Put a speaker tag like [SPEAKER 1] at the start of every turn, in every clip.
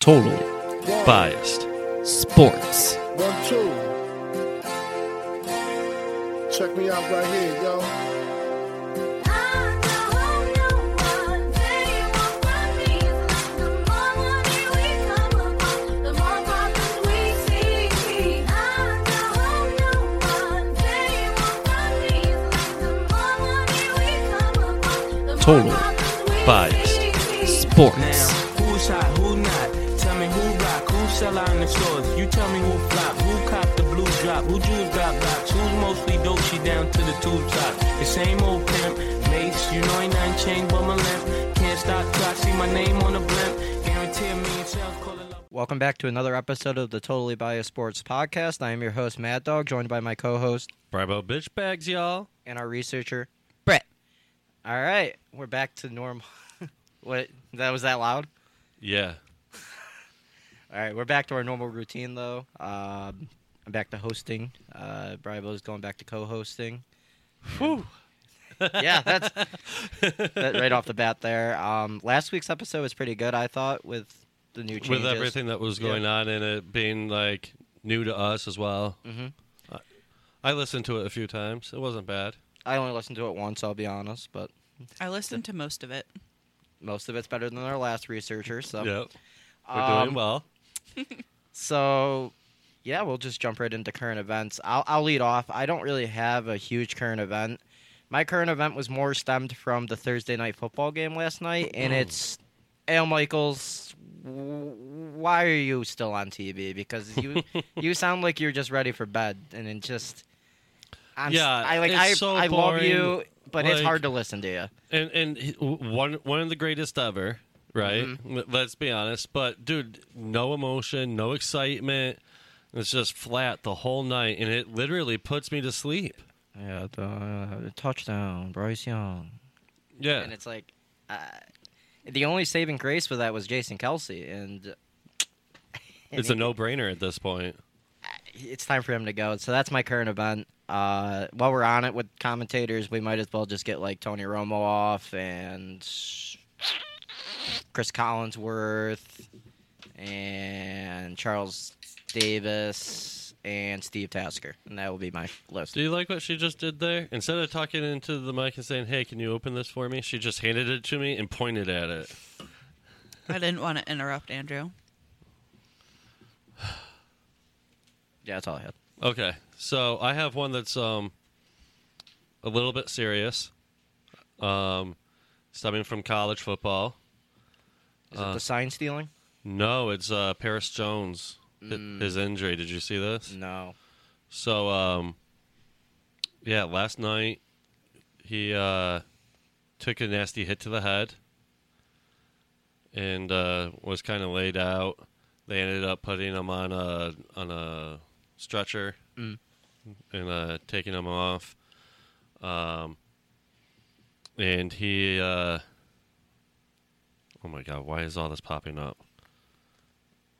[SPEAKER 1] Totally biased.
[SPEAKER 2] Sports.
[SPEAKER 3] One, two. Check me out right here, yo.
[SPEAKER 1] Totally biased.
[SPEAKER 2] Sports.
[SPEAKER 4] Now, who's hot, who not? Tell me who rock, who sell out in the stores. You tell me who flop, who cop the blue drop, who jewels got blocks, who's mostly dope, she down to the tube top. The same old pimp, mates, you know ain't nothing changed but my limp. Can't stop till I see my name on a blimp. Guarantee me and Shells call it love.
[SPEAKER 5] Welcome back to another episode of the Totally Biased Sports Podcast. I am your host, Mad Dog, joined by my co host
[SPEAKER 1] Bravo bitch bags, y'all.
[SPEAKER 5] and our researcher.
[SPEAKER 2] Brett.
[SPEAKER 5] All right, we're back to normal. what? That was that loud?
[SPEAKER 1] Yeah.
[SPEAKER 5] All right, we're back to our normal routine, though. Um, I'm back to hosting. Uh, Bribo's going back to co hosting.
[SPEAKER 1] Whew.
[SPEAKER 5] yeah, that's that right off the bat there. Um, last week's episode was pretty good, I thought, with the new changes.
[SPEAKER 1] With everything that was going on and it being like new to us as well. Mm-hmm. I, I listened to it a few times. It wasn't bad.
[SPEAKER 5] I only listened to it once, I'll be honest, but
[SPEAKER 6] I listened to most of it.
[SPEAKER 5] most of it's better than our last researcher. So,
[SPEAKER 1] Yep. We're
[SPEAKER 5] Um,
[SPEAKER 1] doing well.
[SPEAKER 5] so yeah, we'll just jump right into current events. I'll, I'll lead off. I don't really have a huge current event. My current event was more stemmed from the Thursday night football game last night, and it's Al Michaels. w- Why are you still on TV? Because you you sound like you're just ready for bed, and it just I'm, s-
[SPEAKER 1] Yeah,
[SPEAKER 5] I like
[SPEAKER 1] it's
[SPEAKER 5] I,
[SPEAKER 1] so
[SPEAKER 5] I love you,
[SPEAKER 1] boring,
[SPEAKER 5] but it's
[SPEAKER 1] like-
[SPEAKER 5] hard to listen to you.
[SPEAKER 1] and and he- w- one one of the greatest ever, right?
[SPEAKER 5] Mm-hmm.
[SPEAKER 1] L- Let's be honest. But dude, no emotion, no excitement. It's just flat the whole night, and it literally puts me to sleep.
[SPEAKER 5] Yeah, the touchdown, Bryce Young.
[SPEAKER 1] Yeah,
[SPEAKER 5] and it's like uh, the only saving grace for that was Jason Kelsey, and
[SPEAKER 1] it's a no-brainer at this point.
[SPEAKER 5] it's time for him to go. So that's my current event. Uh, while we're on it with commentators, we might as well just get like Tony Romo off and Chris Collinsworth and Charles Davis and Steve Tasker, and that will be my list.
[SPEAKER 1] Do you like what she just did there? Instead of talking into the mic and saying, "Hey, can you open this for me?" She just handed it to me and pointed at it.
[SPEAKER 6] I didn't want to interrupt Andrew.
[SPEAKER 5] Yeah, that's all I had.
[SPEAKER 1] Okay, so I have one that's um a little bit serious, um, stemming from college football.
[SPEAKER 5] Is it the sign stealing?
[SPEAKER 1] No, it's uh, Paris Jones. hi- His injury. Did you see this?
[SPEAKER 5] No.
[SPEAKER 1] So, um, yeah, last night he uh, took a nasty hit to the head and uh, was kind of laid out. They ended up putting him on a on a stretcher and uh, taking him off. Um, and he, uh, oh my god, why is all this popping up?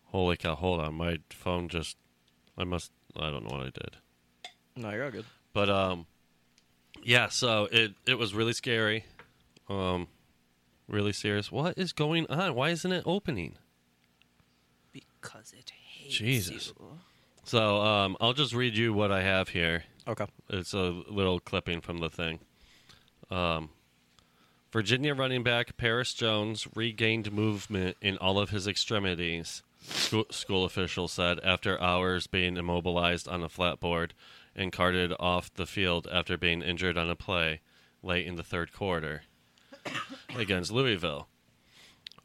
[SPEAKER 1] Holy cow! Hold on, my phone just. I must. I don't know what I did.
[SPEAKER 5] No, you're all good.
[SPEAKER 1] But um, yeah. So it it was really scary, um, really serious. What is going on? Why isn't it opening?
[SPEAKER 6] Because it hates
[SPEAKER 1] Jesus. So um, I'll just read you what I have here.
[SPEAKER 5] Okay.
[SPEAKER 1] It's a little clipping from the thing. Um, Virginia running back Paris Jones regained movement in all of his extremities, school, school officials said, after hours being immobilized on a flat board and carted off the field after being injured on a play late in the third quarter against Louisville.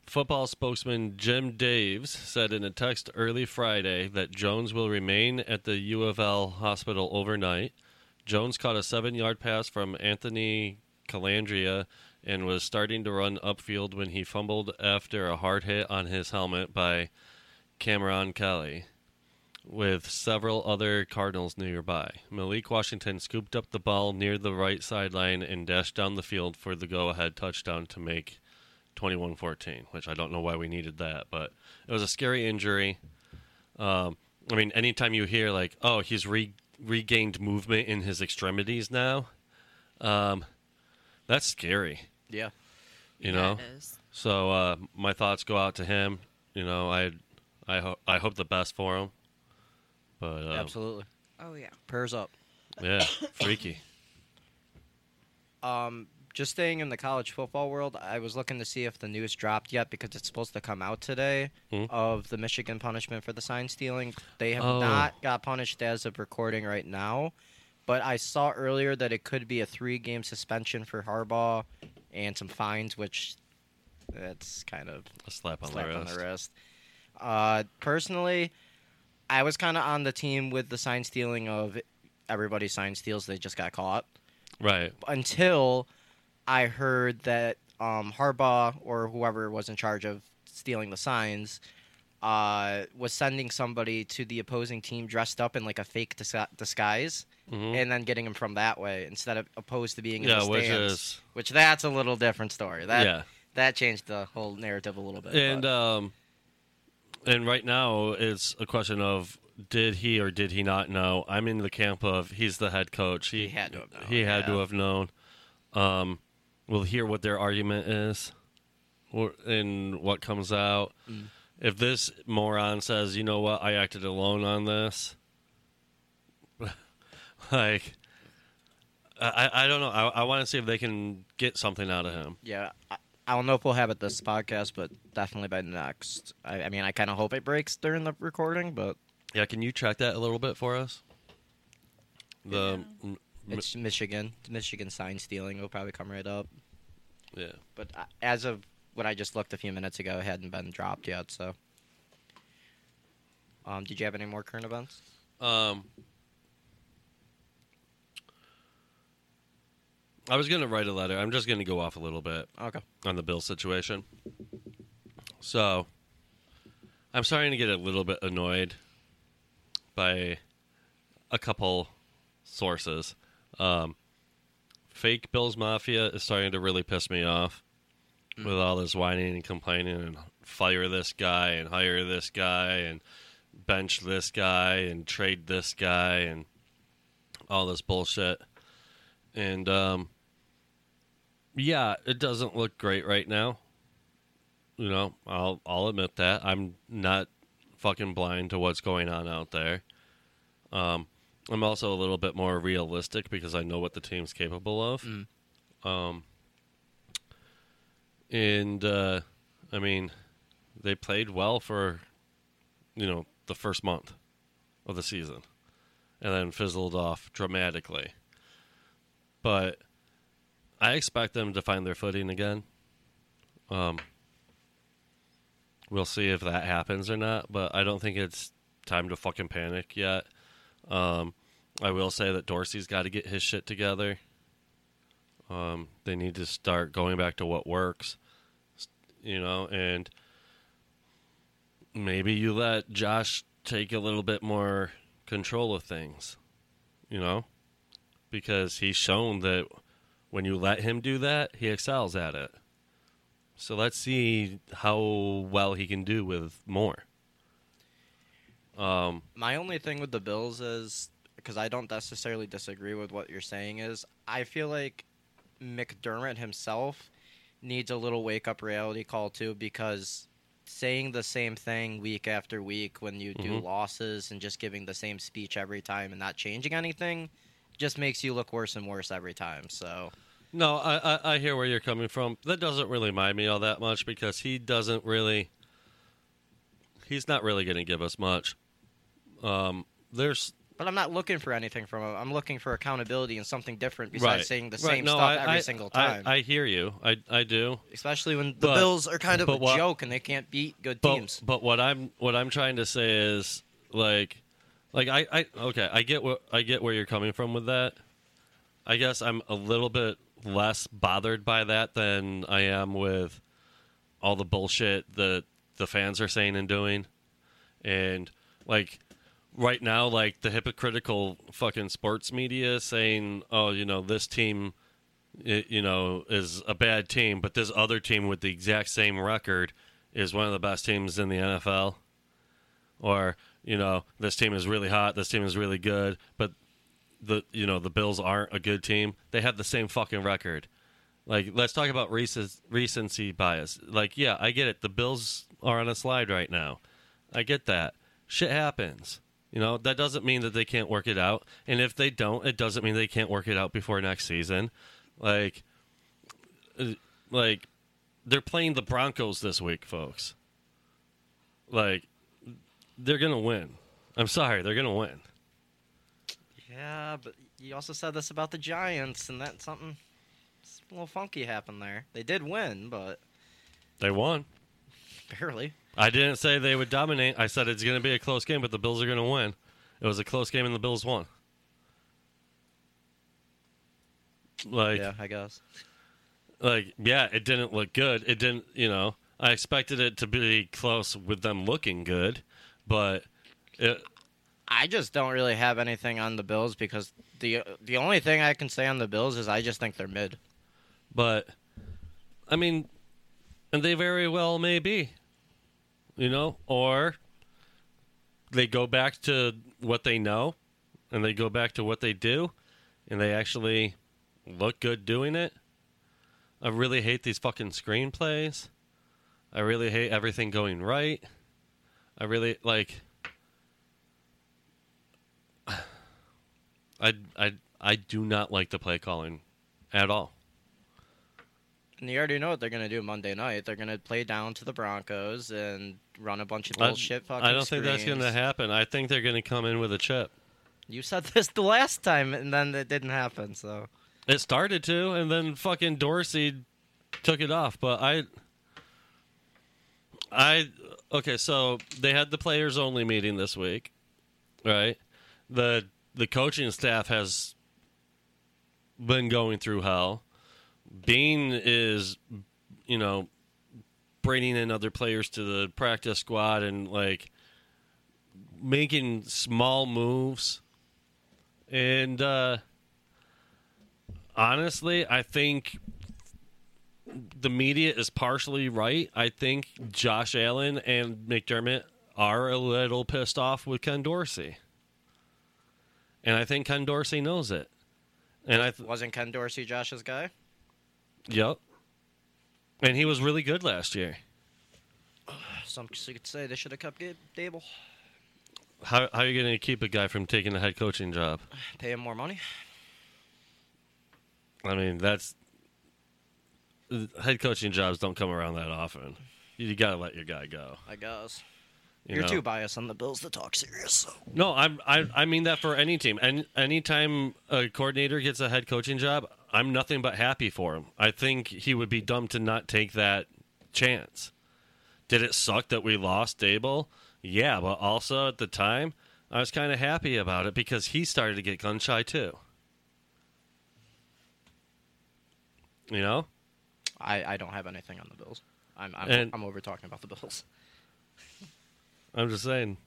[SPEAKER 1] Football spokesman Jim Daves said in a text early Friday that Jones will remain at the U of L hospital overnight. Jones caught a seven yard pass from Anthony Calandria and was starting to run upfield when he fumbled after a hard hit on his helmet by Cameron Kelly, with several other Cardinals nearby. Malik Washington scooped up the ball near the right sideline and dashed down the field for the go ahead touchdown to make 21 14, which I don't know why we needed that, but it was a scary injury. Um, I mean, anytime you hear, like, oh, he's re- regained movement in his extremities now, um, that's scary,
[SPEAKER 5] Yeah.
[SPEAKER 1] you know?
[SPEAKER 6] It is.
[SPEAKER 1] So uh, my thoughts go out to him. You know, I I hope I hope the best for him. But uh,
[SPEAKER 5] Absolutely.
[SPEAKER 6] Oh yeah.
[SPEAKER 5] Prayers up.
[SPEAKER 1] yeah, freaky.
[SPEAKER 5] Um, just staying in the college football world, I was looking to see if the news dropped yet because it's supposed to come out today
[SPEAKER 1] Hmm.
[SPEAKER 5] of the Michigan punishment for the sign stealing. They have
[SPEAKER 1] Oh.
[SPEAKER 5] not got punished as of recording right now, but I saw earlier that it could be a three-game suspension for Harbaugh and some fines, which that's kind of
[SPEAKER 1] A slap on
[SPEAKER 5] slap
[SPEAKER 1] the
[SPEAKER 5] on
[SPEAKER 1] wrist.
[SPEAKER 5] the wrist. Uh, personally, I was kind of on the team with the sign stealing of everybody sign steals. They just got caught
[SPEAKER 1] Right.
[SPEAKER 5] until I heard that um, Harbaugh or whoever was in charge of stealing the signs uh, was sending somebody to the opposing team dressed up in like a fake dis- disguise.
[SPEAKER 1] Mhm.
[SPEAKER 5] And then getting him from that way instead of opposed to being in
[SPEAKER 1] Yeah,
[SPEAKER 5] the
[SPEAKER 1] which
[SPEAKER 5] stands,
[SPEAKER 1] is-
[SPEAKER 5] which that's a little different story. That
[SPEAKER 1] Yeah.
[SPEAKER 5] that changed the whole narrative a little bit.
[SPEAKER 1] And
[SPEAKER 5] but-
[SPEAKER 1] um, and right now it's a question of did he or did he not know? I'm in the camp of he's the head coach. He,
[SPEAKER 5] He had to have known,
[SPEAKER 1] He had to
[SPEAKER 5] yeah.
[SPEAKER 1] have known. Um, we'll hear what their argument is, or and what comes out.
[SPEAKER 5] Mm.
[SPEAKER 1] If this moron says, you know what, I acted alone on this, like. I, I I don't know. I, I want to see if they can get something out of him.
[SPEAKER 5] Yeah, I, I don't know if we'll have it this podcast, but definitely by next. I, I mean, I kind of hope it breaks during the recording, but
[SPEAKER 1] Yeah, can you track that a little bit for us? The yeah,
[SPEAKER 5] it's Michigan. It's Michigan sign stealing will probably come right up.
[SPEAKER 1] yeah.
[SPEAKER 5] But uh, as of what I just looked a few minutes ago, it hadn't been dropped yet. So, um, did you have any more current events?
[SPEAKER 1] Um, I was gonna write a letter. I'm just gonna go off a little bit
[SPEAKER 5] Okay.
[SPEAKER 1] on the bill situation. So, I'm starting to get a little bit annoyed by a couple sources. Um, fake Bills Mafia is starting to really piss me off with all this whining and complaining and fire this guy and hire this guy and bench this guy and trade this guy and all this bullshit. And um, yeah, it doesn't look great right now. You know, I'll I'll admit that I'm not fucking blind to what's going on out there. Um, I'm also a little bit more realistic because I know what the team's capable of. Um, and uh, I mean, they played well for you know the first month of the season, and then fizzled off dramatically. But I expect them to find their footing again. Um, we'll see if that happens or not, but I don't think it's time to fucking panic yet. Um, I will say that Dorsey's got to get his shit together. Um, they need to start going back to what works, you know, and maybe you let Josh take a little bit more control of things, you know, because he's shown that when you let him do that, he excels at it. So let's see how well he can do with more. Um,
[SPEAKER 5] My only thing with the Bills is because I don't necessarily disagree with what you're saying. Is I feel like McDermott himself needs a little wake up reality call too because saying the same thing week after week when you do
[SPEAKER 1] Mhm.
[SPEAKER 5] losses and just giving the same speech every time and not changing anything just makes you look worse and worse every time. So
[SPEAKER 1] No, I, I I hear where you're coming from. That doesn't really mind me all that much because he doesn't really. He's not really going to give us much. Um, there's
[SPEAKER 5] but I'm not looking for anything from him. I'm looking for accountability and something different besides
[SPEAKER 1] right,
[SPEAKER 5] saying the
[SPEAKER 1] right,
[SPEAKER 5] same
[SPEAKER 1] no,
[SPEAKER 5] stuff
[SPEAKER 1] I-
[SPEAKER 5] every
[SPEAKER 1] I-
[SPEAKER 5] single
[SPEAKER 1] I-
[SPEAKER 5] time.
[SPEAKER 1] I, hear you. I I do.
[SPEAKER 5] especially when the
[SPEAKER 1] But-
[SPEAKER 5] Bills are kind of a
[SPEAKER 1] but what-
[SPEAKER 5] joke and they can't beat good
[SPEAKER 1] But
[SPEAKER 5] teams.
[SPEAKER 1] but what I'm what I'm trying to say is like like I, I okay I get what I get where you're coming from with that. I guess I'm a little bit less bothered by that than I am with all the bullshit that the fans are saying and doing. And like right now, like the hypocritical fucking sports media saying, "Oh, you know, this team, i you know, is a bad team, but this other team with the exact same record is one of the best teams in the NFL," or you know, this team is really hot, this team is really good, but the you know the Bills aren't a good team. They have the same fucking record. Like, let's talk about recen- recency bias. Like, yeah, I get it. The Bills are on a slide right now. I get that. Shit happens. You know, that doesn't mean that they can't work it out. And if they don't, it doesn't mean they can't work it out before next season. Like uh, like they're playing the Broncos this week, folks. Like they're going to win. I'm sorry, they're going to win.
[SPEAKER 5] Yeah, but you also said this about the Giants, and that something it's a little funky happened there. They did win, but
[SPEAKER 1] They won.
[SPEAKER 5] barely.
[SPEAKER 1] I didn't say they would dominate. I said it's going to be a close game, but the Bills are going to win. It was a close game, and the Bills won. Like,
[SPEAKER 5] yeah, I guess.
[SPEAKER 1] like, yeah, it didn't look good. It didn't, you know. I expected it to be close with them looking good, but it,
[SPEAKER 5] I just don't really have anything on the Bills because the the only thing I can say on the Bills is I just think they're mid.
[SPEAKER 1] but I mean, and they very well may be, you know, or they go back to what they know and they go back to what they do and they actually look good doing it. I really hate these fucking screenplays. I really hate everything going right. I really like I I I do not like the play calling at all.
[SPEAKER 5] And you already know what they're gonna do Monday night. They're gonna play down to the Broncos and run a bunch of
[SPEAKER 1] I-
[SPEAKER 5] bullshit fucking.
[SPEAKER 1] I don't think that's going to
[SPEAKER 5] screens.
[SPEAKER 1] happen. I think they're going to come in with a chip.
[SPEAKER 5] You said this the last time, and then it didn't happen. So
[SPEAKER 1] It started to, and then fucking Dorsey took it off. But I, I okay. So they had the players only meeting this week, right? the The coaching staff has been going through hell. Bean is, you know, bringing in other players to the practice squad and like making small moves. And uh, honestly, I think the media is partially right. I think Josh Allen and McDermott are a little pissed off with Ken Dorsey. And I think Ken Dorsey knows it. And I th-
[SPEAKER 5] wasn't Ken Dorsey Josh's guy?
[SPEAKER 1] Yep. And he was really good last year.
[SPEAKER 5] Some could say they should have kept Gabe Dable.
[SPEAKER 1] How, how are you going to keep a guy from taking a head coaching job?
[SPEAKER 5] Pay him more money.
[SPEAKER 1] I mean, that's head coaching jobs don't come around that often. You got to let your guy go.
[SPEAKER 5] I guess.
[SPEAKER 1] You
[SPEAKER 5] You are
[SPEAKER 1] know?
[SPEAKER 5] too biased on the Bills to talk serious. So.
[SPEAKER 1] No, I'm, I I mean that for any team. And anytime a coordinator gets a head coaching job, I'm nothing but happy for him. I think he would be dumb to not take that chance. Did it suck that we lost Dable? Yeah, but also at the time, I was kind of happy about it because he started to get gun shy too. You know,
[SPEAKER 5] I, I don't have anything on the Bills. I'm I'm,
[SPEAKER 1] And-
[SPEAKER 5] I'm over talking about the Bills.
[SPEAKER 1] I'm just saying,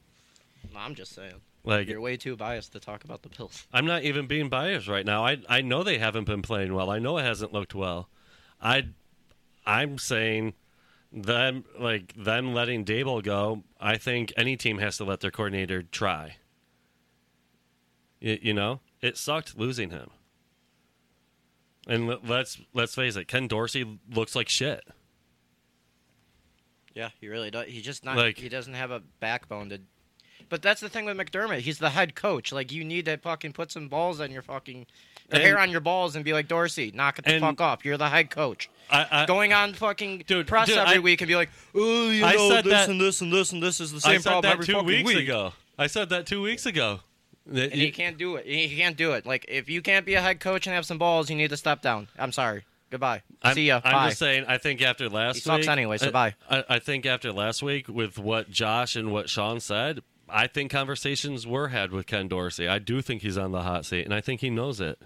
[SPEAKER 5] No, I'm just saying.
[SPEAKER 1] like
[SPEAKER 5] You're way too biased to talk about the Bills.
[SPEAKER 1] I'm not even being biased right now. I I know they haven't been playing well. I know it hasn't looked well. I I'm saying them like them letting Dable go. I think any team has to let their coordinator try. Y- you know, it sucked losing him. And le- let's let's face it, Ken Dorsey looks like shit.
[SPEAKER 5] Yeah, he really does. He just not.
[SPEAKER 1] Like-
[SPEAKER 5] he doesn't have a backbone to. But that's the thing with McDermott. He's the head coach. Like you need to fucking put some balls on your fucking or hair
[SPEAKER 1] And-
[SPEAKER 5] on your balls and be like Dorsey, knock it the
[SPEAKER 1] And-
[SPEAKER 5] fuck off. You're the head coach.
[SPEAKER 1] I, I
[SPEAKER 5] Going on fucking
[SPEAKER 1] Dude,
[SPEAKER 5] press
[SPEAKER 1] dude,
[SPEAKER 5] every
[SPEAKER 1] I-
[SPEAKER 5] week and be like, oh, you
[SPEAKER 1] I
[SPEAKER 5] know
[SPEAKER 1] said
[SPEAKER 5] this
[SPEAKER 1] that-
[SPEAKER 5] and this and this and this is the
[SPEAKER 1] I
[SPEAKER 5] same
[SPEAKER 1] said
[SPEAKER 5] problem
[SPEAKER 1] that
[SPEAKER 5] every
[SPEAKER 1] two
[SPEAKER 5] fucking
[SPEAKER 1] weeks
[SPEAKER 5] week.
[SPEAKER 1] ago. I said that two weeks ago.
[SPEAKER 5] And he can't do it. He he can't do it. Like if you can't be a head coach and have some balls, you need to step down. I'm sorry. Goodbye.
[SPEAKER 1] I'm,
[SPEAKER 5] See ya.
[SPEAKER 1] I'm
[SPEAKER 5] Bye.
[SPEAKER 1] just saying. I think after last
[SPEAKER 5] He
[SPEAKER 1] week,
[SPEAKER 5] sucks anyway, so
[SPEAKER 1] I-
[SPEAKER 5] bye.
[SPEAKER 1] I, I think after last week, with what Josh and what Sean said, I think conversations were had with Ken Dorsey. I do think he's on the hot seat, and I think he knows it.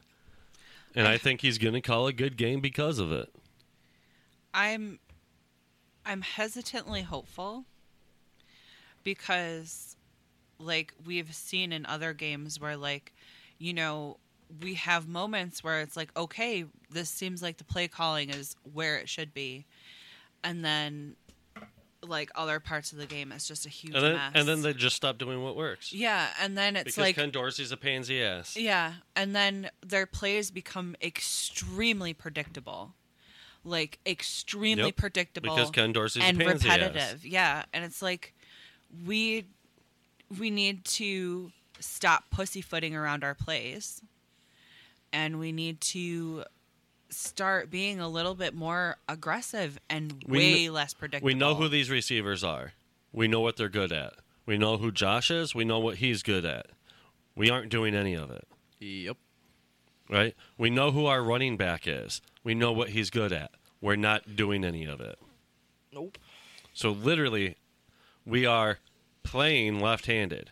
[SPEAKER 1] And I think he's going to call a good game because of it.
[SPEAKER 6] I'm I'm hesitantly hopeful because like we've seen in other games where like you know we have moments where it's like okay this seems like the play calling is where it should be and then like other parts of the game it's just a huge
[SPEAKER 1] And then,
[SPEAKER 6] mess
[SPEAKER 1] and then they just stop doing what works
[SPEAKER 6] yeah and then it's
[SPEAKER 1] because
[SPEAKER 6] like
[SPEAKER 1] Ken Dorsey's a pansy ass.
[SPEAKER 6] yeah, and then their plays become extremely predictable. Like extremely
[SPEAKER 1] Yep,
[SPEAKER 6] predictable
[SPEAKER 1] because Ken Dorsey's a
[SPEAKER 6] and
[SPEAKER 1] pansy ass.
[SPEAKER 6] repetitive. Yeah, and it's like we we need to stop pussyfooting around our plays and we need to start being a little bit more aggressive and
[SPEAKER 1] We
[SPEAKER 6] way
[SPEAKER 1] kn-
[SPEAKER 6] less predictable.
[SPEAKER 1] We know who these receivers are. We know what they're good at. We know who Josh is. We know what he's good at. We aren't doing any of it,
[SPEAKER 7] Yep.
[SPEAKER 1] right? We know who our running back is. We know what he's good at. We're not doing any of it.
[SPEAKER 5] Nope.
[SPEAKER 1] So literally, we are playing left-handed.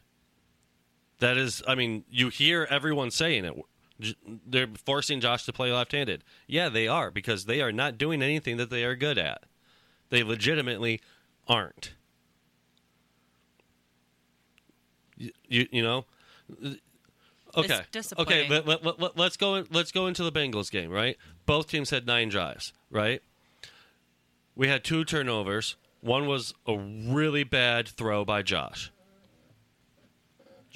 [SPEAKER 1] That is, I mean, you hear everyone saying it. J- They're forcing Josh to play left-handed. Yeah, they are because they are not doing anything that they are good at. They legitimately aren't. You you, you know. Okay. Okay.
[SPEAKER 6] disappointing.
[SPEAKER 1] Let, let, let, let- let's go. Let's go into the Bengals game. Right. Both teams had nine drives. Right. We had two turnovers. One was a really bad throw by Josh.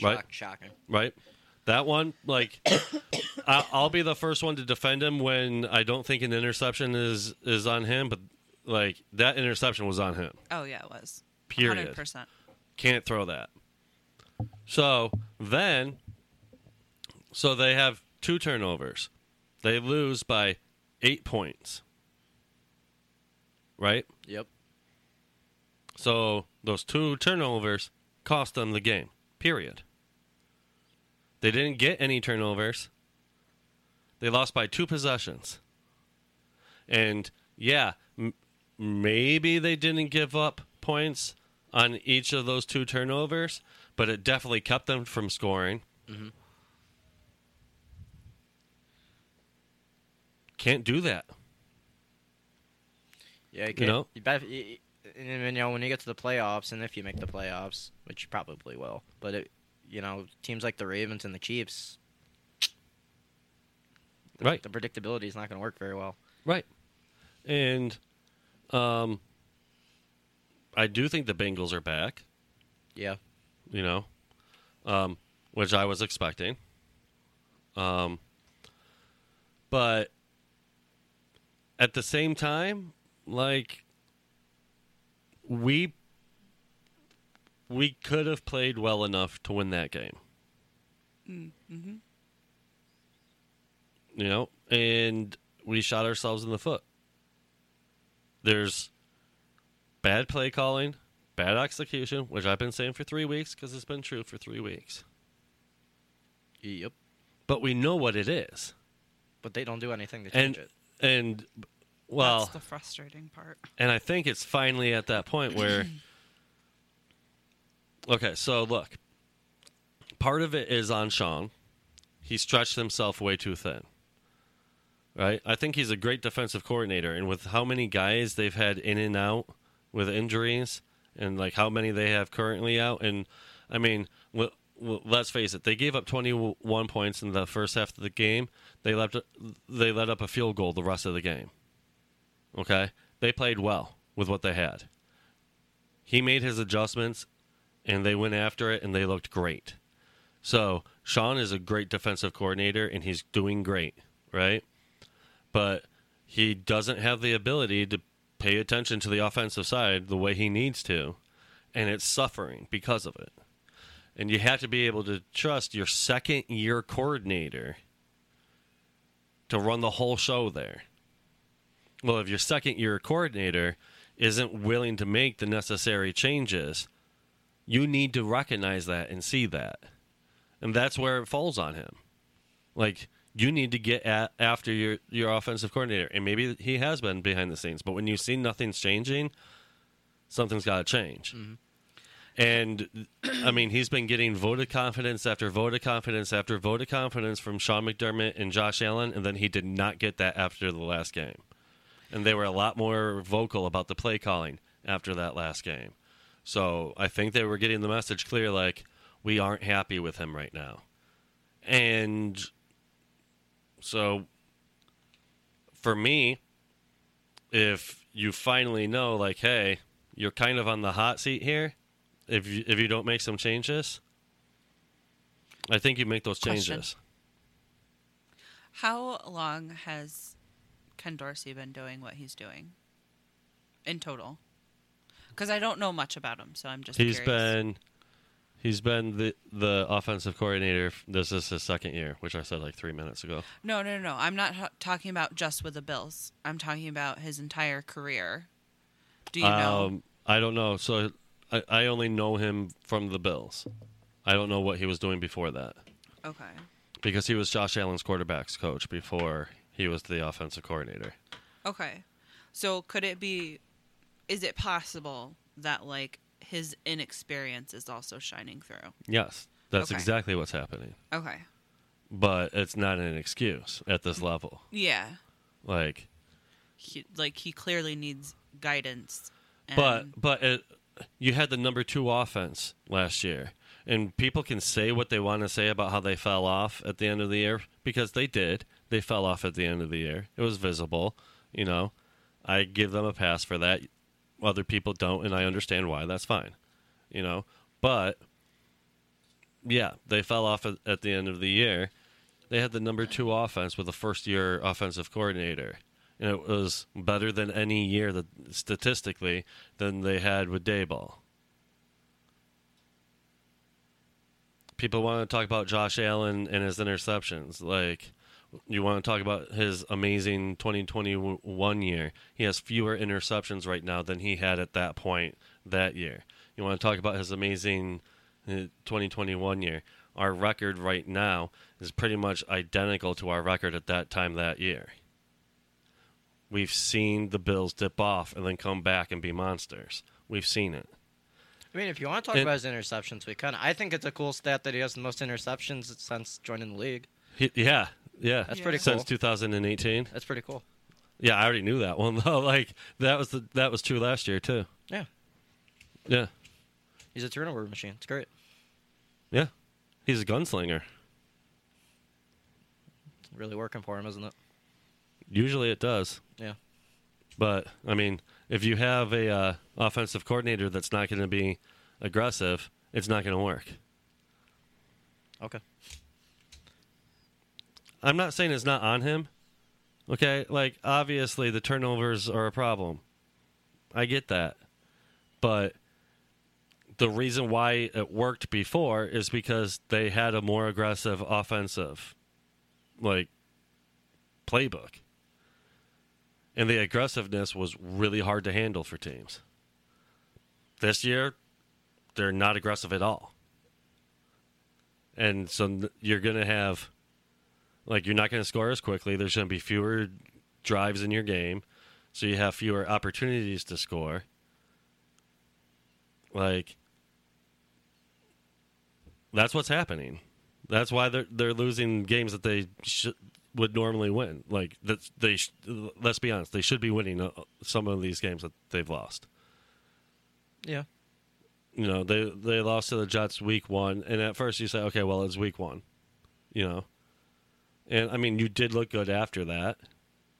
[SPEAKER 1] Right.
[SPEAKER 7] Shock, shocking.
[SPEAKER 1] Right. That one, like, I, I'll be the first one to defend him when I don't think an interception is is on him, but like that interception was on him.
[SPEAKER 6] Oh yeah, it was.
[SPEAKER 1] Period.
[SPEAKER 6] 100%.
[SPEAKER 1] Can't throw that. So then, so they have two turnovers. They lose by eight points. Right.
[SPEAKER 7] Yep.
[SPEAKER 1] So those two turnovers cost them the game. Period. They didn't get any turnovers. They lost by two possessions. And yeah, m- maybe they didn't give up points on each of those two turnovers, but it definitely kept them from scoring. Can't do that.
[SPEAKER 7] Yeah, you
[SPEAKER 1] You
[SPEAKER 7] can't-
[SPEAKER 1] know,
[SPEAKER 5] You bet. You, and then, you know, when you get to the playoffs, and if you make the playoffs, which you probably will, but it, you know, teams like the Ravens and the Chiefs,
[SPEAKER 1] right?
[SPEAKER 5] the predictability is not going to work very well.
[SPEAKER 1] Right. And um I do think the Bengals are back,
[SPEAKER 5] Yeah.
[SPEAKER 1] you know. Um which I was expecting. Um but at the same time, like we we could have played well enough to win that game. You know, and we shot ourselves in the foot. There's bad play calling, bad execution, which I've been saying for three weeks because it's been true for three weeks.
[SPEAKER 7] Yep.
[SPEAKER 1] But we know what it is,
[SPEAKER 5] But they don't do anything to change
[SPEAKER 1] and
[SPEAKER 5] it.
[SPEAKER 1] and well,
[SPEAKER 6] That's the frustrating part.
[SPEAKER 1] And I think it's finally at that point where. okay, so look. Part of it is on Sean. He stretched himself way too thin. Right? I think he's a great defensive coordinator. And with how many guys they've had in and out with injuries and like how many they have currently out. And I mean, w- w- let's face it, they gave up 21 points in the first half of the game. They, left, they let up a field goal the rest of the game. Okay? They played well with what they had. He made his adjustments and they went after it and they looked great. So, Sean is a great defensive coordinator and he's doing great, right? But he doesn't have the ability to pay attention to the offensive side the way he needs to, and it's suffering because of it. And you have to be able to trust your second year coordinator to run the whole show there well, if your second year coordinator isn't willing to make the necessary changes, you need to recognize that and see that. And that's where it falls on him. Like, you need to get at, after your, your offensive coordinator. And maybe he has been behind the scenes, but when you see nothing's changing, something's got to change. And I mean, he's been getting vote of confidence after vote of confidence after vote of confidence from Sean McDermott and Josh Allen, and then he did not get that after the last game and they were a lot more vocal about the play calling after that last game. So I think they were getting the message clear like, we aren't happy with him right now. And so for me, if you finally know, like, hey, you're kind of on the hot seat here, if you, if you don't make some changes, I think you make those
[SPEAKER 6] Question.
[SPEAKER 1] changes.
[SPEAKER 6] How long has Ken Dorsey been doing what he's doing in total? because I don't know much about him, so I'm just
[SPEAKER 1] He's
[SPEAKER 6] curious.
[SPEAKER 1] been he's been the the offensive coordinator. f- This is his second year, which I said like three minutes ago.
[SPEAKER 6] No, no, no. I'm not ha- talking about just with the Bills. I'm talking about his entire career. Do you know?
[SPEAKER 1] Um, I don't know. So I, I only know him from the Bills. I don't know what he was doing before that
[SPEAKER 6] Okay.
[SPEAKER 1] because he was Josh Allen's quarterbacks coach before he was the offensive coordinator.
[SPEAKER 6] Okay. So could it be is it possible that like his inexperience is also shining through?
[SPEAKER 1] Yes, that's
[SPEAKER 6] Okay.
[SPEAKER 1] exactly what's happening.
[SPEAKER 6] Okay.
[SPEAKER 1] But it's not an excuse at this level.
[SPEAKER 6] Yeah.
[SPEAKER 1] Like
[SPEAKER 6] He, like he clearly needs guidance. And,
[SPEAKER 1] But but it, you had the number two offense last year, and people can say what they want to say about how they fell off at the end of the year because they did. They fell off at the end of the year. It was visible, you know. I give them a pass for that. Other people don't, and I understand why. That's fine, you know. But yeah, they fell off at, at the end of the year. They had the number two offense with a first year offensive coordinator, and it was better than any year that statistically than they had with Dayball. People want to talk about Josh Allen and his interceptions. Like, you want to talk about his amazing 2021 year. He has fewer interceptions right now than he had at that point that year. You want to talk about his amazing uh, 2021 year. Our record right now is pretty much identical to our record at that time that year. We've seen the Bills dip off and then come back and be monsters. We've seen it.
[SPEAKER 5] I mean, if you want to talk
[SPEAKER 1] And-
[SPEAKER 5] about his interceptions, we can. I think it's a cool stat that he has the most interceptions since joining the league.
[SPEAKER 1] He, yeah, yeah.
[SPEAKER 5] That's pretty
[SPEAKER 1] Since
[SPEAKER 5] cool.
[SPEAKER 1] 2018.
[SPEAKER 5] That's pretty cool.
[SPEAKER 1] Yeah, I already knew that one though. Like that was the, that was true last year too.
[SPEAKER 5] Yeah,
[SPEAKER 1] Yeah,
[SPEAKER 5] he's a turnover machine. It's great.
[SPEAKER 1] yeah. He's a gunslinger.
[SPEAKER 5] It's really working for him, isn't it?
[SPEAKER 1] Usually it does,
[SPEAKER 5] Yeah.
[SPEAKER 1] but I mean, if you have a uh, offensive coordinator that's not going to be aggressive, it's not going to work.
[SPEAKER 5] Okay.
[SPEAKER 1] I'm not saying it's not on him. Okay, like obviously the turnovers are a problem. I get that. But the reason why it worked before is because they had a more aggressive offensive like playbook. And the aggressiveness was really hard to handle for teams. This year they're not aggressive at all. And so n- you're going to have like you're not going to score as quickly. There's going to be fewer drives in your game, so you have fewer opportunities to score. Like that's what's happening. That's why they're they're losing games that they sh- would normally win. Like that they sh- let's be honest, they should be winning uh, some of these games that they've lost
[SPEAKER 5] Yeah.
[SPEAKER 1] you know they they lost to the Jets week one, and at first you say, okay, well it's week one, you know, and I mean you did look good after that.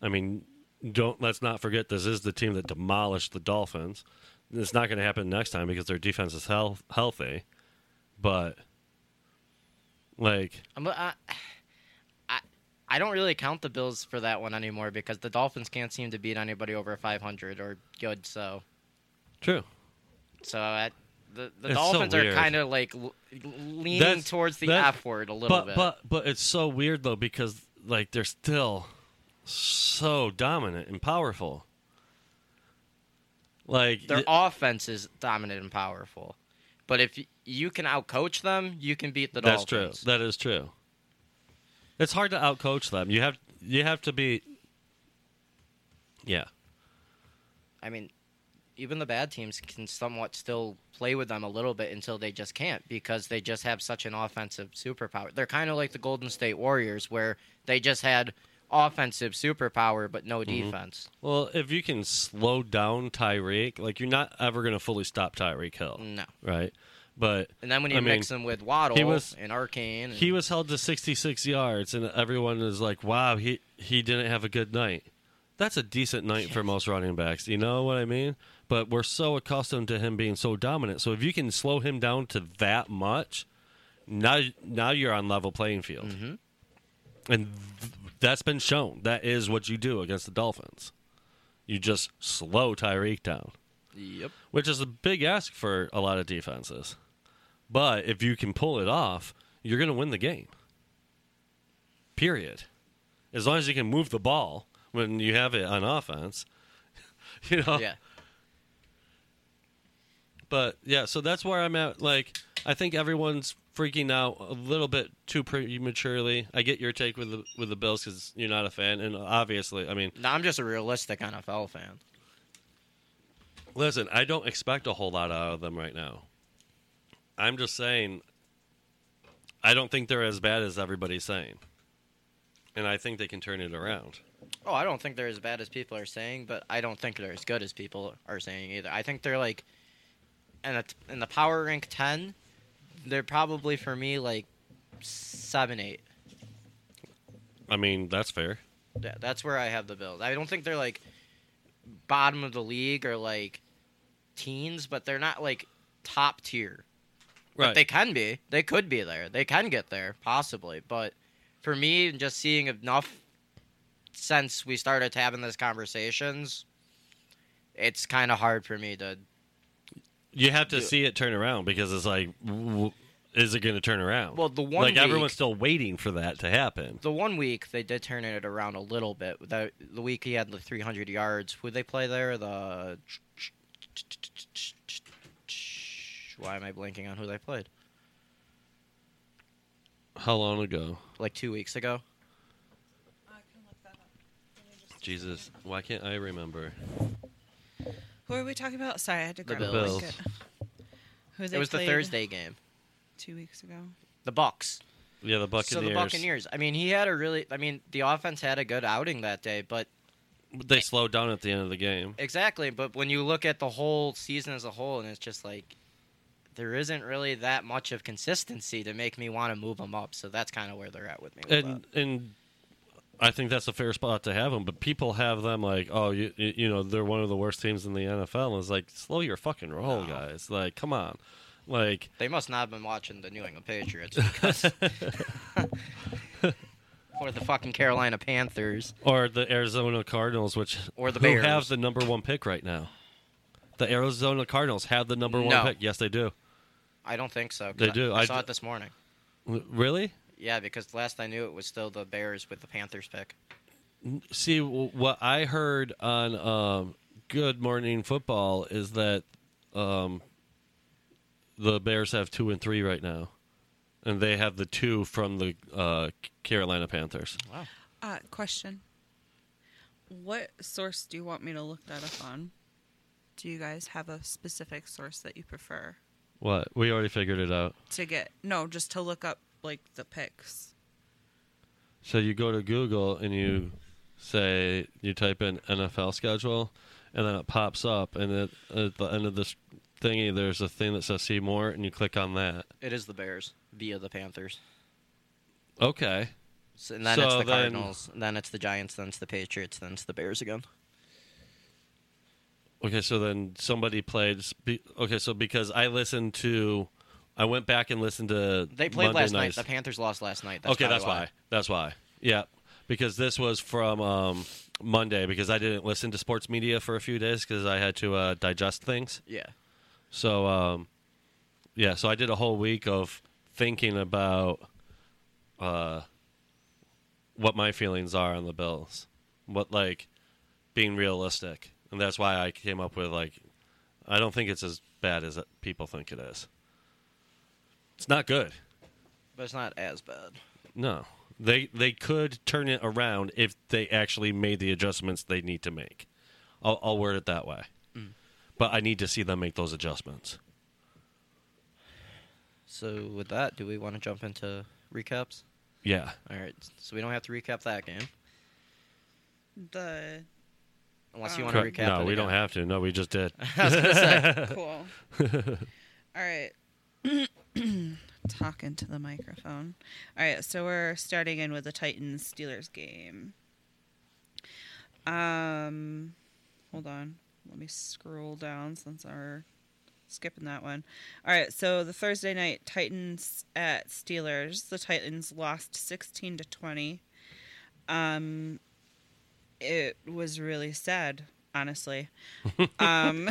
[SPEAKER 1] I mean, don't let's not forget this is the team that demolished the Dolphins. It's not going to happen next time because their defense is health, healthy, but like
[SPEAKER 5] I'm, I, I, I don't really count the Bills for that one anymore because the Dolphins can't seem to beat anybody over 500 or good. So,
[SPEAKER 1] true.
[SPEAKER 5] so at, the the
[SPEAKER 1] It's so
[SPEAKER 5] Dolphins are
[SPEAKER 1] weird.
[SPEAKER 5] kind of like l- leaning
[SPEAKER 1] That's-
[SPEAKER 5] towards the
[SPEAKER 1] that-
[SPEAKER 5] F word a little
[SPEAKER 1] But
[SPEAKER 5] bit.
[SPEAKER 1] but but it's so weird though because like they're still so dominant and powerful. Like
[SPEAKER 5] Their
[SPEAKER 1] y-
[SPEAKER 5] offense is dominant and powerful. But if y- you can outcoach them, you can beat the
[SPEAKER 1] That's true.
[SPEAKER 5] Dolphins.
[SPEAKER 1] That is true. It's hard to outcoach them. You have you have to be. Yeah,
[SPEAKER 5] I mean, even the bad teams can somewhat still play with them a little bit until they just can't because they just have such an offensive superpower. They're kind of like the Golden State Warriors where they just had offensive superpower but no
[SPEAKER 1] Mm-hmm.
[SPEAKER 5] defense.
[SPEAKER 1] Well, if you can slow down Tyreek, like you're not ever going to fully stop Tyreek Hill.
[SPEAKER 5] No.
[SPEAKER 1] Right. But
[SPEAKER 5] And then when you
[SPEAKER 1] I mean,
[SPEAKER 5] mix them with Waddle
[SPEAKER 1] he was-
[SPEAKER 5] and Arcane, and,
[SPEAKER 1] he was held to 66 yards, and everyone is like, "Wow, he he didn't have a good night." That's a decent night for most running backs. You know what I mean? But we're so accustomed to him being so dominant. So if you can slow him down to that much, now now you're on level playing field, and th- that's been shown. That is what you do against the Dolphins. You just slow Tyreek down.
[SPEAKER 7] Yep.
[SPEAKER 1] which is a big ask for a lot of defenses. But if you can pull it off, you're going to win the game. Period. As long as you can move the ball when you have it on offense, you know.
[SPEAKER 7] Yeah.
[SPEAKER 1] But yeah, so that's where I'm at. Like, I think everyone's freaking out a little bit too prematurely. I get your take with the with the Bills because you're not a fan, and obviously, I mean,
[SPEAKER 5] No, I'm just a realistic NFL fan.
[SPEAKER 1] Listen, I don't expect a whole lot out of them right now. I'm just saying, I don't think they're as bad as everybody's saying. And I think they can turn it around.
[SPEAKER 5] Oh, I don't think they're as bad as people are saying, but I don't think they're as good as people are saying either. I think they're like, in the in the power rank ten, they're probably for me like seven eight.
[SPEAKER 1] I mean, that's fair.
[SPEAKER 5] Yeah, that's where I have the Bills. I don't think they're like bottom of the league or like teens, but they're not like top tier. But
[SPEAKER 1] Right.
[SPEAKER 5] they can be. They could be there. They can get there, possibly. But for me, just seeing enough since we started having these conversations, it's kind of hard for me to.
[SPEAKER 1] you have to see it turn around because it's like, w- is it going to turn around?
[SPEAKER 5] Well, the one
[SPEAKER 1] like everyone's
[SPEAKER 5] week-
[SPEAKER 1] still waiting for that to happen.
[SPEAKER 5] The one week they did turn it around a little bit. The, the week he had the 300 yards. Who they play there? The. Why am I blanking on who they played?
[SPEAKER 1] How long ago?
[SPEAKER 5] Like two weeks ago.
[SPEAKER 1] Jesus, why can't I remember?
[SPEAKER 6] Who are we talking about? Sorry, I had to
[SPEAKER 5] The
[SPEAKER 6] grab a
[SPEAKER 1] Bills.
[SPEAKER 6] blanket. Who
[SPEAKER 5] It
[SPEAKER 6] they
[SPEAKER 5] was the
[SPEAKER 6] played
[SPEAKER 5] Thursday game.
[SPEAKER 6] two weeks ago.
[SPEAKER 5] The Bucks.
[SPEAKER 1] Yeah, the Buccaneers.
[SPEAKER 5] So the Buccaneers. I mean, he had a really. I mean, the offense had a good outing that day, but
[SPEAKER 1] They slowed down at the end of the game.
[SPEAKER 5] exactly. But when you look at the whole season as a whole, and it's just like there isn't really that much of consistency to make me want to move them up. So that's kind of where they're at with me. With
[SPEAKER 1] and and I think that's a fair spot to have them. But people have them like, oh, you you you know, they're one of the worst teams in the NFL. And it's like, slow your fucking roll, guys. Like, come on. Like,
[SPEAKER 5] They must not have been watching the New England Patriots because or the fucking Carolina Panthers.
[SPEAKER 1] or the Arizona Cardinals, which
[SPEAKER 5] Or the
[SPEAKER 1] who
[SPEAKER 5] Bears.
[SPEAKER 1] have the number one pick right now. The Arizona Cardinals have the number one
[SPEAKER 5] No.
[SPEAKER 1] pick. Yes, they do.
[SPEAKER 5] I don't think so. 'cause
[SPEAKER 1] They
[SPEAKER 5] I-
[SPEAKER 1] do.
[SPEAKER 5] I,
[SPEAKER 1] I
[SPEAKER 5] saw
[SPEAKER 1] d-
[SPEAKER 5] it this morning.
[SPEAKER 1] W- Really?
[SPEAKER 5] Yeah, because last I knew it was still the Bears with the Panthers pick.
[SPEAKER 1] See, w- what I heard on um, Good Morning Football is that um, the Bears have two and three right now, and they have the two from the uh, Carolina Panthers.
[SPEAKER 6] Uh, question. What source do you want me to look that up on? Do you guys have a specific source that you prefer
[SPEAKER 1] What? We already figured it out.
[SPEAKER 6] to get? No, just to look up like the picks.
[SPEAKER 1] So you go to Google and you say you type in NFL schedule, and then it pops up, and it, at the end of this thingy, there's a thing that says "See More," and you click on that.
[SPEAKER 5] It is the Bears via the Panthers.
[SPEAKER 1] Okay.
[SPEAKER 5] So, and then
[SPEAKER 1] So
[SPEAKER 5] it's the
[SPEAKER 1] then-
[SPEAKER 5] Cardinals. And then it's the Giants. Then it's the Patriots. Then it's the Bears again.
[SPEAKER 1] Okay, so then somebody played. be- Okay, so because I listened to, I went back and listened to.
[SPEAKER 5] They played
[SPEAKER 1] Monday
[SPEAKER 5] last
[SPEAKER 1] night's-
[SPEAKER 5] night. The Panthers lost last night. That's
[SPEAKER 1] okay,
[SPEAKER 5] probably
[SPEAKER 1] that's why. That's why. Yeah, because this was from um, Monday because I didn't listen to sports media for a few days because I had to uh, digest things.
[SPEAKER 5] Yeah.
[SPEAKER 1] So, um, yeah, so I did a whole week of thinking about uh, what my feelings are on the Bills, what like being realistic, and that's why I came up with like, I don't think it's as bad as people think it is. It's not good.
[SPEAKER 5] But it's not as bad.
[SPEAKER 1] No, they they could turn it around if they actually made the adjustments they need to make. I'll, I'll word it that way, but I need to see them make those adjustments.
[SPEAKER 5] So with that, do we want to jump into recaps?
[SPEAKER 1] Yeah.
[SPEAKER 5] All right. So we don't have to recap that game
[SPEAKER 6] The
[SPEAKER 5] unless you
[SPEAKER 6] Um,
[SPEAKER 5] want to
[SPEAKER 1] Correct.
[SPEAKER 5] recap.
[SPEAKER 1] No,
[SPEAKER 5] it
[SPEAKER 1] we
[SPEAKER 5] again.
[SPEAKER 1] don't have to. No, we just did.
[SPEAKER 6] cool. All right. Talking to the microphone. All right, so we're starting in with the Titans Steelers game. Um, hold on. Let me scroll down since we're skipping that one. All right, so the Thursday night Titans at Steelers. The Titans lost 16 to 20. Um, it was really sad.
[SPEAKER 8] honestly. um,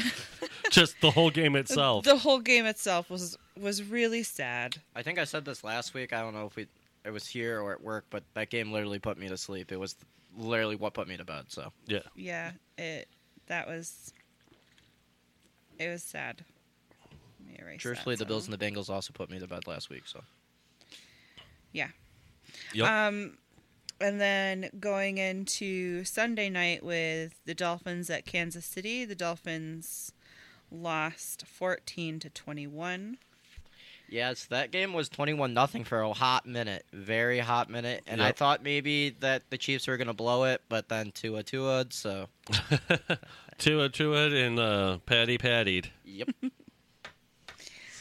[SPEAKER 1] Just the whole game itself.
[SPEAKER 8] the whole game itself was was really sad.
[SPEAKER 5] I think I said this last week. I don't know if we it was here or at work, but that game literally put me to sleep. It was literally what put me to bed. So
[SPEAKER 1] yeah.
[SPEAKER 8] Yeah, it that was it was sad. Let me erase that,
[SPEAKER 5] truthfully, the Bills
[SPEAKER 8] so-
[SPEAKER 5] and the Bengals also put me to bed last week. So
[SPEAKER 8] Yeah.
[SPEAKER 1] Yep.
[SPEAKER 8] Um, and then going into Sunday night with the Dolphins at Kansas City, the Dolphins lost 14 to 21.
[SPEAKER 5] yes, that game was twenty-one nothing for a hot minute, very hot minute, and I
[SPEAKER 1] Yep.
[SPEAKER 5] thought maybe that the Chiefs were gonna blow it, but then Tua Tua. So
[SPEAKER 1] Tua Tua and uh, Patty Pattied.
[SPEAKER 5] yep,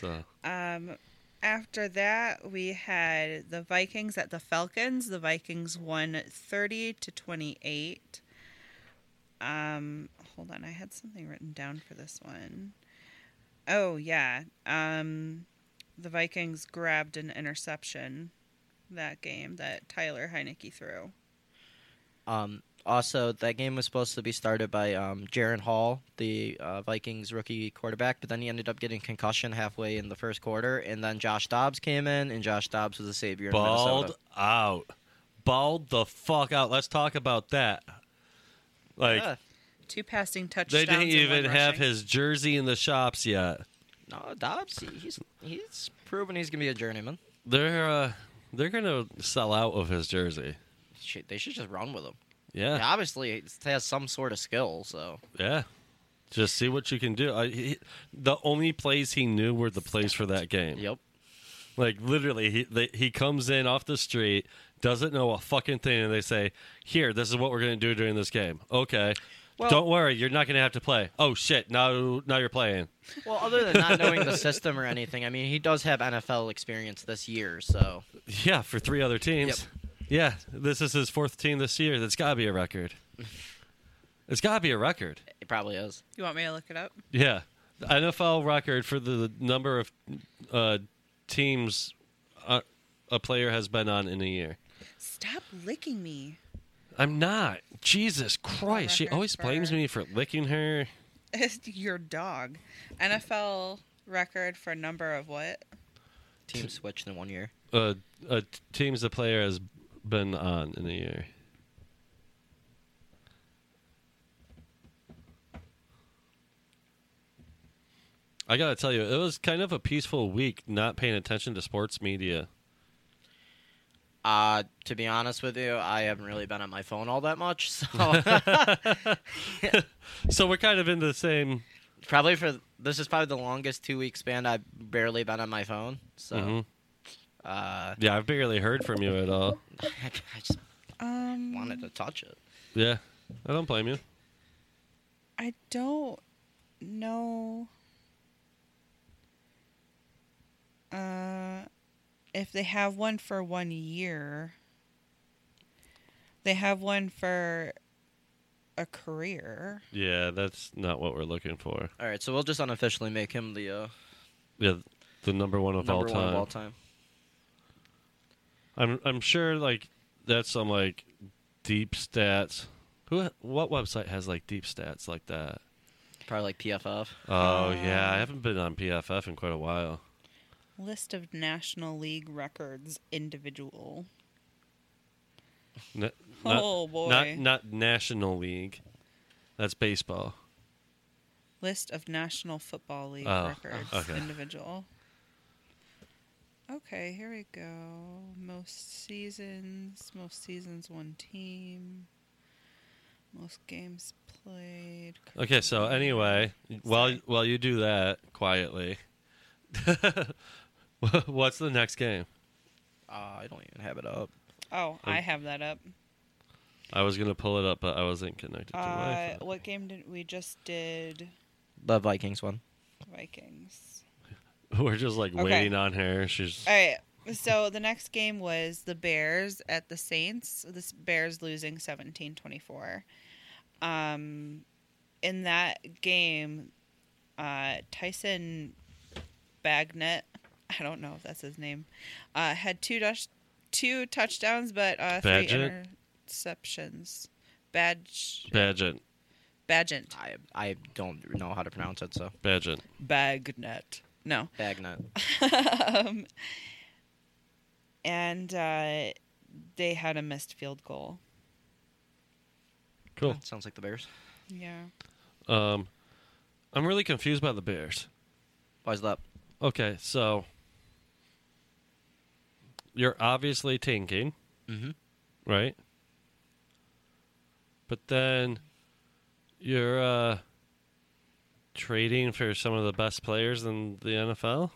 [SPEAKER 1] So
[SPEAKER 8] Um, after that, we had the Vikings at the Falcons. The Vikings won 30 to 28. Um, hold on, I had something written down for this one. Oh, yeah. Um, the Vikings grabbed an interception that game that Tyler Heineke threw.
[SPEAKER 5] Um, also, that game was supposed to be started by um, Jaron Hall, the uh, Vikings rookie quarterback, but then he ended up getting concussion halfway in the first quarter, and then Josh Dobbs came in, and Josh Dobbs was the savior. in
[SPEAKER 1] balled
[SPEAKER 5] Minnesota.
[SPEAKER 1] out, balled the fuck out. Let's talk about that. Like
[SPEAKER 5] Yeah.
[SPEAKER 8] Two passing touchdowns.
[SPEAKER 1] they didn't
[SPEAKER 8] and
[SPEAKER 1] even
[SPEAKER 8] one
[SPEAKER 1] have
[SPEAKER 8] rushing.
[SPEAKER 1] his jersey in the shops yet.
[SPEAKER 5] No, Dobbs, he- he's he's proven he's gonna be a journeyman.
[SPEAKER 1] They're uh, they're gonna sell out of his jersey.
[SPEAKER 5] Shit, they should just run with him.
[SPEAKER 1] Yeah, yeah.
[SPEAKER 5] Obviously, he has some sort of skill. So
[SPEAKER 1] Just see what you can do. I, he, the only plays he knew were the plays for that game.
[SPEAKER 5] yep,
[SPEAKER 1] Like literally, he they, he comes in off the street, doesn't know a fucking thing, and they say, "Here, this is what we're gonna do during this game." Okay,
[SPEAKER 5] Well-
[SPEAKER 1] don't worry, you're not gonna have to play. Oh shit, now now you're playing.
[SPEAKER 5] Well, other than not knowing the system or anything, I mean, he does have NFL experience this year, so
[SPEAKER 1] Yeah, for three other teams. Yeah, this is his fourth team this year. That's gotta be a record. It's gotta be a record.
[SPEAKER 5] it probably is.
[SPEAKER 8] You want me to look it up?
[SPEAKER 1] Yeah, the NFL record for the number of uh, teams a, a player has been on in a year.
[SPEAKER 8] Stop licking me.
[SPEAKER 1] I'm not. Jesus Christ. She
[SPEAKER 8] record
[SPEAKER 1] always blames
[SPEAKER 8] for-
[SPEAKER 1] me for licking her.
[SPEAKER 8] Your dog. NFL record for number of what?
[SPEAKER 5] Team switched in one year.
[SPEAKER 1] Uh, uh, teams the player has been on in a year. I gotta tell you, it was kind of a peaceful week not paying attention to sports media.
[SPEAKER 5] Uh, to be honest with you, I haven't really been on my phone all that much, so
[SPEAKER 1] So we're kind of in the same.
[SPEAKER 5] probably for this is probably the longest two week span I've barely been on my phone. So
[SPEAKER 1] Mhm.
[SPEAKER 5] uh,
[SPEAKER 1] Yeah, I've barely heard from you at all.
[SPEAKER 5] I just
[SPEAKER 8] Um,
[SPEAKER 5] wanted to touch it.
[SPEAKER 1] Yeah, I don't blame you.
[SPEAKER 8] I don't know uh, if they have one for one year. They have one for a career.
[SPEAKER 1] Yeah, that's not what we're looking for.
[SPEAKER 5] All right, so we'll just unofficially make him the uh,
[SPEAKER 1] Yeah, the number one of all
[SPEAKER 5] number
[SPEAKER 1] time.
[SPEAKER 5] one of all time.
[SPEAKER 1] I'm I'm sure like that's some like deep stats. Who what website has like deep stats like that?
[SPEAKER 5] Probably like PFF.
[SPEAKER 1] Oh yeah,
[SPEAKER 8] Uh.
[SPEAKER 1] I haven't been on PFF in quite a while.
[SPEAKER 8] List of National League records individual.
[SPEAKER 1] N- Not,
[SPEAKER 8] Oh, boy.
[SPEAKER 1] Not not National League. That's baseball.
[SPEAKER 8] List of National Football League
[SPEAKER 1] Oh,
[SPEAKER 8] records
[SPEAKER 1] okay.
[SPEAKER 8] individual. Okay, here we go. Most seasons, most seasons one team. Most games played.
[SPEAKER 1] Okay, so anyway, while while you do that quietly, what's the next game?
[SPEAKER 5] Uh, I don't even have it up.
[SPEAKER 8] Oh,
[SPEAKER 1] Um,
[SPEAKER 8] I have that up.
[SPEAKER 1] I was gonna pull it up, but I wasn't connected to
[SPEAKER 8] Uh,
[SPEAKER 1] Wi-Fi.
[SPEAKER 8] what game did we just did?
[SPEAKER 5] The Vikings one.
[SPEAKER 8] Vikings.
[SPEAKER 1] We're just like
[SPEAKER 8] Okay. Uh,
[SPEAKER 1] waiting on her. She's
[SPEAKER 8] All right. So the next game was the Bears at the Saints. The S- Bears losing 17-24. Um in that game uh Tyson Bagnett, I don't know if that's his name, uh had two dush- two touchdowns but uh three
[SPEAKER 1] Badgett?
[SPEAKER 8] interceptions. Badge
[SPEAKER 1] pageant.
[SPEAKER 8] Bagent.
[SPEAKER 5] I I don't know how to pronounce it, so
[SPEAKER 1] Badgett.
[SPEAKER 8] Bagnet. No.
[SPEAKER 5] Bagnet.
[SPEAKER 8] um, and uh, they had a missed field goal.
[SPEAKER 1] Cool.
[SPEAKER 5] That Sounds like the Bears.
[SPEAKER 8] Yeah.
[SPEAKER 1] Um, I'm really confused by the Bears.
[SPEAKER 5] Why's that?
[SPEAKER 1] Okay, so you're obviously tanking,
[SPEAKER 5] Mhm.
[SPEAKER 1] right? But then you're uh, trading for some of the best players in the NFL.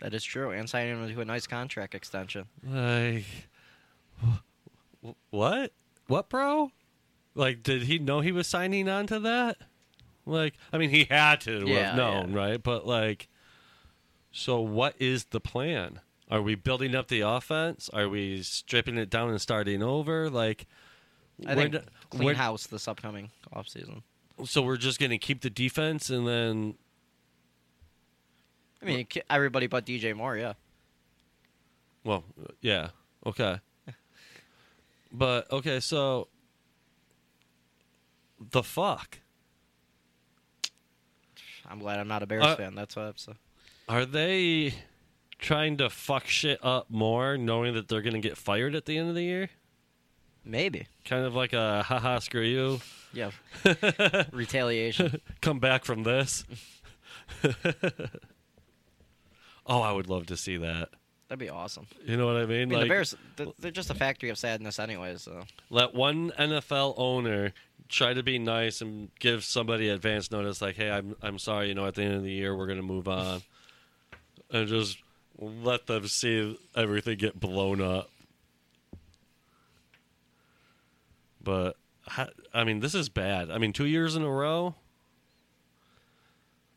[SPEAKER 5] That is true. And signing him to a nice contract extension.
[SPEAKER 1] Like, wh- wh- what? What, bro? Like, did he know he was signing on to that? Like, I mean, he had to
[SPEAKER 5] Yeah,
[SPEAKER 1] have known,
[SPEAKER 5] yeah.
[SPEAKER 1] right? But, like, so what is the plan? Are we building up the offense? Are we stripping it down and starting over? Like,
[SPEAKER 5] I
[SPEAKER 1] we're
[SPEAKER 5] think
[SPEAKER 1] n-
[SPEAKER 5] clean
[SPEAKER 1] we're-
[SPEAKER 5] house this upcoming offseason.
[SPEAKER 1] so we're just going to keep the defense and then,
[SPEAKER 5] I mean, ki- everybody but DJ Moore, yeah.
[SPEAKER 1] well, yeah, okay. But, okay, so the fuck?
[SPEAKER 5] I'm glad I'm not a Bears
[SPEAKER 1] Uh,
[SPEAKER 5] fan. That's what I'm so.
[SPEAKER 1] Are they trying to fuck shit up more, knowing that they're going to get fired at the end of the year?
[SPEAKER 5] Maybe.
[SPEAKER 1] Kind of like a haha, screw you.
[SPEAKER 5] Yeah. Retaliation.
[SPEAKER 1] Come back from this. oh, I would love to see that.
[SPEAKER 5] That'd be awesome.
[SPEAKER 1] You know what I mean?
[SPEAKER 5] I mean,
[SPEAKER 1] like,
[SPEAKER 5] the Bears, th- they're just a factory of sadness anyways, so.
[SPEAKER 1] let one NFL owner try to be nice and give somebody advance notice, like, "Hey, I'm I'm sorry. You know, at the end of the year, we're going to move on," and just let them see everything get blown up. But ha- I mean, this is bad. I mean, two years in a row,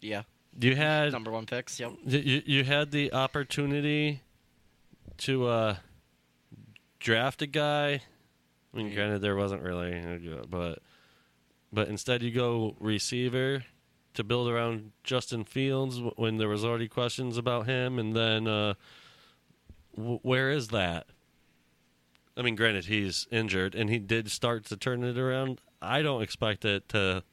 [SPEAKER 5] Yeah.
[SPEAKER 1] you had
[SPEAKER 5] Number one picks. Yep.
[SPEAKER 1] Y- you, you had the opportunity to uh, draft a guy. I mean, granted, there wasn't really, but but instead you go receiver to build around Justin Fields w- when there was already questions about him, and then uh, w- where is that? I mean, granted, he's injured, and he did start to turn it around. I don't expect it to.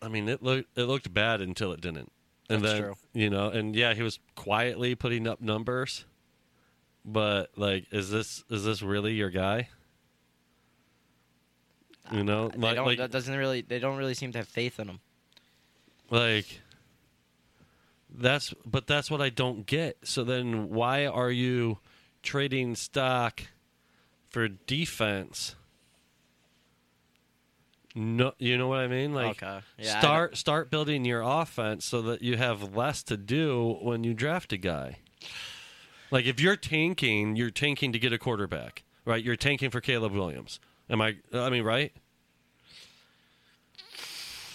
[SPEAKER 1] I mean, it looked it looked bad until it didn't, and
[SPEAKER 5] That's
[SPEAKER 1] then
[SPEAKER 5] true.
[SPEAKER 1] you know, and yeah, he was quietly putting up numbers, but like, is this is this really your guy? You know,
[SPEAKER 5] They
[SPEAKER 1] like
[SPEAKER 5] don't,
[SPEAKER 1] like,
[SPEAKER 5] that doesn't really. They don't really seem to have faith in him.
[SPEAKER 1] like that's but that's what I don't get. So then, why are you trading stock for defense? No, you know what I mean. Like,
[SPEAKER 5] Okay. Yeah, I don't-
[SPEAKER 1] start start building your offense so that you have less to do when you draft a guy. Like, if you're tanking, you're tanking to get a quarterback, right? You're tanking for Caleb Williams. Am I? I mean, right?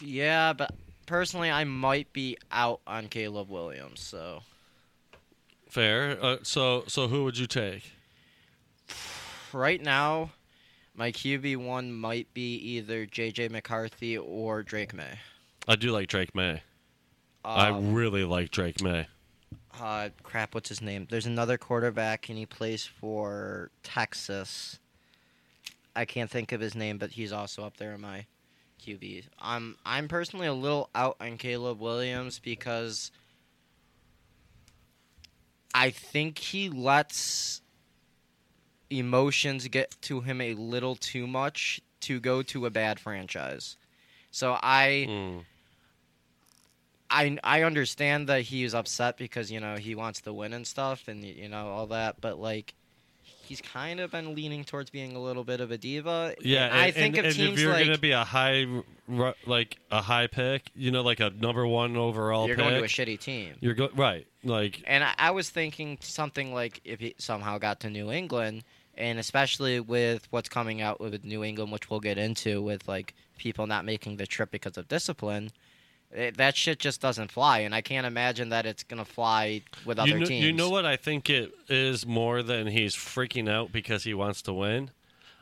[SPEAKER 5] Yeah, but personally, I might be out on Caleb Williams. So
[SPEAKER 1] Fair. Uh, so so who would you take?
[SPEAKER 5] right now, my QB one might be either JJ McCarthy or Drake May.
[SPEAKER 1] I do like Drake May. I
[SPEAKER 5] Um,
[SPEAKER 1] really like Drake May.
[SPEAKER 5] uh, crap, what's his name? There's another quarterback, and he plays for Texas. I can't think of his name, but he's also up there in my QBs. I'm I'm personally a little out on Caleb Williams because I think he lets emotions get to him a little too much to go to a bad franchise. So I.
[SPEAKER 1] Mm.
[SPEAKER 5] I I understand that he's upset because you know he wants to win and stuff and you know all that, but like he's kind of been leaning towards being a little bit of a diva.
[SPEAKER 1] Yeah,
[SPEAKER 5] and
[SPEAKER 1] and,
[SPEAKER 5] I think
[SPEAKER 1] and,
[SPEAKER 5] if
[SPEAKER 1] and
[SPEAKER 5] teams
[SPEAKER 1] if you're
[SPEAKER 5] like
[SPEAKER 1] gonna be a high, ru- like a high pick, you know, like a number one overall,
[SPEAKER 5] you're
[SPEAKER 1] pick,
[SPEAKER 5] going to a shitty team,
[SPEAKER 1] you're go- right. Like,
[SPEAKER 5] and I, I was thinking something like if he somehow got to New England, and especially with what's coming out with New England, which we'll get into with like people not making the trip because of discipline. It, that shit just doesn't fly, and I can't imagine that it's gonna fly with other
[SPEAKER 1] you know,
[SPEAKER 5] teams.
[SPEAKER 1] you know what I think it is more than he's freaking out because he wants to win.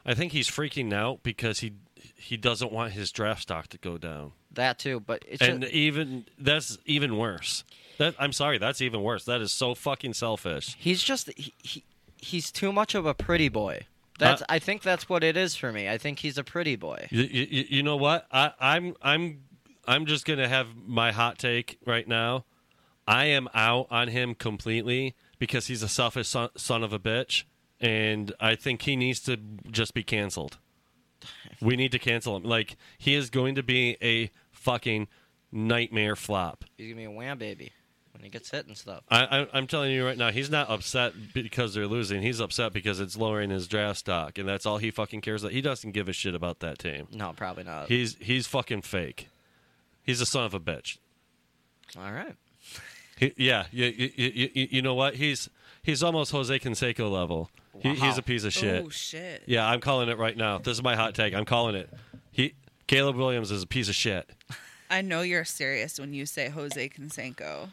[SPEAKER 1] I think he's freaking out because he he doesn't want his draft stock to go down.
[SPEAKER 5] that too, but it's
[SPEAKER 1] and
[SPEAKER 5] just,
[SPEAKER 1] even that's even worse. That I'm sorry, that's even worse. That is so fucking selfish.
[SPEAKER 5] He's just he, he he's too much of a pretty boy. That's I think that's what it is for me. I think he's a pretty boy.
[SPEAKER 1] You, you, you know what? I, I'm I'm I'm just gonna have my hot take right now. I am out on him completely because he's a selfish son, son of a bitch, and I think he needs to just be canceled. We need to cancel him. Like he is going to be a fucking nightmare flop.
[SPEAKER 5] He's gonna be a wham baby when he gets hit and stuff.
[SPEAKER 1] I, I, I'm telling you right now, he's not upset because they're losing. He's upset because it's lowering his draft stock, and that's all he fucking cares about. He doesn't give a shit about that team.
[SPEAKER 5] No, probably not.
[SPEAKER 1] He's he's fucking fake. He's a son of a bitch.
[SPEAKER 5] All right.
[SPEAKER 1] He, yeah, you, you, you, you- you know what? He's he's almost Jose Canseco level. He, he's a piece of shit.
[SPEAKER 8] Oh shit.
[SPEAKER 1] yeah, I'm calling it right now. This is my hot take. I'm calling it. He Caleb Williams is a piece of shit.
[SPEAKER 8] I know you're serious when you say Jose Canseco.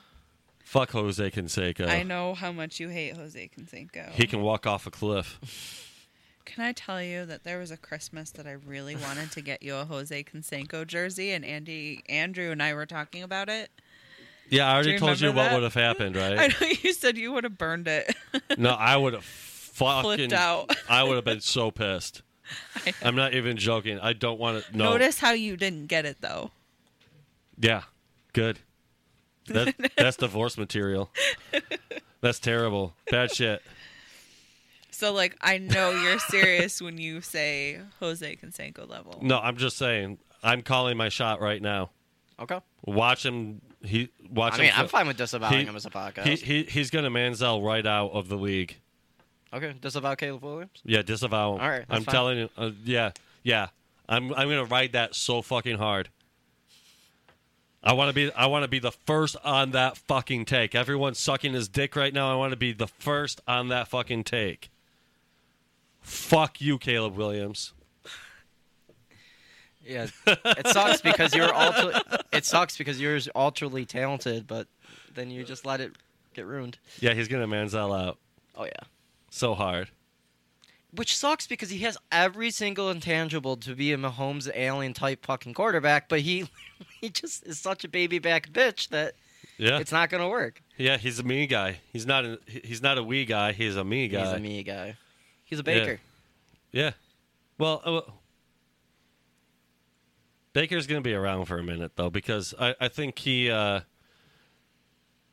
[SPEAKER 1] Fuck Jose Canseco.
[SPEAKER 8] I know how much you hate Jose Canseco.
[SPEAKER 1] He can walk off a cliff.
[SPEAKER 8] Can I tell you that there was a Christmas that I really wanted to get you a Jose Canseco jersey, and Andy, Andrew, and I were talking about it.
[SPEAKER 1] Yeah, I
[SPEAKER 8] Do
[SPEAKER 1] already
[SPEAKER 8] you
[SPEAKER 1] told you
[SPEAKER 8] remember
[SPEAKER 1] what
[SPEAKER 8] that?
[SPEAKER 1] would have happened, right?
[SPEAKER 8] I know you said you would have burned it.
[SPEAKER 1] No, I would have fucking.
[SPEAKER 8] Flipped out.
[SPEAKER 1] I would have been so pissed. I'm not even joking. I don't want to. No.
[SPEAKER 8] Notice how you didn't get it though.
[SPEAKER 1] Yeah. Good. That, that's divorce material. That's terrible. Bad shit.
[SPEAKER 8] So like, I know you're serious when you say Jose Canseco level.
[SPEAKER 1] No, I'm just saying. I'm calling my shot right now.
[SPEAKER 5] Okay.
[SPEAKER 1] Watch him. He watch
[SPEAKER 5] I
[SPEAKER 1] him.
[SPEAKER 5] mean, I'm
[SPEAKER 1] fi-
[SPEAKER 5] fine with disavowing
[SPEAKER 1] he-
[SPEAKER 5] him as a podcast.
[SPEAKER 1] He, he he's gonna Manziel right out of the league.
[SPEAKER 5] okay, disavow Caleb Williams.
[SPEAKER 1] Yeah, disavow him.
[SPEAKER 5] All right, that's
[SPEAKER 1] I'm
[SPEAKER 5] fine.
[SPEAKER 1] telling you. Uh, yeah, yeah. I'm I'm gonna ride that so fucking hard. I want to be I want to be the first on that fucking take. Everyone's sucking his dick right now. I want to be the first on that fucking take. Fuck you, Caleb Williams.
[SPEAKER 5] Yeah, it sucks because you're ultra. It sucks because you're ultraly talented, but then you just let it get ruined.
[SPEAKER 1] Yeah, he's gonna Manziel out
[SPEAKER 5] Oh yeah.
[SPEAKER 1] so hard.
[SPEAKER 5] Which sucks because he has every single intangible to be a Mahomes alien type fucking quarterback, but he he just is such a baby back bitch that
[SPEAKER 1] Yeah,
[SPEAKER 5] it's not gonna work.
[SPEAKER 1] yeah. He's a me guy. He's not a he's not a we guy. He's a me guy.
[SPEAKER 5] He's a me guy. He's a baker.
[SPEAKER 1] Yeah. Well, uh, well, Baker's going to be around for a minute though because I, I think he uh,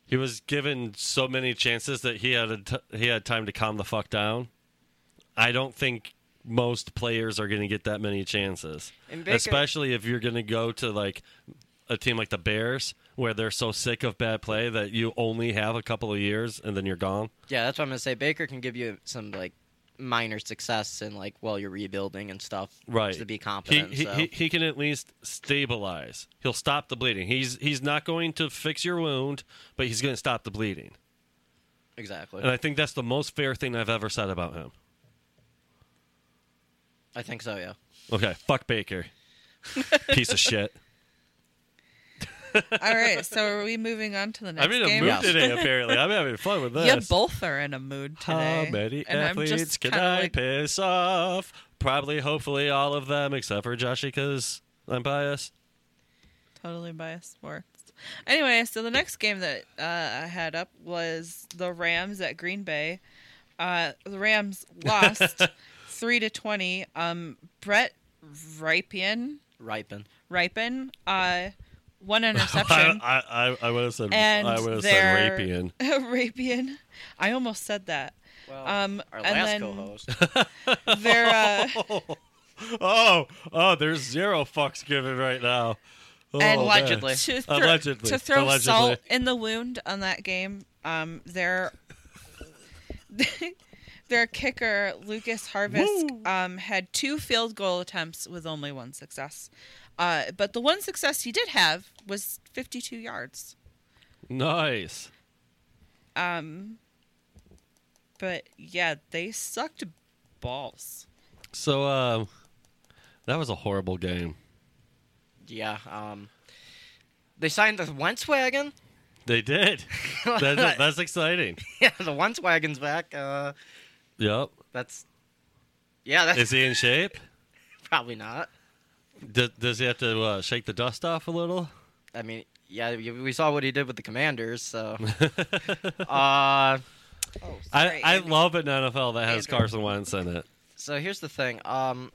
[SPEAKER 1] he was given so many chances that he had a t- he had time to calm the fuck down. I don't think most players are going to get that many chances,
[SPEAKER 5] And Baker-
[SPEAKER 1] especially if you're going to go to like a team like the Bears where they're so sick of bad play that you only have a couple of years and then you're gone.
[SPEAKER 5] Yeah, that's what I'm gonna say. Baker can give you some like minor success and like while you're rebuilding and stuff.
[SPEAKER 1] right
[SPEAKER 5] To be competent.
[SPEAKER 1] he, he,
[SPEAKER 5] so.
[SPEAKER 1] he, he can at least stabilize he'll stop the bleeding he's he's not going to fix your wound but he's going to stop the bleeding
[SPEAKER 5] exactly.
[SPEAKER 1] and i think that's the most fair thing i've ever said about him
[SPEAKER 5] I think so, yeah.
[SPEAKER 1] okay fuck baker piece of shit
[SPEAKER 8] All right, so are we moving on to the next
[SPEAKER 1] i'm in a
[SPEAKER 8] game?
[SPEAKER 1] mood
[SPEAKER 5] Yes.
[SPEAKER 1] today apparently i'm having fun with this
[SPEAKER 8] You both are in a mood
[SPEAKER 1] how
[SPEAKER 8] today.
[SPEAKER 1] many
[SPEAKER 8] and I'm
[SPEAKER 1] athletes
[SPEAKER 8] just
[SPEAKER 1] can
[SPEAKER 8] kinda
[SPEAKER 1] i
[SPEAKER 8] like-
[SPEAKER 1] piss off probably hopefully all of them except for joshie because i'm biased
[SPEAKER 8] Totally biased sports. Anyway, so the next game that uh, I had up was the Rams at Green Bay. Uh, the Rams lost three to twenty. Um, Brett Ripien,
[SPEAKER 5] Ripen.
[SPEAKER 8] Ripien, uh, one interception.
[SPEAKER 1] I, I, I, I would have said
[SPEAKER 8] and
[SPEAKER 1] i would have said
[SPEAKER 8] their-
[SPEAKER 1] rapian
[SPEAKER 8] Rapien. I almost said that.
[SPEAKER 5] Well,
[SPEAKER 8] Um,
[SPEAKER 5] our
[SPEAKER 8] and
[SPEAKER 5] last
[SPEAKER 8] then
[SPEAKER 5] co-host.
[SPEAKER 8] their uh,
[SPEAKER 1] Oh, oh, there's zero fucks given right now. Oh,
[SPEAKER 8] And
[SPEAKER 1] man.
[SPEAKER 5] allegedly.
[SPEAKER 8] to throw,
[SPEAKER 1] Allegedly.
[SPEAKER 8] to throw
[SPEAKER 1] Allegedly.
[SPEAKER 8] salt in the wound on that game. Um, their their kicker Lucas Harvest um, had two field goal attempts with only one success. Uh, but the one success he did have was 52 yards.
[SPEAKER 1] Nice.
[SPEAKER 8] But yeah, they sucked balls.
[SPEAKER 1] So, um, that was a horrible game.
[SPEAKER 5] yeah. Um they signed the Wentz wagon.
[SPEAKER 1] They did. that's, that's exciting.
[SPEAKER 5] yeah, the Wentz wagon's back. Uh
[SPEAKER 1] Yep.
[SPEAKER 5] that's yeah, that's
[SPEAKER 1] Is he in shape?
[SPEAKER 5] probably not.
[SPEAKER 1] D- does he have to uh, shake the dust off a little?
[SPEAKER 5] I mean, yeah, we we saw what he did with the Commanders, so uh
[SPEAKER 8] Oh,
[SPEAKER 1] I, I love an NFL that has Carson Wentz in it.
[SPEAKER 5] So here's the thing. Um,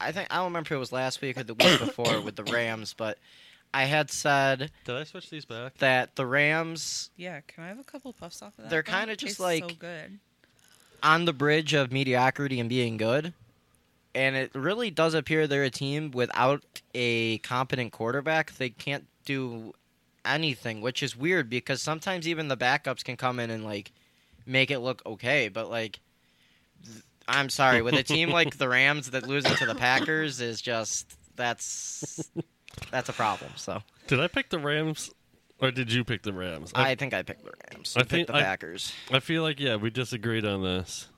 [SPEAKER 5] I think I don't remember if it was last week or the week before with the Rams, but I had said
[SPEAKER 1] Did I switch these back?
[SPEAKER 5] that the Rams
[SPEAKER 8] Yeah, can I have a couple puffs off of that?
[SPEAKER 5] They're
[SPEAKER 8] thing?
[SPEAKER 5] kinda just
[SPEAKER 8] Tastes so
[SPEAKER 5] like-
[SPEAKER 8] good.
[SPEAKER 5] on the bridge of mediocrity and being good. And it really does appear they're a team without a competent quarterback. They can't do anything, which is weird because sometimes even the backups can come in and like make it look okay. But like, th- I'm sorry, with a team like the Rams that losing to the Packers is just that's that's a problem. So
[SPEAKER 1] Did I pick the Rams, or did you pick the Rams?
[SPEAKER 5] I think I picked the Rams.
[SPEAKER 1] I
[SPEAKER 5] I
[SPEAKER 1] think
[SPEAKER 5] picked the
[SPEAKER 1] I-
[SPEAKER 5] Packers.
[SPEAKER 1] I feel like yeah, we disagreed on this.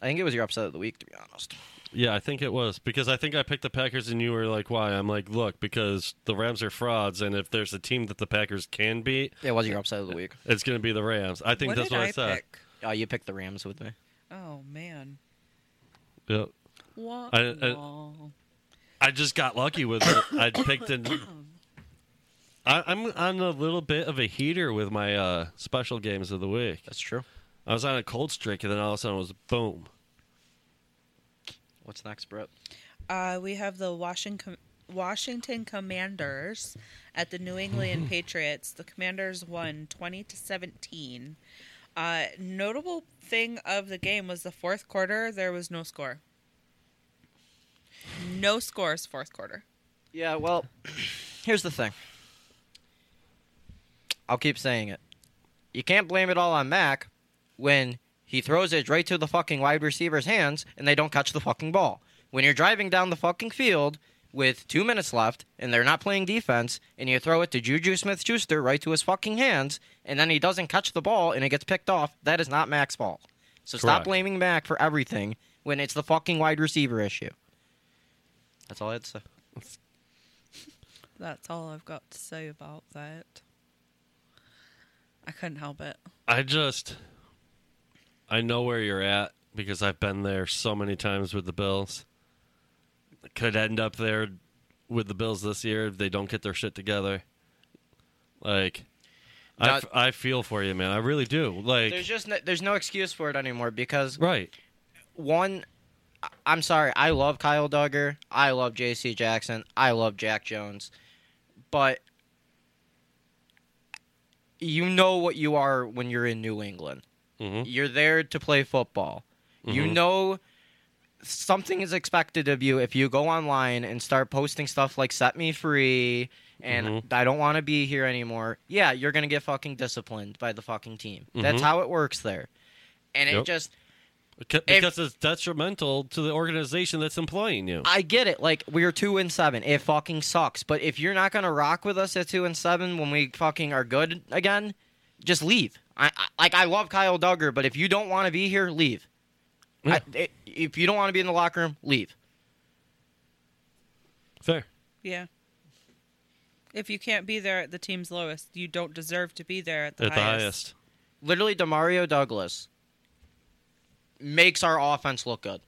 [SPEAKER 5] I think it was your upset of the week, to be honest.
[SPEAKER 1] Yeah, I think it was because I think I picked the Packers and you were like, "Why?" I'm like, "Look, because the Rams are frauds, and if there's a team that the Packers can beat,
[SPEAKER 5] It was your upset of the week.
[SPEAKER 1] it's going to be the Rams." I think
[SPEAKER 8] what
[SPEAKER 1] that's
[SPEAKER 8] did
[SPEAKER 1] what I,
[SPEAKER 8] I
[SPEAKER 1] said.
[SPEAKER 8] pick?
[SPEAKER 5] Oh, you picked the Rams with me.
[SPEAKER 8] Oh man.
[SPEAKER 1] Yep.
[SPEAKER 8] Wah,
[SPEAKER 1] I- I-
[SPEAKER 8] wah.
[SPEAKER 1] I just got lucky with it. I picked an. I, I'm on a little bit of a heater with my uh, special games of the week.
[SPEAKER 5] That's true.
[SPEAKER 1] I was on a cold streak, and then all of a sudden it was boom.
[SPEAKER 5] What's next, Brett?
[SPEAKER 8] Uh, we have the Washington Washington Commanders at the New England Patriots. The Commanders won 20 to 17. Uh, notable thing of the game was the fourth quarter. There was no score. No scores fourth quarter.
[SPEAKER 5] Yeah, well, here's the thing. I'll keep saying it. You can't blame it all on Mac when he throws it right to the fucking wide receiver's hands and they don't catch the fucking ball. When you're driving down the fucking field with two minutes left and they're not playing defense and you throw it to Juju Smith Schuster right to his fucking hands and then he doesn't catch the ball and it gets picked off, that is not Mac's fault. So stop
[SPEAKER 1] Correct.
[SPEAKER 5] blaming Mac for everything when it's the fucking wide receiver issue. That's all I had to say.
[SPEAKER 8] That's all I've got to say about that. I couldn't help it.
[SPEAKER 1] I just. I know where you're at because I've been there so many times with the Bills. Could end up there with the Bills this year if they don't get their shit together. Like, I
[SPEAKER 5] Now-
[SPEAKER 1] f I I feel for you, man. I really do. Like,
[SPEAKER 5] There's just no, there's no excuse for it anymore because
[SPEAKER 1] right.
[SPEAKER 5] one, I- I'm sorry, I love Kyle Duggar, I love J.C. Jackson, I love Jack Jones, but you know what you are when you're in New England.
[SPEAKER 1] Mhm.
[SPEAKER 5] You're there to play football. You know something is expected of you if you go online and start posting stuff like "Set me free" and "I don't want to be here anymore." Yeah, you're gonna get fucking disciplined by the fucking team. That's how it works there, and it
[SPEAKER 1] Yep.
[SPEAKER 5] just
[SPEAKER 1] Beca- Because it's detrimental to the organization that's employing you.
[SPEAKER 5] I get it. Like we are two and seven. It fucking sucks. But if you're not gonna rock with us at two and seven when we fucking are good again, just leave. I, I like I love Kyle Duggar, but if you don't want to be here, leave. I, i if you don't want to be in the locker room, leave.
[SPEAKER 1] Fair.
[SPEAKER 8] Yeah. If you can't be there at the team's lowest, you don't deserve to be there at the,
[SPEAKER 1] At the
[SPEAKER 8] highest.
[SPEAKER 1] highest.
[SPEAKER 5] Literally, Demario Douglas makes our offense look good,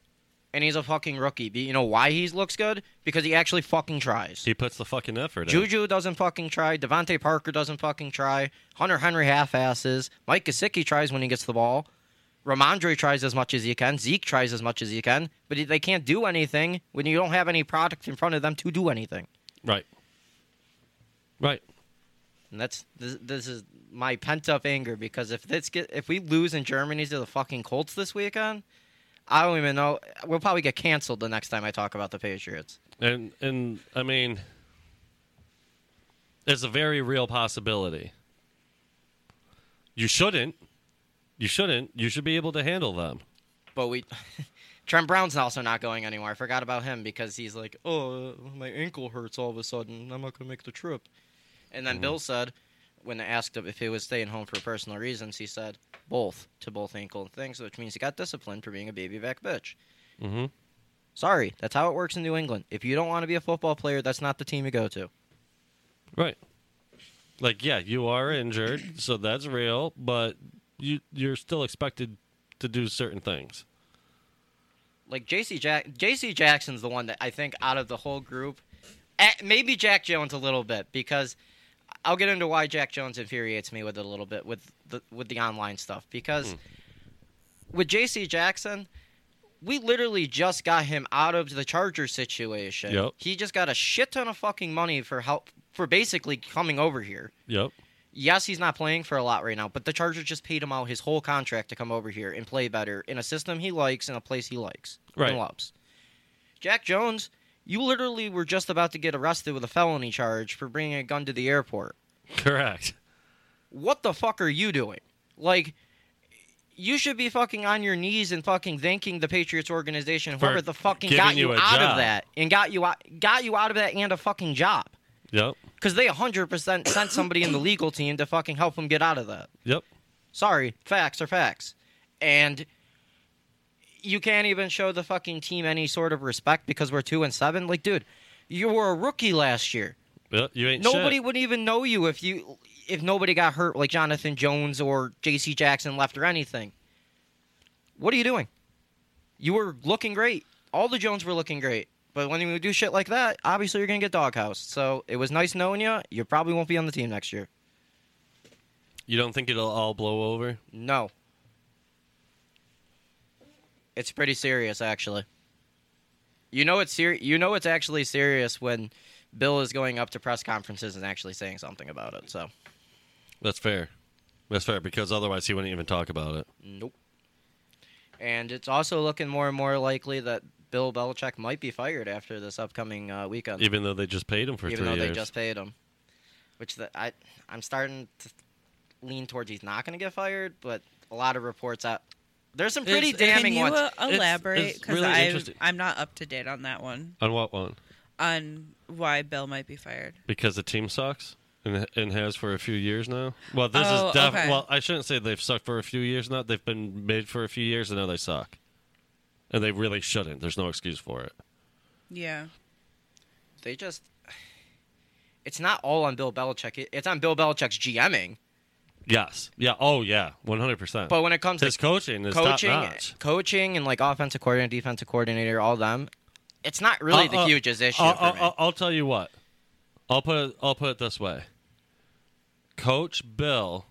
[SPEAKER 5] and he's a fucking rookie. But you know why he looks good? Because he actually fucking tries.
[SPEAKER 1] He puts the fucking effort in.
[SPEAKER 5] Juju doesn't fucking try. Devontae Parker doesn't fucking try. Hunter Henry half asses. Mike Kosicki tries when he gets the ball. Ramondre tries as much as he can. Zeke tries as much as he can. But they can't do anything when you don't have any product in front of them to do anything.
[SPEAKER 1] Right. Right.
[SPEAKER 5] And that's this, this is my pent up anger because if this get if we lose in Germany to the fucking Colts this weekend, I don't even know. We'll probably get canceled the next time I talk about the Patriots.
[SPEAKER 1] And and I mean it's a very real possibility. You shouldn't. You shouldn't. You should be able to handle them.
[SPEAKER 5] But we, Trent Brown's also not going anywhere. I forgot about him because he's like, oh, my ankle hurts all of a sudden. I'm not gonna make the trip. And then Bill said, when asked if he was staying home for personal reasons, he said both to both ankle things, which means he got disciplined for being a baby back bitch.
[SPEAKER 1] Mhm.
[SPEAKER 5] Sorry, that's how it works in New England. If you don't want to be a football player, that's not the team you go to.
[SPEAKER 1] Right. Like yeah, you are injured, so that's real, but you you're still expected to do certain things.
[SPEAKER 5] like JC Jack JC Jackson's the one that I think out of the whole group eh, maybe Jack Jones a little bit because I'll get into why Jack Jones infuriates me with it a little bit with the with the online stuff because with JC Jackson we literally just got him out of the Charger situation.
[SPEAKER 1] Yep.
[SPEAKER 5] He just got a shit ton of fucking money for help for basically coming over here.
[SPEAKER 1] Yep.
[SPEAKER 5] Yes, he's not playing for a lot right now, but the Chargers just paid him out his whole contract to come over here and play better in a system he likes in a place he likes
[SPEAKER 1] Right.
[SPEAKER 5] and loves. Jack Jones, you literally were just about to get arrested with a felony charge for bringing a gun to the airport
[SPEAKER 1] Correct.
[SPEAKER 5] what the fuck are you doing? Like, you should be fucking on your knees and fucking thanking the Patriots organization,
[SPEAKER 1] For
[SPEAKER 5] whoever the fucking
[SPEAKER 1] giving
[SPEAKER 5] got
[SPEAKER 1] you
[SPEAKER 5] you,
[SPEAKER 1] a
[SPEAKER 5] out
[SPEAKER 1] job.
[SPEAKER 5] of that and got you out, got you out of that and a fucking job.
[SPEAKER 1] Yep.
[SPEAKER 5] Because they 100% sent somebody in the legal team to fucking help him get out of that.
[SPEAKER 1] Yep.
[SPEAKER 5] Sorry, facts are facts. And you can't even show the fucking team any sort of respect because we're two and seven. Like, dude, you were a rookie last year.
[SPEAKER 1] Yep. You ain't
[SPEAKER 5] Nobody
[SPEAKER 1] shit.
[SPEAKER 5] would even know you if you if nobody got hurt like Jonathan Jones or J.C. Jackson left or anything. What are you doing? You were looking great. All the Jones were looking great. But when you do shit like that, obviously you're gonna get doghouse. So it was nice knowing you. You probably won't be on the team next year.
[SPEAKER 1] You don't think it'll all blow over?
[SPEAKER 5] No. It's pretty serious, actually. You know it's ser- You know it's actually serious when Bill is going up to press conferences and actually saying something about it. So.
[SPEAKER 1] That's fair. That's fair because otherwise he wouldn't even talk about it.
[SPEAKER 5] Nope. And it's also looking more and more likely that Bill Belichick might be fired after this upcoming uh, weekend,
[SPEAKER 1] Even though they just paid him for
[SPEAKER 5] even
[SPEAKER 1] three
[SPEAKER 5] though
[SPEAKER 1] years.
[SPEAKER 5] they just paid him. Which the, I I'm starting to lean towards he's not going to get fired, but a lot of reports out. There's some pretty
[SPEAKER 8] Is-
[SPEAKER 5] damning
[SPEAKER 8] Can you
[SPEAKER 5] ones.
[SPEAKER 8] uh,
[SPEAKER 1] it's
[SPEAKER 8] elaborate? Because
[SPEAKER 1] really
[SPEAKER 8] I'm
[SPEAKER 1] interesting.
[SPEAKER 8] I'm not up to date on that one
[SPEAKER 1] On what one?
[SPEAKER 8] on why Bill might be fired.
[SPEAKER 1] Because the team sucks and, and has for a few years now. Well, this
[SPEAKER 8] Oh,
[SPEAKER 1] is def-
[SPEAKER 8] okay.
[SPEAKER 1] well. I shouldn't say they've sucked for a few years now. They've been made for a few years and now they suck, and they really shouldn't. There's no excuse for it.
[SPEAKER 8] Yeah.
[SPEAKER 5] they just. It's not all on Bill Belichick. It- It's on Bill Belichick's GMing.
[SPEAKER 1] Yes. Yeah. Oh, yeah. One hundred percent.
[SPEAKER 5] But when it comes
[SPEAKER 1] his
[SPEAKER 5] to
[SPEAKER 1] coaching is top
[SPEAKER 5] coaching,
[SPEAKER 1] notch.
[SPEAKER 5] coaching, and like offensive coordinator, defensive coordinator, all them, it's not really the
[SPEAKER 1] Uh, uh,
[SPEAKER 5] hugest issue
[SPEAKER 1] I'll,
[SPEAKER 5] for
[SPEAKER 1] I'll,
[SPEAKER 5] me.
[SPEAKER 1] I'll- I'll tell you what. I'll put it, I'll put it this way. Coach Bill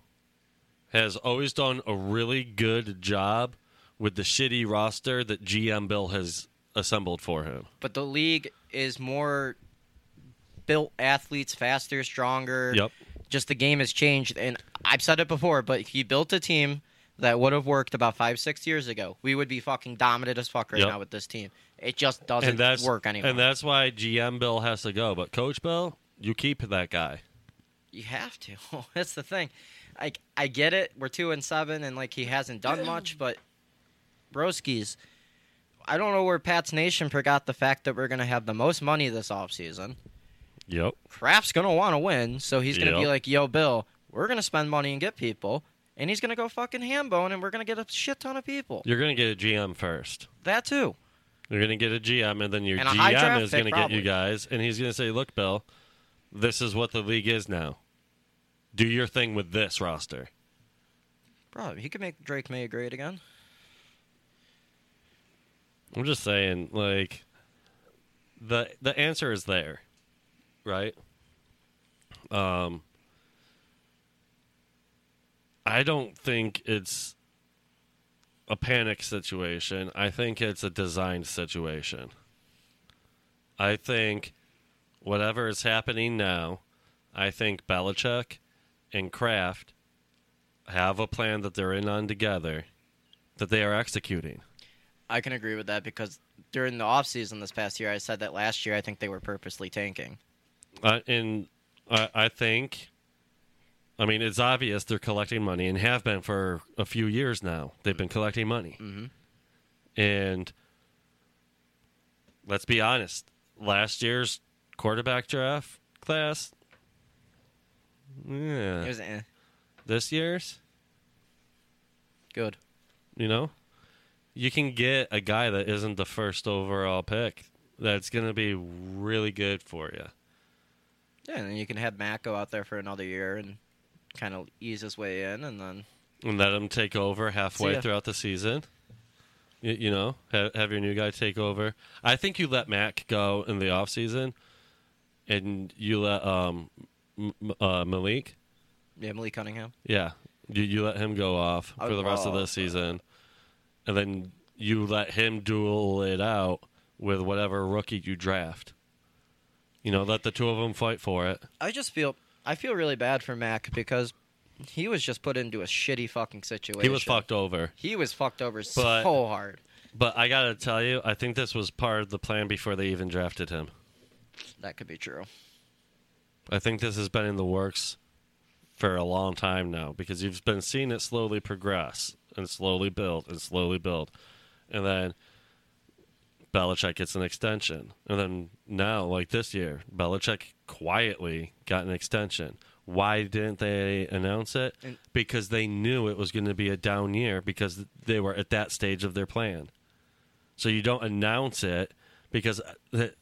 [SPEAKER 1] has always done a really good job with the shitty roster that GM Bill has assembled for him.
[SPEAKER 5] but the league is more built athletes faster, stronger.
[SPEAKER 1] Yep.
[SPEAKER 5] Just the game has changed, and I've said it before, but he built a team that would have worked about five, six years ago. We would be fucking dominant as fuck right
[SPEAKER 1] Yep.
[SPEAKER 5] now with this team. It just doesn't
[SPEAKER 1] and that's
[SPEAKER 5] work anymore.
[SPEAKER 1] And that's why GM Bill has to go. But Coach Bill, you keep that guy.
[SPEAKER 5] you have to. that's the thing. Like I get it. We're two and seven, and like he hasn't done much, but Broskies. I don't know where Pat's Nation forgot the fact that we're going to have the most money this offseason.
[SPEAKER 1] Yep.
[SPEAKER 5] Kraft's gonna want to win, so he's gonna be
[SPEAKER 1] Yep.
[SPEAKER 5] like, "Yo, Bill, we're gonna spend money and get people." And he's gonna go fucking hambone, and we're gonna get a shit ton of people.
[SPEAKER 1] You're going to get a GM first.
[SPEAKER 5] That too.
[SPEAKER 1] You're going to get a GM, and then your
[SPEAKER 5] And a high
[SPEAKER 1] GM
[SPEAKER 5] draft
[SPEAKER 1] is
[SPEAKER 5] pick,
[SPEAKER 1] going to get you
[SPEAKER 5] probably.
[SPEAKER 1] guys, and he's going to say, "Look, Bill, this is what the league is now. Do your thing with this roster."
[SPEAKER 5] Probably he could make Drake May great again.
[SPEAKER 1] I'm just saying, like, the the answer is there, right? Um, I don't think it's a panic situation. I think it's a designed situation. I think whatever is happening now, I think Belichick and Kraft have a plan that they're in on together that they are executing.
[SPEAKER 5] I can agree with that because during the offseason this past year, I said that last year I think they were purposely tanking.
[SPEAKER 1] Uh, and I, I think, I mean, it's obvious they're collecting money and have been for a few years now. They've been collecting money.
[SPEAKER 5] Mm-hmm.
[SPEAKER 1] And let's be honest, last year's quarterback draft class, yeah,
[SPEAKER 5] It was eh,
[SPEAKER 1] this year's,
[SPEAKER 5] good.
[SPEAKER 1] you know, you can get a guy that isn't the first overall pick that's going to be really good for you.
[SPEAKER 5] Yeah, and then you can have Matt go out there for another year and kind of ease his way in, and then
[SPEAKER 1] and let him take over halfway
[SPEAKER 5] ya.
[SPEAKER 1] throughout the season. You, you know, have, have your new guy take over. I think you let Mac go in the off season, and you let um, M- M- uh, Malik.
[SPEAKER 5] yeah, Malik Cunningham.
[SPEAKER 1] Yeah, you you let him go off for the rest of
[SPEAKER 5] well,
[SPEAKER 1] the season, and then you let him duel it out with whatever rookie you draft. You know, let the two of them fight for it.
[SPEAKER 5] I just feel I feel really bad for Mac because he was just put into a shitty fucking situation.
[SPEAKER 1] He was fucked over.
[SPEAKER 5] He was fucked over
[SPEAKER 1] But-
[SPEAKER 5] so hard.
[SPEAKER 1] But I gotta tell you, I think this was part of the plan before they even drafted him.
[SPEAKER 5] That could be true.
[SPEAKER 1] I think this has been in the works for a long time now because you've been seeing it slowly progress and slowly build and slowly build. And then Belichick gets an extension. And then now, like this year, Belichick quietly got an extension. Why didn't they announce it? Because they knew it was going to be a down year because they were at that stage of their plan. So you don't announce it because that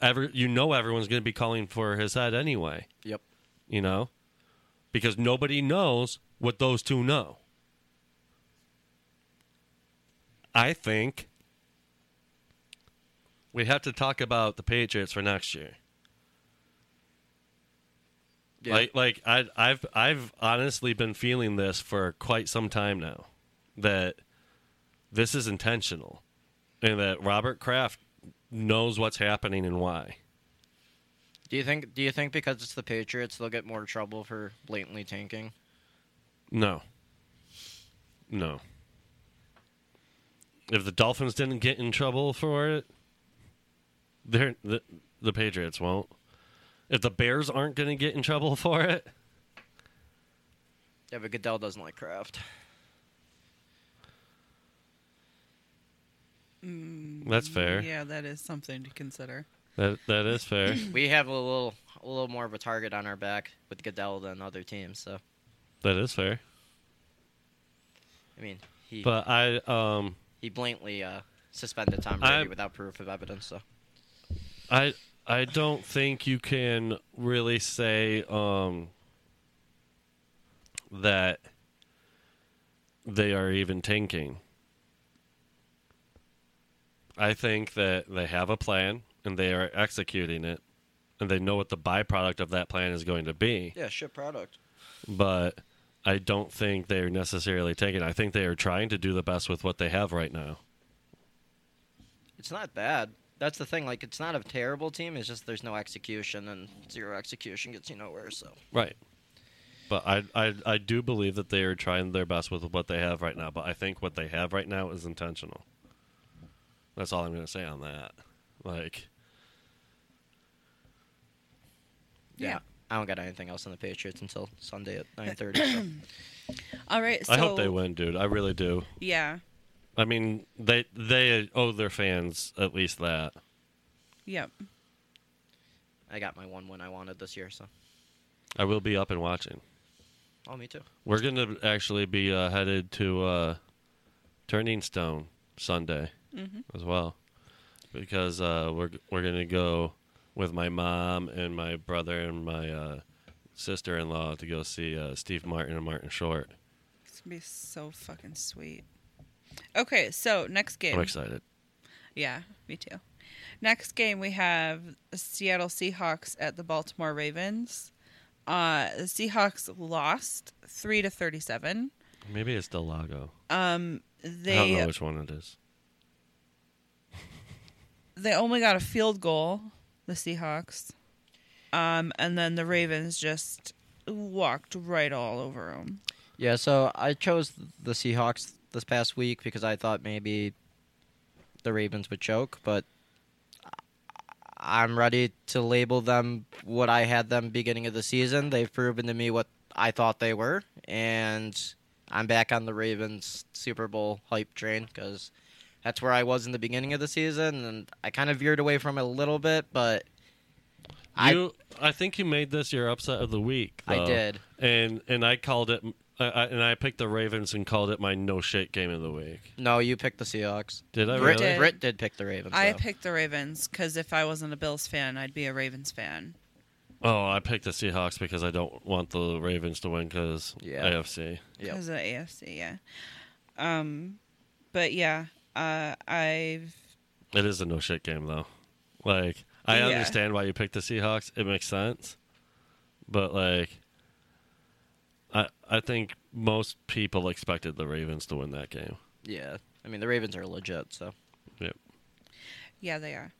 [SPEAKER 1] ever you know everyone's going to be calling for his head anyway
[SPEAKER 7] Yep.
[SPEAKER 1] you know? Because nobody knows what those two know. I think we have to talk about the Patriots for next year.
[SPEAKER 7] Yeah.
[SPEAKER 1] Like like I I've I've honestly been feeling this for quite some time now that this is intentional and that Robert Kraft knows what's happening and why.
[SPEAKER 5] Do you think do you think because it's the Patriots they'll get more trouble for blatantly tanking?
[SPEAKER 1] No. No. If the Dolphins didn't get in trouble for it, they're, the the Patriots won't. If the Bears aren't going to get in trouble for it,
[SPEAKER 5] Yeah, but Goodell doesn't like Kraft.
[SPEAKER 1] that's fair.
[SPEAKER 8] Yeah, that is something to consider.
[SPEAKER 1] That that is fair.
[SPEAKER 5] We have a little a little more of a target on our back with Goodell than other teams, so
[SPEAKER 1] that is fair.
[SPEAKER 5] I mean he
[SPEAKER 1] But I um
[SPEAKER 5] he blatantly uh, suspended Tom Brady
[SPEAKER 1] I'm-
[SPEAKER 5] without proof of evidence, so
[SPEAKER 1] I I don't think you can really say um that they are even tanking. I think that they have a plan and they are executing it and they know what the byproduct of that plan is going to be.
[SPEAKER 5] Yeah, shit product.
[SPEAKER 1] But I don't think they're necessarily tanking. I think they are trying to do the best with what they have right now.
[SPEAKER 5] It's not bad. That's the thing. Like, it's not a terrible team. It's just there's no execution, and zero execution gets you nowhere. So
[SPEAKER 1] Right. But I, I I do believe that they are trying their best with what they have right now. But I think what they have right now is intentional. That's all I'm going to say on that. Like,
[SPEAKER 8] Yeah.
[SPEAKER 5] I don't got anything else on the Patriots until Sunday at nine thirty. So.
[SPEAKER 8] All right. So,
[SPEAKER 1] I hope they win, dude. I really do.
[SPEAKER 8] Yeah.
[SPEAKER 1] I mean, they they owe their fans at least that.
[SPEAKER 8] Yep.
[SPEAKER 5] I got my one win I wanted this year. So
[SPEAKER 1] I will be up and watching.
[SPEAKER 5] oh, me too.
[SPEAKER 1] We're going to actually be uh, headed to uh, Turning Stone Sunday
[SPEAKER 5] Mm-hmm.
[SPEAKER 1] as well, because uh, we're we're going to go with my mom and my brother and my uh, sister-in-law to go see uh, Steve Martin and Martin Short.
[SPEAKER 8] It's gonna be so fucking sweet. Okay, so next game.
[SPEAKER 1] I'm excited.
[SPEAKER 8] Yeah, me too. Next game we have Seattle Seahawks at the Baltimore Ravens. Uh the Seahawks lost 3 to 37.
[SPEAKER 1] Maybe it's Del Lago. I don't know
[SPEAKER 5] uh,
[SPEAKER 8] They
[SPEAKER 1] which one it is.
[SPEAKER 8] they only got a field goal, the Seahawks. Um and then the Ravens just walked right all over them.
[SPEAKER 5] Yeah. So I chose the Seahawks this past week because I thought maybe the Ravens would choke, but I- I'm ready to label them what I had them beginning of the season. They've proven to me what I thought they were, and I'm back on the Ravens Super Bowl hype train because that's where I was in the beginning of the season, and I kind of veered away from it a little bit, but I-
[SPEAKER 1] You, I think you made this your upset of the week.
[SPEAKER 5] I
[SPEAKER 1] though.
[SPEAKER 5] did.
[SPEAKER 1] and and I called it. I, I, and I picked the Ravens and called it my no shit game of the week.
[SPEAKER 5] no, you picked the Seahawks.
[SPEAKER 1] Did I
[SPEAKER 8] Brit
[SPEAKER 1] Oh, really?
[SPEAKER 8] did.
[SPEAKER 5] Britt did pick the Ravens.
[SPEAKER 8] I
[SPEAKER 5] though.
[SPEAKER 8] picked the Ravens cuz if I wasn't a Bills fan, I'd be a Ravens fan.
[SPEAKER 1] Oh, I picked the Seahawks because I don't want the Ravens to win because
[SPEAKER 5] Yeah.
[SPEAKER 1] AFC.
[SPEAKER 5] Yep.
[SPEAKER 8] Because of AFC, yeah. Um, but yeah, uh, I've
[SPEAKER 1] It is a no shit game though. Like I
[SPEAKER 8] Yeah.
[SPEAKER 1] understand why you picked the Seahawks. It makes sense. But like I I think most people expected the Ravens to win that game.
[SPEAKER 5] Yeah. I I mean, the Ravens are legit, so
[SPEAKER 1] Yep.
[SPEAKER 8] Yeah, they are.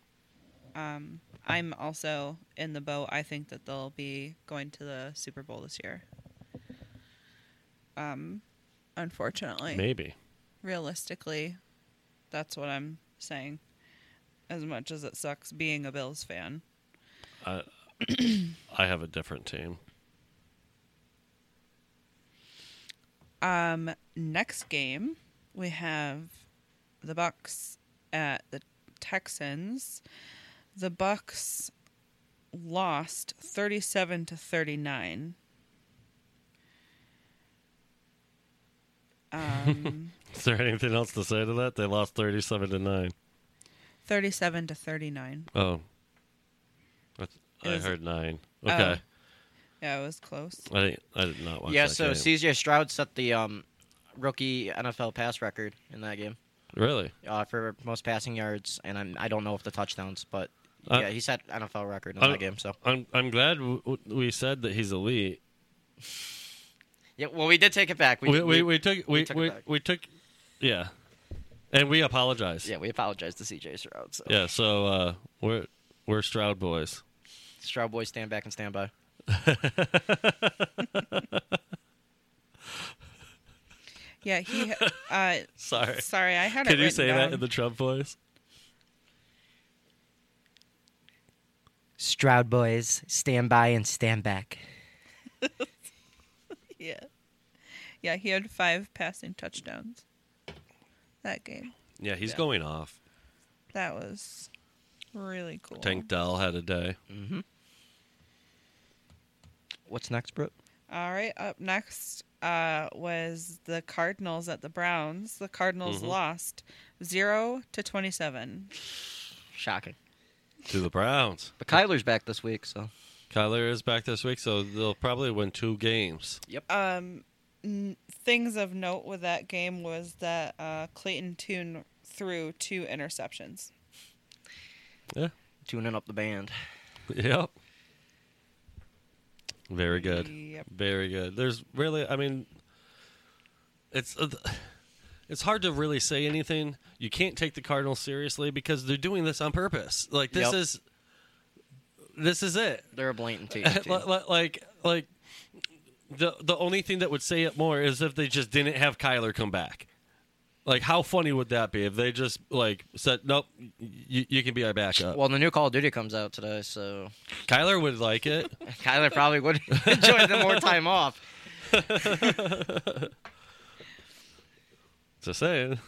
[SPEAKER 8] Um, I'm also in the boat. I think that they'll be going to the Super Bowl this year. Um, unfortunately,
[SPEAKER 1] Maybe.
[SPEAKER 8] realistically, that's what I'm saying. As much as it sucks being a Bills fan,
[SPEAKER 1] I have a different team.
[SPEAKER 8] Um, next game we have the Bucks at the Texans. The Bucks lost 37 to 39. Um,
[SPEAKER 1] Is there anything else to say to that? They lost 37 to 9.
[SPEAKER 8] 37 to 39.
[SPEAKER 1] Oh. That's-
[SPEAKER 8] It
[SPEAKER 1] I
[SPEAKER 8] was-
[SPEAKER 1] heard 9. Okay.
[SPEAKER 8] Yeah, it was close.
[SPEAKER 1] I, didn't- I did not watch
[SPEAKER 5] yeah.
[SPEAKER 1] that
[SPEAKER 5] So
[SPEAKER 1] game.
[SPEAKER 5] CJ Stroud set the um, rookie NFL pass record in that game
[SPEAKER 1] Really?
[SPEAKER 5] uh, for most passing yards, and I'm, I don't know if the touchdowns, but
[SPEAKER 1] Uh,
[SPEAKER 5] yeah, he set NFL record in
[SPEAKER 1] I-
[SPEAKER 5] that game. So
[SPEAKER 1] I'm I'm glad w- w- we said that he's elite.
[SPEAKER 5] yeah, well, we did take it back.
[SPEAKER 1] We we, we, took we we
[SPEAKER 5] took it
[SPEAKER 1] we,
[SPEAKER 5] back.
[SPEAKER 1] took yeah, and we apologize.
[SPEAKER 5] yeah, we apologize to CJ Stroud. So
[SPEAKER 1] Yeah, So uh, we're we're Stroud boys.
[SPEAKER 5] Stroud boys, stand back and stand by.
[SPEAKER 8] Yeah, he. Uh,
[SPEAKER 1] Sorry.
[SPEAKER 8] sorry, I had it.
[SPEAKER 1] Can you
[SPEAKER 8] written
[SPEAKER 1] say
[SPEAKER 8] down.
[SPEAKER 1] that in the Trump voice?
[SPEAKER 5] Stroud boys, stand by and stand back.
[SPEAKER 8] Yeah. Yeah, he had five passing touchdowns that game.
[SPEAKER 1] Yeah, he's going off.
[SPEAKER 8] That was really cool.
[SPEAKER 5] Oh.
[SPEAKER 1] Tank Dell had a day.
[SPEAKER 5] What's next, Brooke?
[SPEAKER 8] All right, up next uh, was the Cardinals at the Browns. The Cardinals
[SPEAKER 1] Mm-hmm.
[SPEAKER 8] lost zero to twenty-seven.
[SPEAKER 5] Shocking.
[SPEAKER 1] To the Browns.
[SPEAKER 5] But Kyler's back this week, so
[SPEAKER 1] Kyler is back this week, so they'll probably win two games.
[SPEAKER 8] Things of note with that game was that uh, Clayton Tune threw two interceptions.
[SPEAKER 1] Yeah.
[SPEAKER 5] tuning up the band.
[SPEAKER 1] Yep. Very good.
[SPEAKER 8] Yep.
[SPEAKER 1] Very good. There's really, I mean, it's uh, it's hard to really say anything. You can't take the Cardinals seriously because they're doing this on purpose. Like this
[SPEAKER 5] Yep.
[SPEAKER 1] is this is it.
[SPEAKER 5] They're a blatant team.
[SPEAKER 1] Li- li- like like the the only thing that would say it more is if they just didn't have Kyler come back. Like how funny would that be if they just like said nope, you, you can be our backup.
[SPEAKER 5] well, the new Call of Duty comes out today, so
[SPEAKER 1] Kyler would like it.
[SPEAKER 5] Kyler probably would enjoy the more time off.
[SPEAKER 1] Just saying.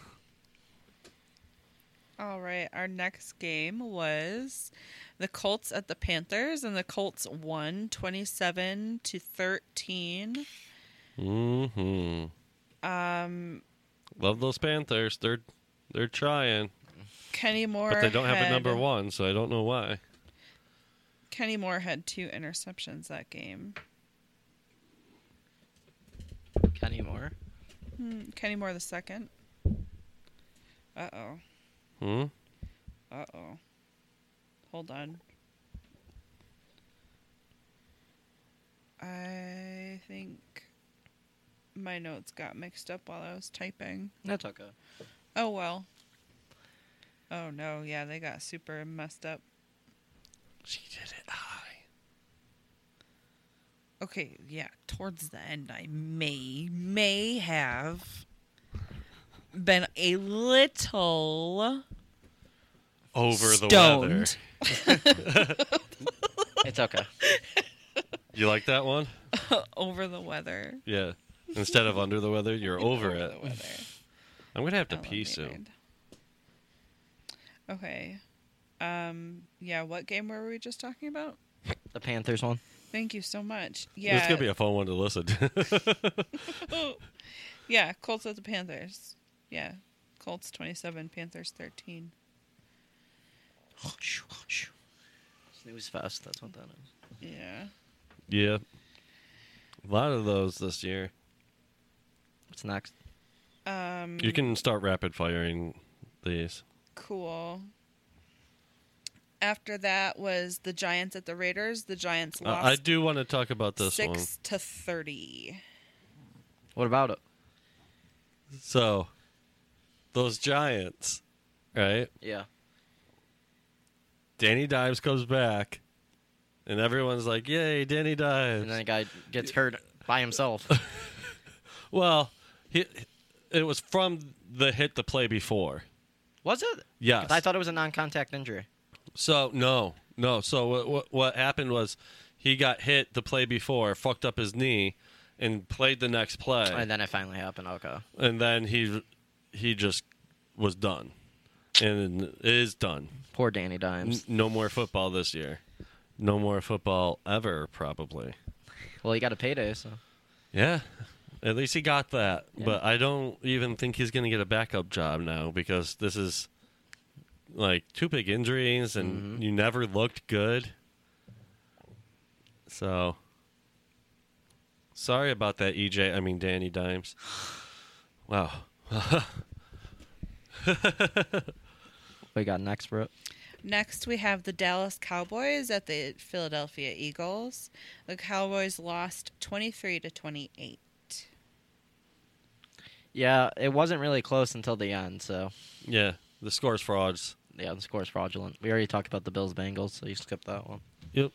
[SPEAKER 8] All right, our next game was the Colts at the Panthers, and the Colts won twenty-seven to thirteen.
[SPEAKER 1] Mm-hmm. Um, love those Panthers. They're they're trying,
[SPEAKER 8] Kenny Moore,
[SPEAKER 1] but they don't have a
[SPEAKER 8] had-
[SPEAKER 1] number one, so I don't know why.
[SPEAKER 8] Kenny Moore had two interceptions that game.
[SPEAKER 5] Kenny Moore.
[SPEAKER 8] Kenny Moore the second. Uh oh.
[SPEAKER 1] Hmm.
[SPEAKER 8] Uh oh. Hold on. I think my notes got mixed up while I was typing.
[SPEAKER 5] That's okay.
[SPEAKER 8] Oh well. Oh no, yeah, they got super messed up.
[SPEAKER 1] She did it. I.
[SPEAKER 8] Okay, yeah, towards the end I may may have been a little
[SPEAKER 1] Over the weather.
[SPEAKER 8] stoned.
[SPEAKER 5] It's okay.
[SPEAKER 1] You like that one?
[SPEAKER 8] over the weather.
[SPEAKER 1] Yeah. Instead of under the weather, you're over it.
[SPEAKER 8] the weather.
[SPEAKER 1] I'm gonna have to
[SPEAKER 8] Oh, let
[SPEAKER 1] pee
[SPEAKER 8] me
[SPEAKER 1] soon.
[SPEAKER 8] read. Okay. Um. Yeah. What game were we just talking about?
[SPEAKER 5] The Panthers one.
[SPEAKER 8] Thank you so much.
[SPEAKER 1] This
[SPEAKER 8] Yeah.
[SPEAKER 1] It's gonna be a fun one to listen. to.
[SPEAKER 8] yeah. Colts at the Panthers. Yeah. Colts twenty-seven. Panthers thirteen.
[SPEAKER 5] Snooze fest. That's what that is.
[SPEAKER 8] Yeah.
[SPEAKER 1] yeah. A lot of those this year.
[SPEAKER 5] What's next?
[SPEAKER 8] Um.
[SPEAKER 1] You can start rapid firing these.
[SPEAKER 8] Cool. After that was the Giants at the Raiders. The Giants
[SPEAKER 1] Uh, I
[SPEAKER 8] lost
[SPEAKER 1] do want to talk about this
[SPEAKER 8] six
[SPEAKER 1] one.
[SPEAKER 8] to thirty.
[SPEAKER 5] What about it?
[SPEAKER 1] So, those Giants, right?
[SPEAKER 5] Yeah.
[SPEAKER 1] Danny Dimes comes back, and everyone's like, "Yay, Danny Dimes!"
[SPEAKER 5] And then the guy gets hurt by himself.
[SPEAKER 1] well, he, it was from the hit the play before.
[SPEAKER 5] Was it?
[SPEAKER 1] Yes,
[SPEAKER 5] 'Cause I thought it was a non-contact injury.
[SPEAKER 1] So no, no. So what, what what happened was he got hit the play before, fucked up his knee, and played the next play,
[SPEAKER 5] And then it finally happened. Okay.
[SPEAKER 1] and then he he just was done, and it is done.
[SPEAKER 5] Poor Danny
[SPEAKER 1] N-
[SPEAKER 5] Dimes.
[SPEAKER 1] No more football this year. No more football ever, probably.
[SPEAKER 5] Well, he got a payday, so.
[SPEAKER 1] Yeah. At least he got that. But I don't even think he's going to get a backup job now because this is like two big injuries and you never looked good. So sorry about that, EJ. I mean, Danny Dimes. Wow.
[SPEAKER 5] We got next, bro.
[SPEAKER 8] Next, we have the Dallas Cowboys at the Philadelphia Eagles. The Cowboys lost 23 to 28.
[SPEAKER 5] Yeah, it wasn't really close until the end, so.
[SPEAKER 1] Yeah. The score's frauds.
[SPEAKER 5] Yeah, the score's fraudulent. We already talked about the Bills Bengals, so you skip that one.
[SPEAKER 1] Yep.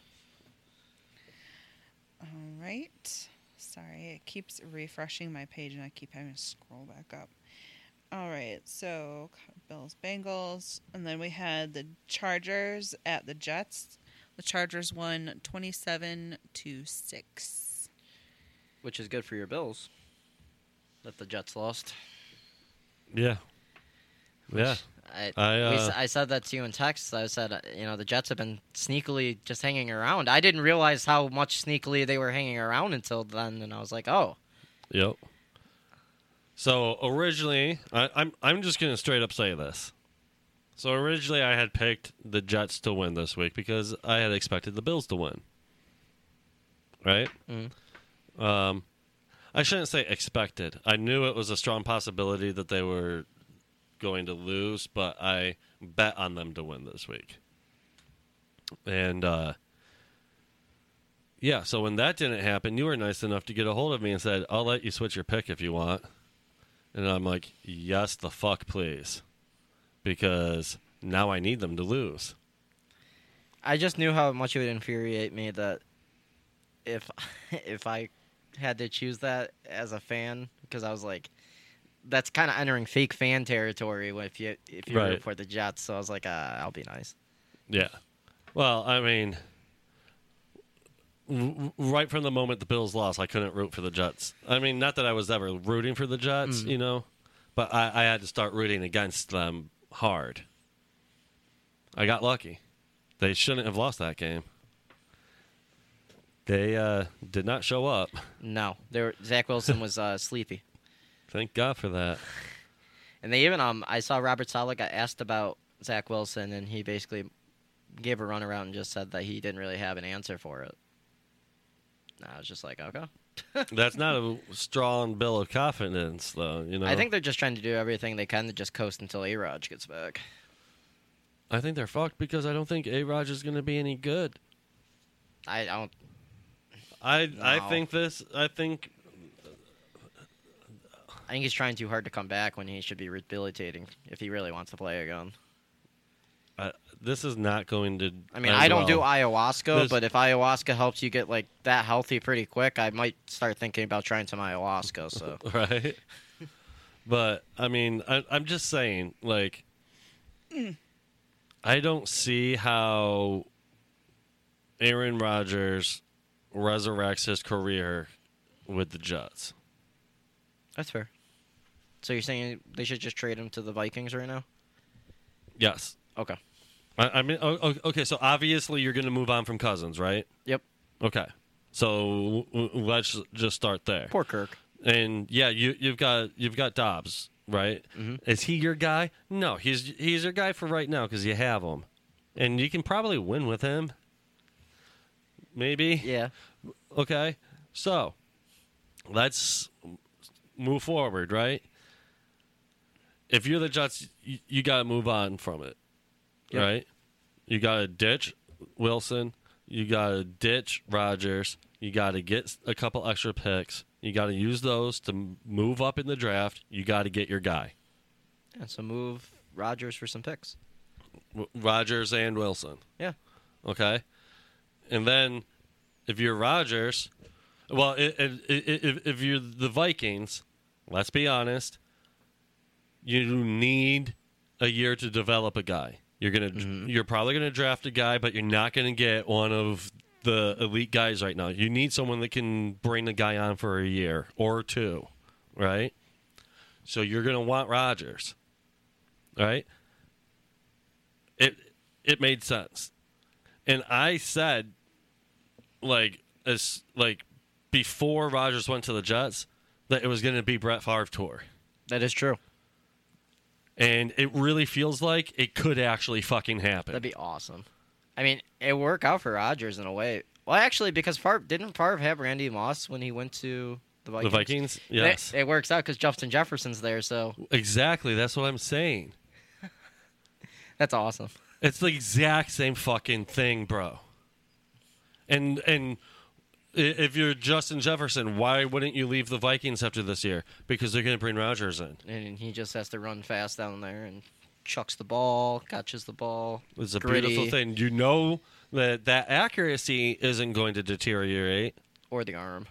[SPEAKER 8] All right. Sorry, it keeps refreshing my page and I keep having to scroll back up. All right, so Bills, Bengals, and then we had the Chargers at the Jets. The Chargers won 27 to 6.
[SPEAKER 5] Which is good for your Bills. That the Jets lost.
[SPEAKER 1] Yeah. Yeah.
[SPEAKER 5] I,
[SPEAKER 1] I,
[SPEAKER 5] we
[SPEAKER 1] uh,
[SPEAKER 5] s- I said that to you in text. I said, uh, you know, the Jets have been sneakily just hanging around. I didn't realize how much sneakily they were hanging around until then, and I was like, oh,
[SPEAKER 1] Yep. So originally, I, I'm I'm just gonna straight up say this. So originally, I had picked the Jets to win this week because I had expected the Bills to win. Right. Um, I shouldn't say expected. I knew it was a strong possibility that they were going to lose, but I bet on them to win this week. And uh, yeah, so when that didn't happen, you were nice enough to get a hold of me and said, I'll let you switch your pick if you want. And I'm like, yes, the fuck, please. Because now I need them to lose.
[SPEAKER 5] I just knew how much it would infuriate me that if if I had to choose that as a fan because I was like that's kind of entering fake fan territory if you if you
[SPEAKER 1] Right.
[SPEAKER 5] root for the Jets. So I was like, uh, I'll be nice.
[SPEAKER 1] Yeah. Well, I mean, w- w- right from the moment the Bills lost, I couldn't root for the Jets. I mean, not that I was ever rooting for the Jets,
[SPEAKER 5] Mm-hmm.
[SPEAKER 1] you know, but I-, I had to start rooting against them hard. I got lucky. They shouldn't have lost that game. They uh, did not show up.
[SPEAKER 5] No, they were, Zach Wilson was uh, sleepy,
[SPEAKER 1] Thank God for that.
[SPEAKER 5] and they even um I saw Robert Sala got asked about Zach Wilson, and he basically gave a runaround and just said that he didn't really have an answer for it. And I was just like, okay.
[SPEAKER 1] That's not a strong bill of confidence, though. You know,
[SPEAKER 5] I think they're just trying to do everything they can to just coast until A. Rod gets back.
[SPEAKER 1] I think they're fucked because I don't think A. Rod is going to be any good.
[SPEAKER 5] I don't.
[SPEAKER 1] I I
[SPEAKER 5] No.
[SPEAKER 1] think this. I think
[SPEAKER 5] I think he's trying too hard to come back when he should be rehabilitating if he really wants to play again.
[SPEAKER 1] uh, this is not going to.
[SPEAKER 5] I mean,
[SPEAKER 1] end
[SPEAKER 5] I don't do
[SPEAKER 1] well.
[SPEAKER 5] ayahuasca,
[SPEAKER 1] There's-
[SPEAKER 5] but if ayahuasca helps you get like that healthy pretty quick, I might start thinking about trying some ayahuasca. So
[SPEAKER 1] right. but I mean, I, I'm just saying, like, I don't see how Aaron Rodgers resurrects his career with the Jets.
[SPEAKER 5] that's fair. So you're saying they should just trade him to the Vikings right now?
[SPEAKER 1] Yes,
[SPEAKER 5] Okay.
[SPEAKER 1] I, I mean, o- o- okay. So obviously, you're going to move on from Cousins, right?
[SPEAKER 5] Yep.
[SPEAKER 1] Okay. So w- w- let's just start there.
[SPEAKER 5] Poor Kirk.
[SPEAKER 1] And yeah, you you've got you've got Dobbs, right? Is he your guy? No, he's he's your guy for right now because you have him, and you can probably win with him. Maybe.
[SPEAKER 5] Yeah.
[SPEAKER 1] Okay. So let's move forward, right? If you're the Jets, you, you got to move on from it,
[SPEAKER 5] Yep.
[SPEAKER 1] right? You got to ditch Wilson. You got to ditch Rodgers. You got to get a couple extra picks. You got to use those to m- move up in the draft. You got to get your guy.
[SPEAKER 5] Yeah, so move Rogers for some picks.
[SPEAKER 1] W- Rogers and Wilson.
[SPEAKER 5] Yeah.
[SPEAKER 1] Okay. And then if you're Rogers, well, i i i if, if you're the Vikings, let's be honest, you need a year to develop a guy. You're gonna, you're probably gonna draft a guy, but you're not gonna get one of the elite guys right now. You need someone that can bring the guy on for a year or two, right? So you're gonna want Rogers, right? It it made sense and I said, like as like before Rogers went to the Jets, that it was going to be Brett Favre tour,
[SPEAKER 5] That is true.
[SPEAKER 1] and it really feels like it could actually fucking happen.
[SPEAKER 5] That'd be awesome. I mean, it worked out for Rogers in a way. Well, actually, because Favre didn't Favre have Randy Moss when he went to the
[SPEAKER 1] the
[SPEAKER 5] Vikings.
[SPEAKER 1] Vikings,
[SPEAKER 5] It-
[SPEAKER 1] yes,
[SPEAKER 5] it, works out because Justin Jefferson's there, so
[SPEAKER 1] exactly. That's what I'm saying.
[SPEAKER 5] that's awesome.
[SPEAKER 1] It's the exact same fucking thing, bro. And and i- if you're Justin Jefferson, why wouldn't you leave the Vikings after this year? Because they're going to bring Rogers in.
[SPEAKER 5] And he just has to run fast down there and chucks the ball, catches the ball.
[SPEAKER 1] It's a
[SPEAKER 5] gritty,
[SPEAKER 1] beautiful thing. You know that that accuracy isn't going to deteriorate.
[SPEAKER 5] Or the arm.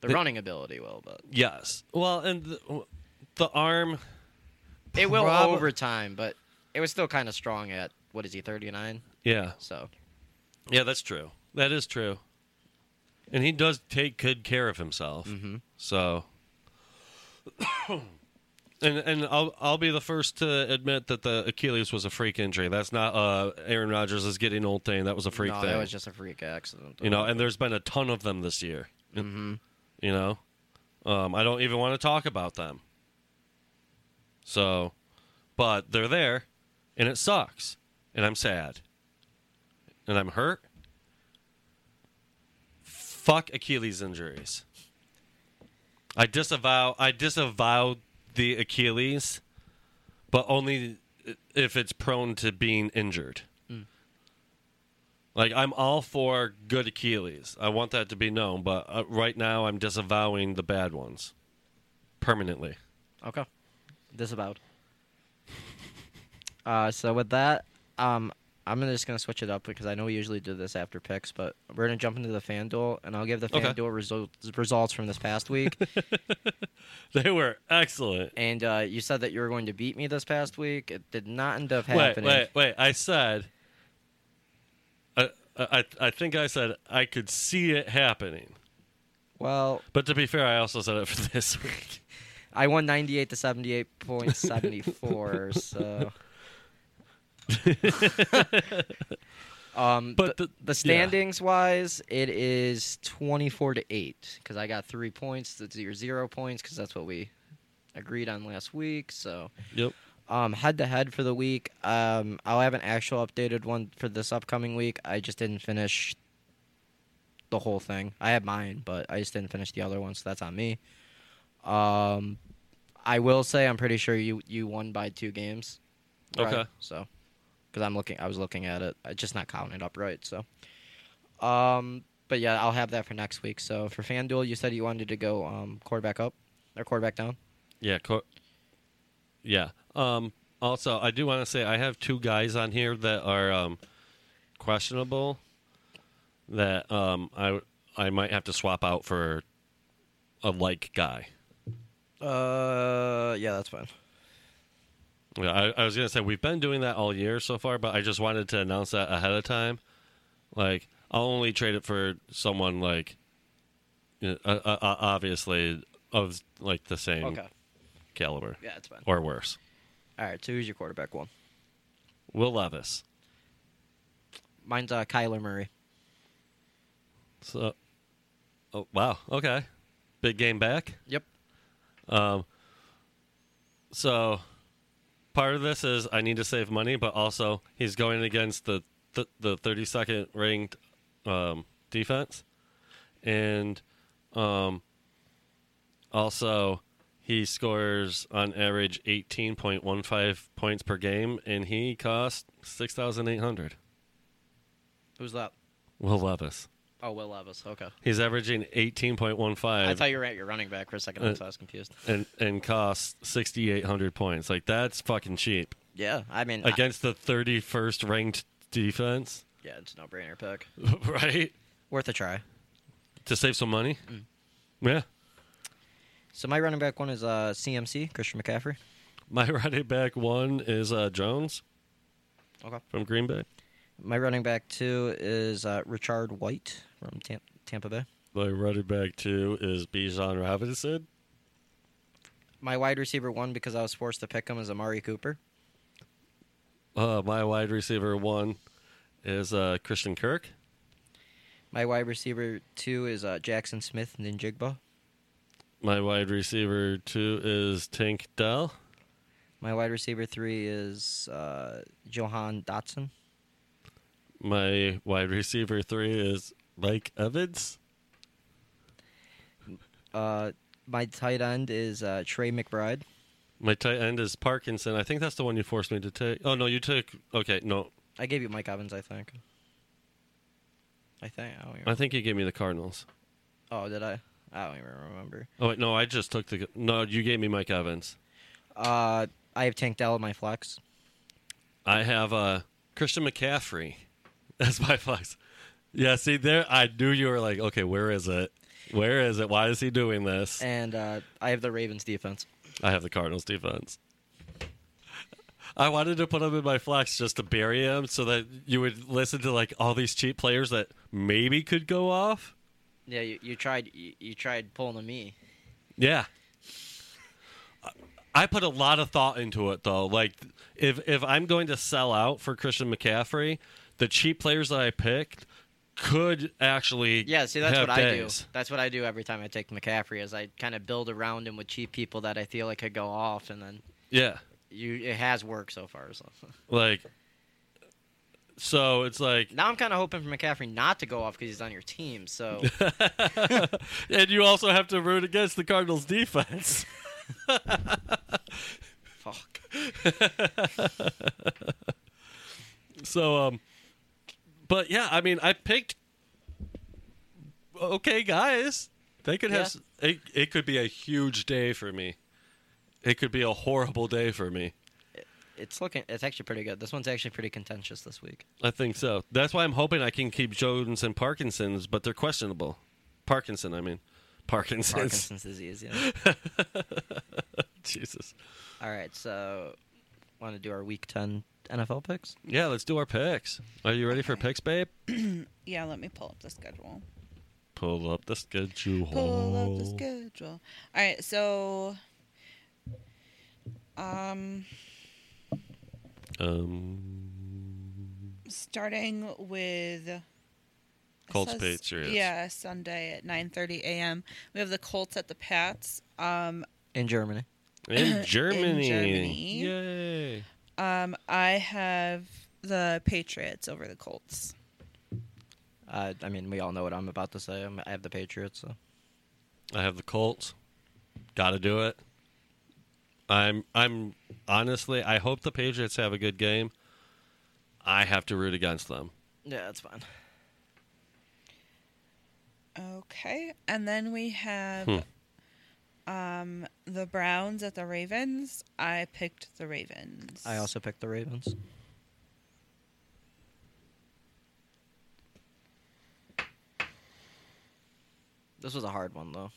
[SPEAKER 5] The,
[SPEAKER 1] The-
[SPEAKER 5] running ability will, but
[SPEAKER 1] Yes. Well, and the, the arm.
[SPEAKER 5] it will
[SPEAKER 1] Prob-
[SPEAKER 5] over time. But it was still kind of strong at what is he thirty nine?
[SPEAKER 1] Yeah.
[SPEAKER 5] So
[SPEAKER 1] Yeah, that's true. That is true. And he does take good care of himself.
[SPEAKER 5] Mm-hmm.
[SPEAKER 1] So. And, and I'll I'll be the first to admit that the Achilles was a freak injury. That's not uh, Aaron Rodgers is getting old thing. That was a freak
[SPEAKER 5] no,
[SPEAKER 1] thing.
[SPEAKER 5] that was just a freak accident.
[SPEAKER 1] you know and there's been a ton of them this year you know um, i don't even want to talk about them so but they're there and it sucks and i'm sad and i'm hurt fuck achilles injuries i disavow i disavow the achilles but only if it's prone to being injured like I'm all for good Achilles. I want that to be known, but uh, right now I'm disavowing the bad ones permanently.
[SPEAKER 5] Okay. Disavowed. Uh, so with that, um, I'm gonna just gonna switch it up because I know we usually do this after picks, but we're gonna jump into the FanDuel, and I'll give the
[SPEAKER 1] Okay.
[SPEAKER 5] FanDuel results results from this past week.
[SPEAKER 1] They were excellent.
[SPEAKER 5] and uh, you said that you were going to beat me this past week. It did not end up
[SPEAKER 1] Wait,
[SPEAKER 5] happening.
[SPEAKER 1] wait, wait! I said, I, I, I think I said I could see it happening.
[SPEAKER 5] Well,
[SPEAKER 1] But to be fair, I also said it for this week.
[SPEAKER 5] I won 98 to 78.74, so. um, but
[SPEAKER 1] But the-
[SPEAKER 5] the,
[SPEAKER 1] yeah.
[SPEAKER 5] standings wise, it is 24 to 8 because I got three points. That's your zero points because that's what we agreed on last week. So,
[SPEAKER 1] Yep.
[SPEAKER 5] um, head to head for the week, um, I'll have an actual updated one for this upcoming week. I just didn't finish the whole thing. I had mine, but I just didn't finish the other one, so that's on me. Um, I will say I'm pretty sure you you won by two games. right?
[SPEAKER 1] Okay.
[SPEAKER 5] So, because I'm looking, I was looking at it. I just not counting it up right. So, um, but yeah, I'll have that for next week. So for FanDuel, you said you wanted to go um quarterback up or quarterback down.
[SPEAKER 1] Yeah. Co- yeah. Um, also, I do want to say I have two guys on here that are um, questionable that um, I I might have to swap out for a like guy.
[SPEAKER 5] Uh, yeah, that's fine.
[SPEAKER 1] Yeah, I, I was gonna say we've been doing that all year so far, but I just wanted to announce that ahead of time. Like, I'll only trade it for someone like, you know, uh, uh, uh, obviously of like the same
[SPEAKER 5] Okay.
[SPEAKER 1] caliber
[SPEAKER 5] Yeah, that's fine.
[SPEAKER 1] or worse.
[SPEAKER 5] All right. So who's your quarterback one?
[SPEAKER 1] Will Levis.
[SPEAKER 5] Mine's uh, Kyler Murray.
[SPEAKER 1] So, oh, wow. Okay. Big game back.
[SPEAKER 5] Yep.
[SPEAKER 1] So, part of this is I need to save money, but also he's going against the th- the 32nd ranked um, defense, and um, also he scores on average 18.15 points per game, and he costs 6,800.
[SPEAKER 5] Who's that?
[SPEAKER 1] Will Levis.
[SPEAKER 5] Oh, Will Levis. Okay.
[SPEAKER 1] He's averaging
[SPEAKER 5] I
[SPEAKER 1] 18.15
[SPEAKER 5] thought you were at your running back for a second, so I was confused.
[SPEAKER 1] and and costs 6800 points. Like that's fucking cheap
[SPEAKER 5] Yeah, I mean, I-
[SPEAKER 1] against the 31st ranked defense,
[SPEAKER 5] yeah, it's a no-brainer pick.
[SPEAKER 1] right?
[SPEAKER 5] Worth a try.
[SPEAKER 1] To save some money. Yeah.
[SPEAKER 5] So my running back one is uh, CMC, Christian McCaffrey.
[SPEAKER 1] My running back one is uh, Jones
[SPEAKER 5] Okay.
[SPEAKER 1] from Green Bay.
[SPEAKER 5] My running back two is uh, Richard White from Tam- Tampa Bay.
[SPEAKER 1] My running back two is Bijan Robinson.
[SPEAKER 5] My wide receiver one, because I was forced to pick him, is Amari Cooper.
[SPEAKER 1] Uh, my wide receiver one is uh, Christian Kirk.
[SPEAKER 5] My wide receiver two is uh, Jackson Smith Ninjigba.
[SPEAKER 1] My wide receiver two is Tank Dell.
[SPEAKER 5] My wide receiver three is uh, Johan Dotson.
[SPEAKER 1] My wide receiver three is Mike Evans.
[SPEAKER 5] Uh, my tight end is uh, Trey McBride.
[SPEAKER 1] My tight end is Parkinson. I think that's the one you forced me to take. Oh no, you took. Okay, no,
[SPEAKER 5] I gave you Mike Evans, I think. I think. I don't even,
[SPEAKER 1] I think you gave me the Cardinals.
[SPEAKER 5] oh, did I? I don't even remember.
[SPEAKER 1] Oh wait, no, I just took the. No, you gave me Mike Evans.
[SPEAKER 5] Uh, I have Tank Dell in my flex.
[SPEAKER 1] I have uh, Christian McCaffrey as my flex. Yeah, see there, I knew you were like, okay, where is it? Where is it? Why is he doing this?
[SPEAKER 5] And uh, I have the Ravens defense.
[SPEAKER 1] I have the Cardinals defense. I wanted to put him in my flex just to bury him, so that you would listen to like all these cheap players that maybe could go off.
[SPEAKER 5] Yeah, you, you tried you, you tried pulling a me.
[SPEAKER 1] Yeah. I- I put a lot of thought into it though. Like if if I'm going to sell out for Christian McCaffrey, the cheap players that I picked could actually
[SPEAKER 5] Yeah, see that's
[SPEAKER 1] have
[SPEAKER 5] what
[SPEAKER 1] days.
[SPEAKER 5] I do. That's what I do every time I take McCaffrey is I kind of build around him with cheap people that I feel like could go off and then
[SPEAKER 1] Yeah.
[SPEAKER 5] you it has worked so far. So
[SPEAKER 1] Like so it's like
[SPEAKER 5] now I'm kind of hoping for McCaffrey not to go off because he's on your team. So
[SPEAKER 1] and you also have to root against the Cardinals defense.
[SPEAKER 5] fuck.
[SPEAKER 1] So, um, but yeah, I mean, I picked okay guys. They could have. It, it could be a huge day for me. It could be a horrible day for me.
[SPEAKER 5] It's looking it's actually pretty good. This one's actually pretty contentious this week.
[SPEAKER 1] I think so. That's why I'm hoping I can keep Jones and Parkinson's, but they're questionable. Parkinson, I mean, Parkinson's.
[SPEAKER 5] Parkinson's disease. Yeah.
[SPEAKER 1] Jesus.
[SPEAKER 5] All right, so want to do our week ten NFL picks?
[SPEAKER 1] Yeah, let's do our picks. Are you ready for picks, babe?
[SPEAKER 8] Yeah, let me pull up the schedule.
[SPEAKER 1] Pull up the schedule.
[SPEAKER 8] Pull up the schedule. All right, so um
[SPEAKER 1] Um,
[SPEAKER 8] starting with it
[SPEAKER 1] Colts
[SPEAKER 8] says-
[SPEAKER 1] Patriots.
[SPEAKER 8] Yeah, Sunday at 9:30 a.m. We have the Colts at the Pats. Um
[SPEAKER 5] In Germany.
[SPEAKER 1] in Germany.
[SPEAKER 8] Germany.
[SPEAKER 1] Yay.
[SPEAKER 8] um I have the Patriots over the Colts.
[SPEAKER 5] Uh, I mean, we all know what I'm about to say. I'm, I have the Patriots. So.
[SPEAKER 1] I have the Colts. Got to do it. I'm I'm honestly I hope the Patriots have a good game. I have to root against them.
[SPEAKER 5] Yeah, that's fine.
[SPEAKER 8] Okay. And then we have
[SPEAKER 1] Hmm.
[SPEAKER 8] um the Browns at the Ravens. I picked the Ravens.
[SPEAKER 5] I also picked the Ravens. This was a hard one, though.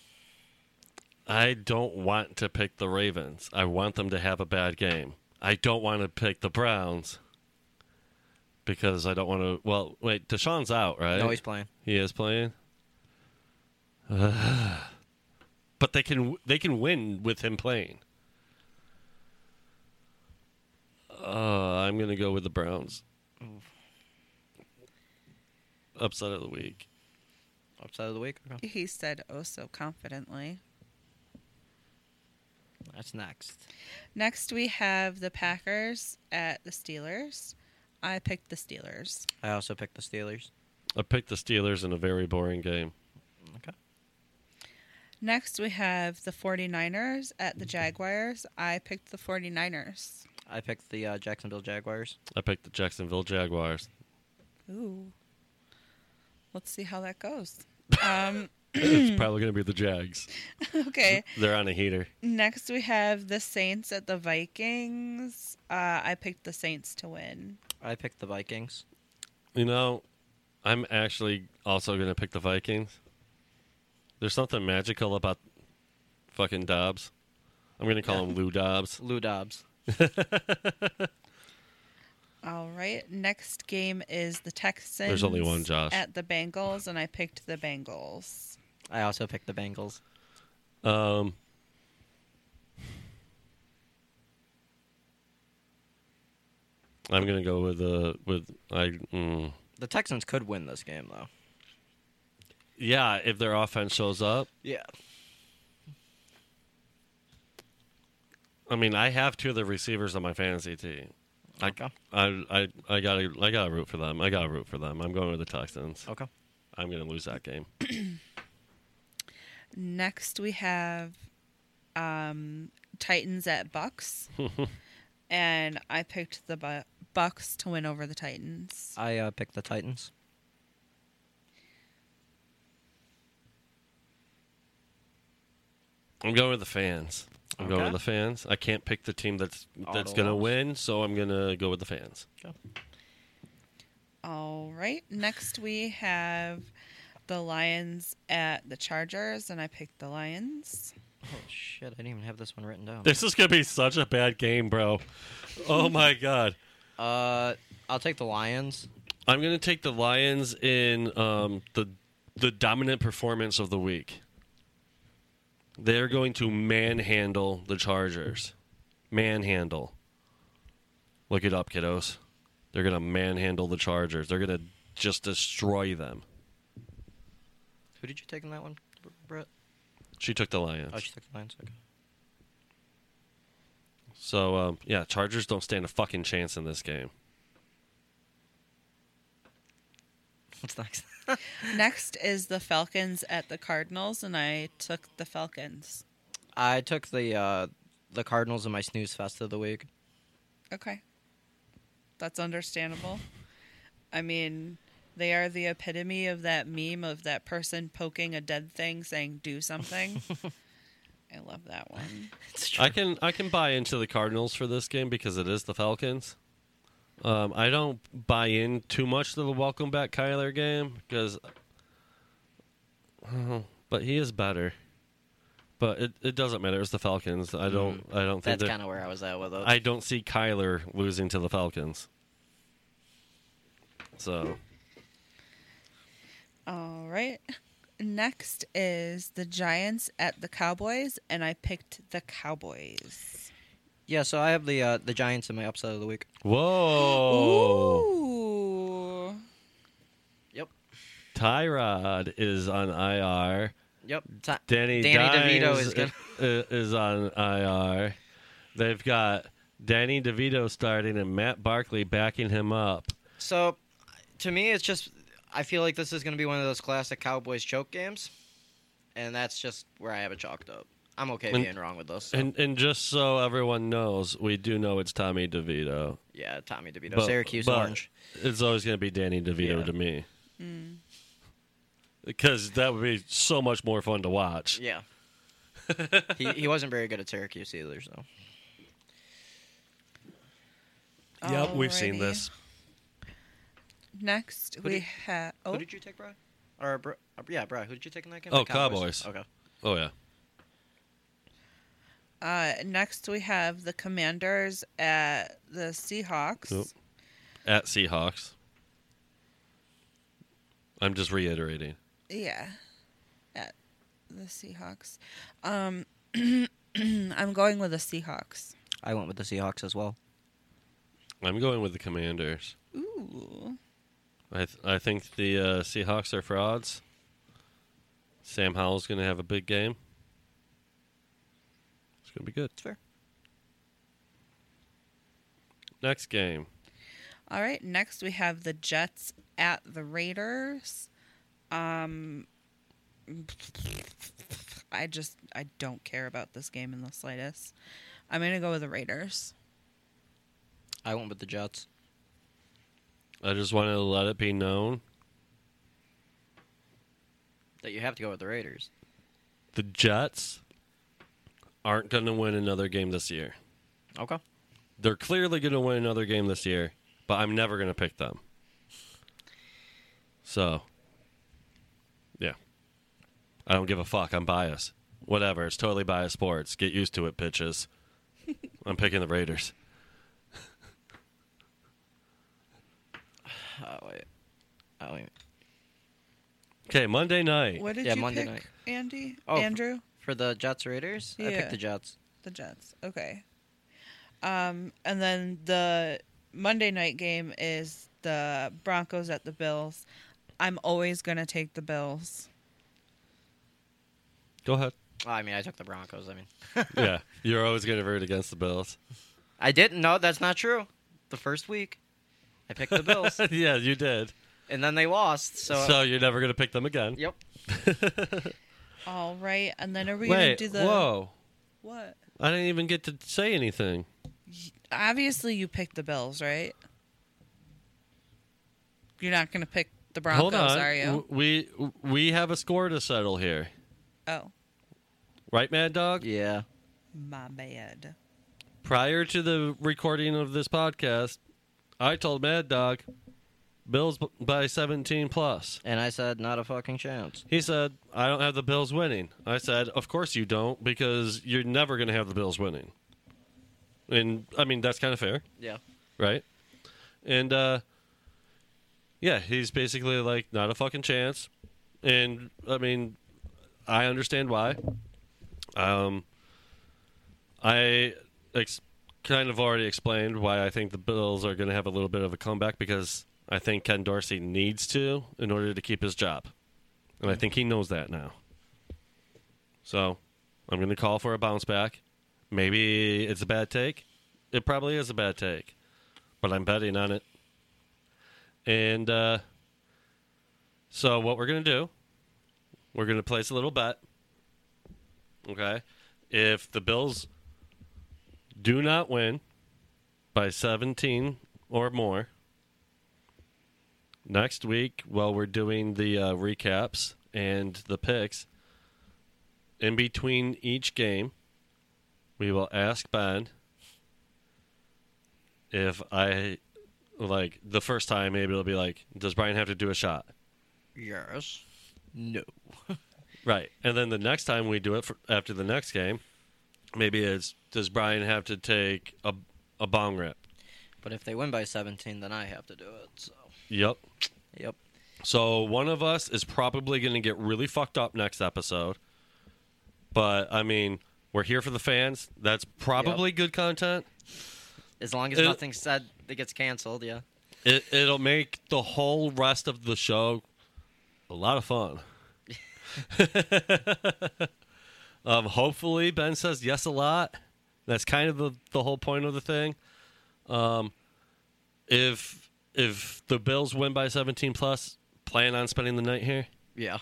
[SPEAKER 1] I don't want to pick the Ravens. I want them to have a bad game. I don't want to pick the Browns because I don't want to. Well, wait, Deshaun's out, right?
[SPEAKER 5] No, he's playing.
[SPEAKER 1] He is playing. but they can they can win with him playing. Uh, I'm gonna go with the Browns. Upset of the week.
[SPEAKER 5] Upside of the week. Okay.
[SPEAKER 8] he said oh so confidently.
[SPEAKER 5] That's next.
[SPEAKER 8] Next, we have the Packers at the Steelers. I picked the Steelers.
[SPEAKER 5] I also picked the Steelers.
[SPEAKER 1] I picked the Steelers in a very boring game.
[SPEAKER 5] Okay.
[SPEAKER 8] Next, we have the 49ers at the Jaguars. I picked the 49ers.
[SPEAKER 5] I picked the uh, Jacksonville Jaguars.
[SPEAKER 1] I picked the Jacksonville Jaguars.
[SPEAKER 8] Ooh. Let's see how that goes. Um,
[SPEAKER 1] it's probably going to be the Jags.
[SPEAKER 8] okay.
[SPEAKER 1] They're on a heater.
[SPEAKER 8] Next, we have the Saints at the Vikings. Uh, I picked the Saints to win.
[SPEAKER 5] I picked the Vikings.
[SPEAKER 1] You know, I'm actually also going to pick the Vikings. There's something magical about fucking Dobbs. I'm going to call him Lou Dobbs.
[SPEAKER 5] Lou Dobbs.
[SPEAKER 8] All right. Next game is the Texans.
[SPEAKER 1] There's only one, Josh.
[SPEAKER 8] At the Bengals, and I picked the Bengals.
[SPEAKER 5] I also picked the Bengals.
[SPEAKER 1] Um, I'm going to go with the with I. Mm,
[SPEAKER 5] The Texans could win this game though.
[SPEAKER 1] yeah, if their offense shows up,
[SPEAKER 5] Yeah.
[SPEAKER 1] I mean, I have two of the receivers on my fantasy team. I,
[SPEAKER 5] Okay.
[SPEAKER 1] I, I, I gotta, I gotta root for them. I gotta root for them. I'm going with the Texans.
[SPEAKER 5] Okay.
[SPEAKER 1] I'm gonna lose that game.
[SPEAKER 8] Next, we have um, Titans at Bucks, and I picked the Bu- Bucks to win over the Titans.
[SPEAKER 5] I uh, picked the Titans.
[SPEAKER 1] I'm going with the fans. I'm going
[SPEAKER 5] Okay.
[SPEAKER 1] with the fans. I can't pick the team that's
[SPEAKER 5] All
[SPEAKER 1] that's
[SPEAKER 5] the
[SPEAKER 1] gonna
[SPEAKER 5] loss.
[SPEAKER 1] win, so I'm gonna go with the fans.
[SPEAKER 8] All right. Next, we have the Lions at the Chargers, and I picked the Lions.
[SPEAKER 5] Oh shit! I didn't even have this one written down.
[SPEAKER 1] This is gonna be such a bad game, bro. Oh my god.
[SPEAKER 5] Uh, I'll take the Lions.
[SPEAKER 1] I'm gonna take the Lions in um, the the dominant performance of the week. They're going to manhandle the Chargers. Manhandle. Look it up, kiddos. They're gonna manhandle the Chargers. They're gonna just destroy them.
[SPEAKER 5] Who did you take in that one, Br- Brett?
[SPEAKER 1] She took the Lions.
[SPEAKER 5] Oh, she took the Lions. Okay.
[SPEAKER 1] So um, yeah, Chargers don't stand a fucking chance in this game.
[SPEAKER 5] What's next?
[SPEAKER 8] Next is the Falcons at the Cardinals, and I took the Falcons.
[SPEAKER 5] I took the uh, the Cardinals in my snooze fest of the week.
[SPEAKER 8] Okay. That's understandable. I mean, they are the epitome of that meme of that person poking a dead thing saying, do something. I love that one.
[SPEAKER 1] I can I can buy into the Cardinals for this game because it is the Falcons. Um, I don't buy in too much to the welcome back Kyler game because, but he is better. But it, it doesn't matter. It's the Falcons. I don't I don't think
[SPEAKER 5] That's
[SPEAKER 1] that
[SPEAKER 5] kind of where I was at with it.
[SPEAKER 1] I don't see Kyler losing to the Falcons. So
[SPEAKER 8] All right. Next is the Giants at the Cowboys, and I picked the Cowboys.
[SPEAKER 5] yeah, so I have the uh, the Giants in my upset of the week. Oh.
[SPEAKER 1] whoa,
[SPEAKER 8] Ooh.
[SPEAKER 5] Yep.
[SPEAKER 1] Tyrod is on IR.
[SPEAKER 5] Yep. Ta-
[SPEAKER 1] Danny,
[SPEAKER 5] Danny DeVito
[SPEAKER 1] Dimes
[SPEAKER 5] is gonna-
[SPEAKER 1] i- i- is on IR. They've got Danny DeVito starting and Matt Barkley backing him up.
[SPEAKER 5] So, to me, it's just I feel like this is going to be one of those classic Cowboys choke games, and that's just where I have it chalked up. I'm okay
[SPEAKER 1] And-
[SPEAKER 5] being wrong with this. so-
[SPEAKER 1] And and just so everyone knows, we do know it's Tommy DeVito.
[SPEAKER 5] yeah, Tommy DeVito,
[SPEAKER 1] but-
[SPEAKER 5] Syracuse
[SPEAKER 1] but
[SPEAKER 5] Orange.
[SPEAKER 1] It's always going to be Danny DeVito
[SPEAKER 5] Yeah.
[SPEAKER 1] to me. Mm. Because that would be so much more fun to watch.
[SPEAKER 5] Yeah. he he wasn't very good at Syracuse either, so
[SPEAKER 1] Yep, we've seen
[SPEAKER 8] Alrighty.
[SPEAKER 1] this.
[SPEAKER 8] Next, we
[SPEAKER 5] did-
[SPEAKER 8] have.
[SPEAKER 5] who
[SPEAKER 8] Oh,
[SPEAKER 5] did you take, Bry? Or Bri- uh, yeah, Bry. Who did you take in that game?
[SPEAKER 1] Oh,
[SPEAKER 5] The Cowboys.
[SPEAKER 1] Cowboys.
[SPEAKER 5] Okay.
[SPEAKER 1] Oh yeah.
[SPEAKER 8] uh, next, we have the Commanders at the Seahawks.
[SPEAKER 1] Yep. At Seahawks. I'm just reiterating.
[SPEAKER 8] Yeah, at the Seahawks. Um, I'm going with the Seahawks.
[SPEAKER 5] I went with the Seahawks as well.
[SPEAKER 1] I'm going with the Commanders.
[SPEAKER 8] Ooh.
[SPEAKER 1] I th- I think the uh, Seahawks are frauds. Sam Howell's going to have a big game. It's going to be good.
[SPEAKER 5] It's fair.
[SPEAKER 1] Next game.
[SPEAKER 8] All right. Next, we have the Jets at the Raiders. Um, I just I don't care about this game in the slightest. I'm gonna go with the Raiders.
[SPEAKER 5] I went with the Jets.
[SPEAKER 1] I just want to let it be known
[SPEAKER 5] That you have to go with the Raiders.
[SPEAKER 1] The Jets aren't going to win another game this year.
[SPEAKER 5] Okay.
[SPEAKER 1] They're clearly going to win another game this year, but I'm never going to pick them. So, yeah. I don't give a fuck. I'm biased. Whatever. It's totally biased sports. Get used to it, bitches. I'm picking the Raiders.
[SPEAKER 5] Oh wait. Oh wait.
[SPEAKER 1] Okay, Monday night.
[SPEAKER 8] What did
[SPEAKER 5] Yeah,
[SPEAKER 8] you
[SPEAKER 5] Monday
[SPEAKER 8] pick,
[SPEAKER 5] night.
[SPEAKER 8] Andy?
[SPEAKER 5] Oh, f-
[SPEAKER 8] Andrew?
[SPEAKER 5] For the Jets Raiders, I
[SPEAKER 8] Yeah.
[SPEAKER 5] picked the Jets.
[SPEAKER 8] The Jets. Okay. Um, and then the Monday night game is the Broncos at the Bills. I'm always gonna take the Bills.
[SPEAKER 1] Go ahead.
[SPEAKER 5] Well, I mean, I took the Broncos. I mean,
[SPEAKER 1] yeah, you're always going to root against the Bills.
[SPEAKER 5] I didn't. No, that's not true. The first week, I picked the Bills,
[SPEAKER 1] yeah, you did.
[SPEAKER 5] and then they lost. So,
[SPEAKER 1] So, you're never going to pick them again.
[SPEAKER 5] yep.
[SPEAKER 8] All right. And then are we gonna
[SPEAKER 1] Wait,
[SPEAKER 8] do the
[SPEAKER 1] whoa.
[SPEAKER 8] what?
[SPEAKER 1] I didn't even get to say anything.
[SPEAKER 8] Obviously, you picked the Bills, right? You're not gonna pick the Broncos,
[SPEAKER 1] Hold on.
[SPEAKER 8] are you?
[SPEAKER 1] W- We we have a score to settle here.
[SPEAKER 8] oh,
[SPEAKER 1] Right, Mad Dog?
[SPEAKER 5] Yeah.
[SPEAKER 8] my bad.
[SPEAKER 1] Prior to the recording of this podcast, I told Mad Dog Bills b- by 17 plus.
[SPEAKER 5] And I said, not a fucking chance.
[SPEAKER 1] He said, I don't have the Bills winning. I said, Of course you don't, because you're never going to have the Bills winning. And I mean, that's kind of fair.
[SPEAKER 5] Yeah.
[SPEAKER 1] right? And uh yeah, he's basically like not a fucking chance. And I mean, I understand why. Um I ex- kind of already explained why I think the Bills are going to have a little bit of a comeback because I think Ken Dorsey needs to in order to keep his job. And I think he knows that now. So, I'm going to call for a bounce back. Maybe it's a bad take. It probably is a bad take but I'm betting on it. And uh, so, what we're going to do, we're going to place a little bet. Okay. If the Bills do not win by 17 or more, next week, while we're doing the uh, recaps and the picks, in between each game, we will ask Ben if I like the first time maybe it'll be like, does Brian have to do a shot?
[SPEAKER 5] Yes. No.
[SPEAKER 1] Right. And then the next time we do it for, after the next game, maybe it's does Brian have to take a a bong rip?
[SPEAKER 5] But if they win by 17, then I have to do it. So.
[SPEAKER 1] Yep.
[SPEAKER 5] Yep.
[SPEAKER 1] So one of us is probably going to get really fucked up next episode. But I mean, we're here for the fans. That's probably good content.
[SPEAKER 5] As long as
[SPEAKER 1] Uh,
[SPEAKER 5] nothing's said that gets canceled, yeah.
[SPEAKER 1] It it'll make the whole rest of the show a lot of fun. um, hopefully, Ben says yes a lot. That's kind of the, the whole point of the thing. Um, if if the Bills win by seventeen plus, plan on spending the night here,
[SPEAKER 5] Yeah.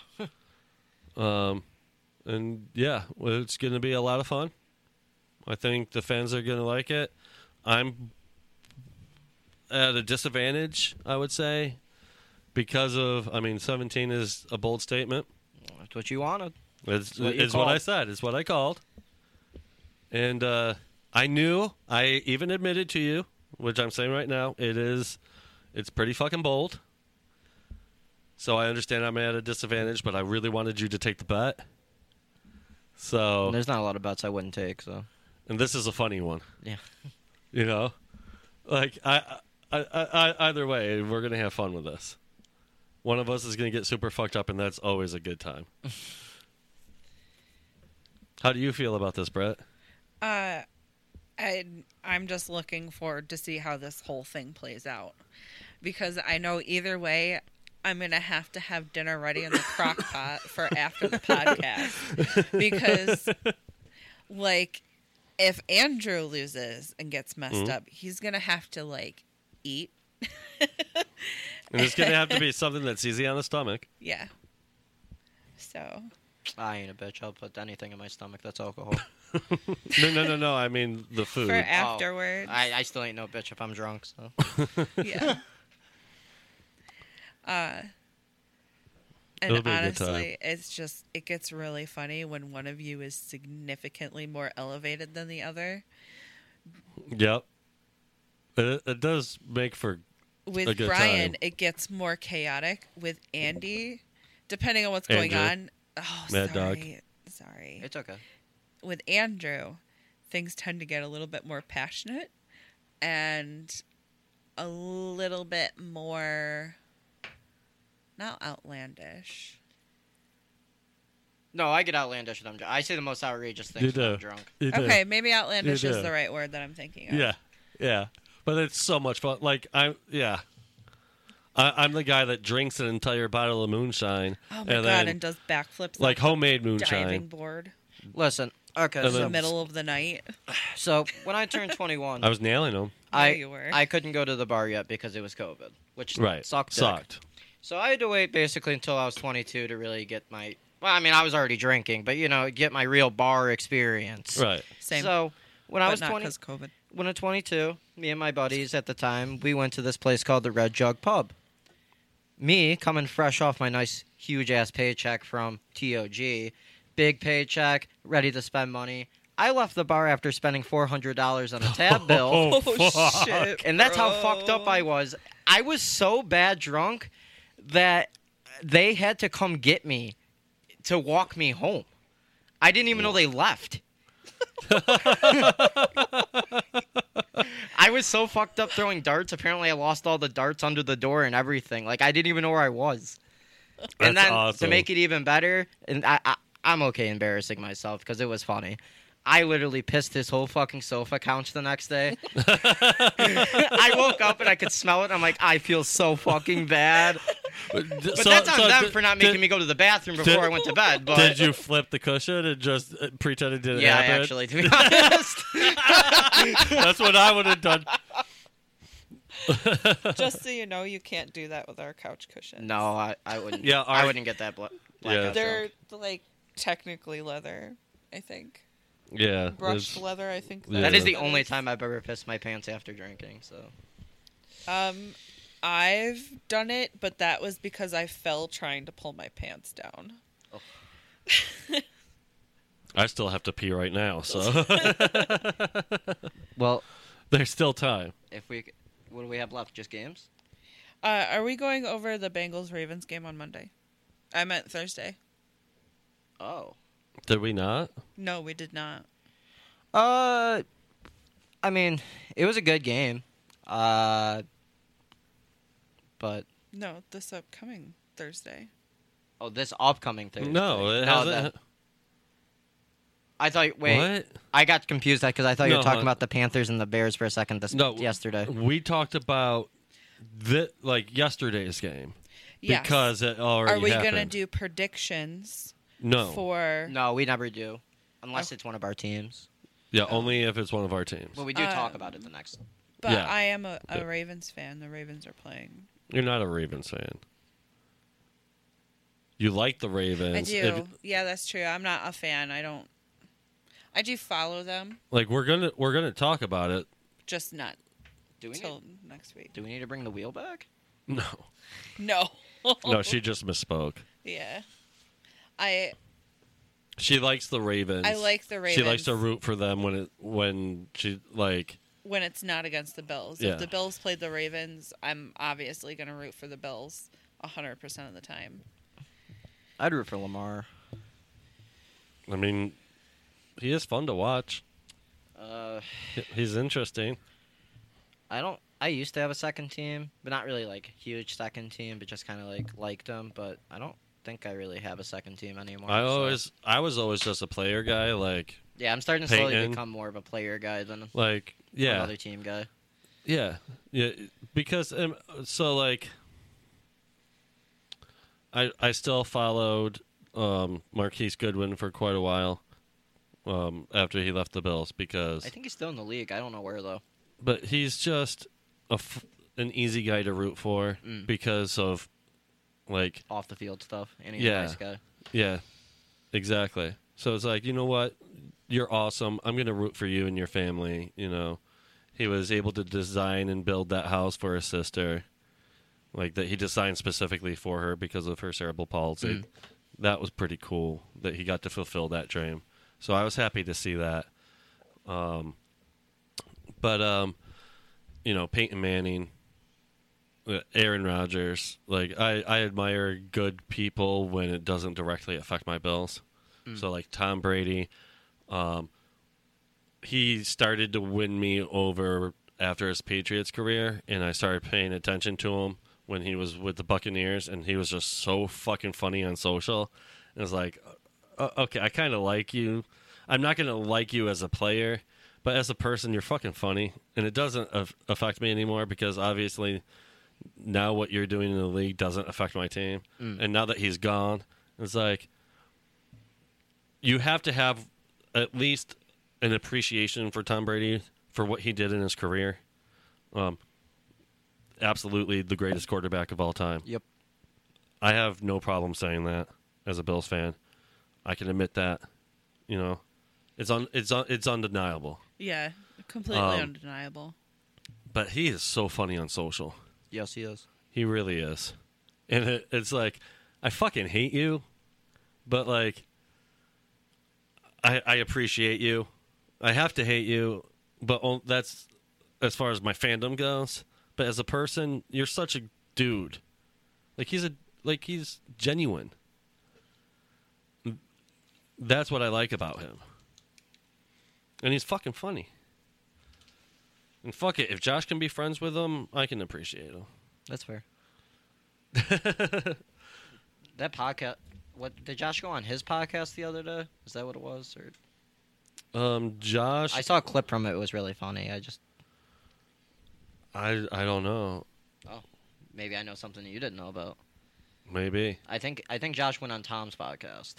[SPEAKER 1] and yeah, well, it's going to be a lot of fun. I think the fans are going to like it. I'm at a disadvantage, I would say, because of I mean, seventeen is a bold statement.
[SPEAKER 5] That's what you wanted.
[SPEAKER 1] It's, it's
[SPEAKER 5] what
[SPEAKER 1] what,
[SPEAKER 5] you
[SPEAKER 1] I
[SPEAKER 5] called.
[SPEAKER 1] said. It's what I called. And uh, I knew. I even admitted to you, which I'm saying right now, it is. It's pretty fucking bold. So I understand I'm at a disadvantage, but I really wanted you to take the bet. So,
[SPEAKER 5] Oh. There's not a lot of bets I wouldn't take, so.
[SPEAKER 1] and this is a funny one.
[SPEAKER 5] Yeah.
[SPEAKER 1] You know, like I, I, I, I either way, we're gonna have fun with this. One of us is gonna get super fucked up, and that's always a good time. How do you feel about this, Brett?
[SPEAKER 8] Uh, I I'm just looking forward to see how this whole thing plays out because I know either way I'm gonna have to have dinner ready in the crock pot for after the podcast because like if Andrew loses and gets messed up, he's gonna have to like eat.
[SPEAKER 1] And it's gonna have to be something that's easy on the stomach.
[SPEAKER 8] Yeah. So
[SPEAKER 5] I ain't a bitch. I'll put anything in my stomach that's alcohol.
[SPEAKER 1] No, no, no, no. I mean the
[SPEAKER 8] for
[SPEAKER 1] food.
[SPEAKER 8] afterwards,
[SPEAKER 5] Oh, I, I still ain't no bitch if I'm drunk, so.
[SPEAKER 8] yeah. Uh, And
[SPEAKER 1] It'll be a good time.
[SPEAKER 8] honestly, it's just it gets really funny when one of you is significantly more elevated than the other.
[SPEAKER 1] Yep. It, it does make for A
[SPEAKER 8] With
[SPEAKER 1] good
[SPEAKER 8] Brian,
[SPEAKER 1] time.
[SPEAKER 8] it gets more chaotic. With Andy, depending on what's going
[SPEAKER 1] Andrew.
[SPEAKER 8] on. Oh,
[SPEAKER 1] Mad dog.
[SPEAKER 8] sorry, sorry.
[SPEAKER 5] It's okay.
[SPEAKER 8] with Andrew, things tend to get a little bit more passionate and a little bit more not outlandish.
[SPEAKER 5] No, I get outlandish when I'm drunk. I say the most outrageous things
[SPEAKER 1] you
[SPEAKER 5] when
[SPEAKER 1] do.
[SPEAKER 5] I'm drunk.
[SPEAKER 1] You do.
[SPEAKER 8] Okay, maybe outlandish
[SPEAKER 1] You
[SPEAKER 8] is
[SPEAKER 1] do.
[SPEAKER 8] the right word that I'm thinking of.
[SPEAKER 1] Yeah. Yeah. But it's so much fun. Like I yeah. I, I'm the guy that drinks an entire bottle of moonshine,
[SPEAKER 8] Oh my
[SPEAKER 1] and
[SPEAKER 8] god,
[SPEAKER 1] then
[SPEAKER 8] and does backflips
[SPEAKER 1] like
[SPEAKER 8] like
[SPEAKER 1] homemade
[SPEAKER 8] diving
[SPEAKER 1] moonshine.
[SPEAKER 8] board
[SPEAKER 5] Listen, okay,
[SPEAKER 1] And
[SPEAKER 8] in the
[SPEAKER 1] then-
[SPEAKER 5] so,
[SPEAKER 8] middle of the night.
[SPEAKER 5] so when I turned 21,
[SPEAKER 1] I was nailing them.
[SPEAKER 8] Yeah,
[SPEAKER 5] I
[SPEAKER 8] you were.
[SPEAKER 5] I couldn't go to the bar yet because it was COVID, which
[SPEAKER 1] Right.
[SPEAKER 5] sucked. dick.
[SPEAKER 1] Sucked.
[SPEAKER 5] So I had to wait basically until I was 22 to really get my. Well, I mean, I was already drinking, but you know, get my real bar experience.
[SPEAKER 1] Right.
[SPEAKER 8] Same.
[SPEAKER 5] So when I
[SPEAKER 8] but
[SPEAKER 5] was
[SPEAKER 8] not
[SPEAKER 5] 20,
[SPEAKER 8] because COVID.
[SPEAKER 5] when I was 22, me and my buddies at the time, we went to this place called the Red Jug Pub. Me coming fresh off my nice huge ass paycheck from TOG, big paycheck, ready to spend money. I left the bar after spending $400 on a tab bill.
[SPEAKER 1] Oh,
[SPEAKER 8] Oh shit!
[SPEAKER 5] And that's how
[SPEAKER 8] bro.
[SPEAKER 5] fucked up I was. I was so bad drunk that they had to come get me to walk me home. I didn't even know they left. I was so fucked up throwing darts. Apparently, I lost all the darts under the door and everything. Like I didn't even know where I was. and
[SPEAKER 1] That's
[SPEAKER 5] then
[SPEAKER 1] awesome.
[SPEAKER 5] to make it even better, and I, I I'm okay embarrassing myself because it was funny. I literally pissed this whole fucking sofa couch the next day. I woke up and I could smell it. I'm like, I feel so fucking bad.
[SPEAKER 1] But, d-
[SPEAKER 5] But
[SPEAKER 1] so-
[SPEAKER 5] that's on
[SPEAKER 1] so
[SPEAKER 5] them
[SPEAKER 1] di-
[SPEAKER 5] for not
[SPEAKER 1] di-
[SPEAKER 5] making me go to the bathroom before
[SPEAKER 1] did-
[SPEAKER 5] I went to bed. But
[SPEAKER 1] Did you flip the cushion and just uh, pretend it didn't
[SPEAKER 5] yeah,
[SPEAKER 1] happen?
[SPEAKER 5] actually, to be honest,
[SPEAKER 1] That's what I would have done.
[SPEAKER 8] Just so you know, you can't do that with our couch cushions.
[SPEAKER 5] no, I, I wouldn't.
[SPEAKER 1] Yeah,
[SPEAKER 5] I
[SPEAKER 1] our-
[SPEAKER 5] wouldn't get that. Bla-
[SPEAKER 1] Yeah.
[SPEAKER 5] blackout
[SPEAKER 8] they're
[SPEAKER 5] drunk.
[SPEAKER 8] like technically leather. I think
[SPEAKER 1] Yeah.
[SPEAKER 8] brushed
[SPEAKER 1] it's-
[SPEAKER 8] leather. I think
[SPEAKER 1] Yeah.
[SPEAKER 5] That is
[SPEAKER 8] what
[SPEAKER 5] the
[SPEAKER 8] it
[SPEAKER 5] only time I've ever pissed my pants after drinking. So
[SPEAKER 8] Um, I've done it, but that was because I fell trying to pull my pants down.
[SPEAKER 1] I still have to pee right now, so
[SPEAKER 5] well,
[SPEAKER 1] there's still time.
[SPEAKER 5] if we, what do we have left? Just games.
[SPEAKER 8] Uh, are we going over the Bengals Ravens game on Monday? I meant Thursday.
[SPEAKER 5] Oh.
[SPEAKER 1] Did we not?
[SPEAKER 8] No, we did not.
[SPEAKER 5] Uh, I mean, it was a good game. Uh, but
[SPEAKER 8] No, this upcoming Thursday.
[SPEAKER 5] oh, this upcoming Thursday.
[SPEAKER 1] No, it
[SPEAKER 5] that-
[SPEAKER 1] hasn't.
[SPEAKER 5] I thought. Wait,
[SPEAKER 1] What?
[SPEAKER 5] I got confused because I thought you
[SPEAKER 1] No,
[SPEAKER 5] were talking
[SPEAKER 1] huh.
[SPEAKER 5] about the Panthers and the Bears for a second. This
[SPEAKER 1] No,
[SPEAKER 5] yesterday.
[SPEAKER 1] we talked about the like yesterday's game
[SPEAKER 8] Yes.
[SPEAKER 1] because it already.
[SPEAKER 8] are we
[SPEAKER 1] happened.
[SPEAKER 8] gonna do predictions
[SPEAKER 1] no?
[SPEAKER 8] for?
[SPEAKER 5] No, we never do, unless it's one of our teams.
[SPEAKER 1] yeah, only if it's one of our teams.
[SPEAKER 5] Well, we do talk
[SPEAKER 1] Uh,
[SPEAKER 8] Um,
[SPEAKER 5] about it the next.
[SPEAKER 8] But
[SPEAKER 1] yeah.
[SPEAKER 8] I am a,
[SPEAKER 1] Yeah.
[SPEAKER 8] a Ravens fan. The Ravens are playing.
[SPEAKER 1] You're not a Ravens fan. You like the Ravens.
[SPEAKER 8] I do.
[SPEAKER 1] If-
[SPEAKER 8] yeah, that's true. I'm not a fan. I don't. I do follow them,
[SPEAKER 1] like we're gonna we're gonna talk about it.
[SPEAKER 8] just not
[SPEAKER 5] Do we?
[SPEAKER 8] till
[SPEAKER 5] Need,
[SPEAKER 8] next week.
[SPEAKER 5] do we need to bring the wheel back?
[SPEAKER 1] No,
[SPEAKER 8] No.
[SPEAKER 1] no, she just misspoke.
[SPEAKER 8] Yeah. I
[SPEAKER 1] She likes the Ravens.
[SPEAKER 8] I like the
[SPEAKER 1] She likes
[SPEAKER 8] Ravens.
[SPEAKER 1] to root for them when it when she like
[SPEAKER 8] when it's not against the Bills.
[SPEAKER 1] Yeah.
[SPEAKER 8] If the Bills played the Ravens, I'm obviously going to root for the Bills 100% of the time.
[SPEAKER 5] I'd root for Lamar.
[SPEAKER 1] I mean, he is fun to watch.
[SPEAKER 5] Uh,
[SPEAKER 1] He- He's interesting.
[SPEAKER 5] I don't. I used to have a second team, but not really like huge second team, but just kind of like liked them. But I don't think I really have a second team anymore.
[SPEAKER 1] I
[SPEAKER 5] so-
[SPEAKER 1] always, I was always just a player guy. Like,
[SPEAKER 5] Yeah, I'm starting to slowly
[SPEAKER 1] Peyton.
[SPEAKER 5] become more of a player guy than
[SPEAKER 1] like, yeah,
[SPEAKER 5] another team guy.
[SPEAKER 1] yeah, yeah. Because um, so like, I I still followed um, Marquise Goodwin for quite a while um, after he left the Bills because,
[SPEAKER 5] I think he's still in the league. I don't know where though.
[SPEAKER 1] but he's just a f- an easy guy to root for
[SPEAKER 5] Mm.
[SPEAKER 1] because of like
[SPEAKER 5] Off the field stuff, and he's
[SPEAKER 1] Yeah.
[SPEAKER 5] a nice guy.
[SPEAKER 1] Yeah, exactly. So it's like, you know what? You're awesome. I'm going to root for you and your family. You know, he was able to design and build that house for his sister. like that he designed specifically for her because of her cerebral palsy. That was pretty cool that he got to fulfill that dream. So I was happy to see that. Um, but um, you know, Peyton Manning, uh, Aaron Rodgers, like I I admire good people when it doesn't directly affect my bills. So like Tom Brady, um, he started to win me over after his Patriots career, and I started paying attention to him when he was with the Buccaneers, and he was just so fucking funny on social. And it's like, uh, okay, I kind of like you. I'm not gonna like you as a player, but as a person, you're fucking funny, and it doesn't af- affect me anymore because obviously now what you're doing in the league doesn't affect my team. And now that he's gone, it's like you have to have at least an appreciation for Tom Brady for what he did in his career. Um, absolutely the greatest quarterback of all time.
[SPEAKER 7] Yep.
[SPEAKER 1] I have no problem saying that as a Bills fan. I can admit that. You know, it's on it's on it's undeniable.
[SPEAKER 8] Yeah, completely
[SPEAKER 1] Um,
[SPEAKER 8] undeniable.
[SPEAKER 1] But he is so funny on social.
[SPEAKER 7] Yes, he is.
[SPEAKER 1] He really is. And it, it's like, I fucking hate you, but like, I, I appreciate you. I have to hate you, but on- that's as far as my fandom goes. But as a person, you're such a dude. Like he's a like he's genuine. That's what I like about him. And he's fucking funny. And fuck it, if Josh can be friends with him, I can appreciate him.
[SPEAKER 5] That's fair. that podcast. What did Josh go on his podcast the other day? Is that what it was? Or
[SPEAKER 1] Um, Josh,
[SPEAKER 5] I
[SPEAKER 1] I,
[SPEAKER 5] saw a clip from it. It was really funny. I just
[SPEAKER 1] I, don't know.
[SPEAKER 5] maybe I know something that you didn't know about.
[SPEAKER 1] Maybe.
[SPEAKER 5] I think I think Josh went on Tom's podcast,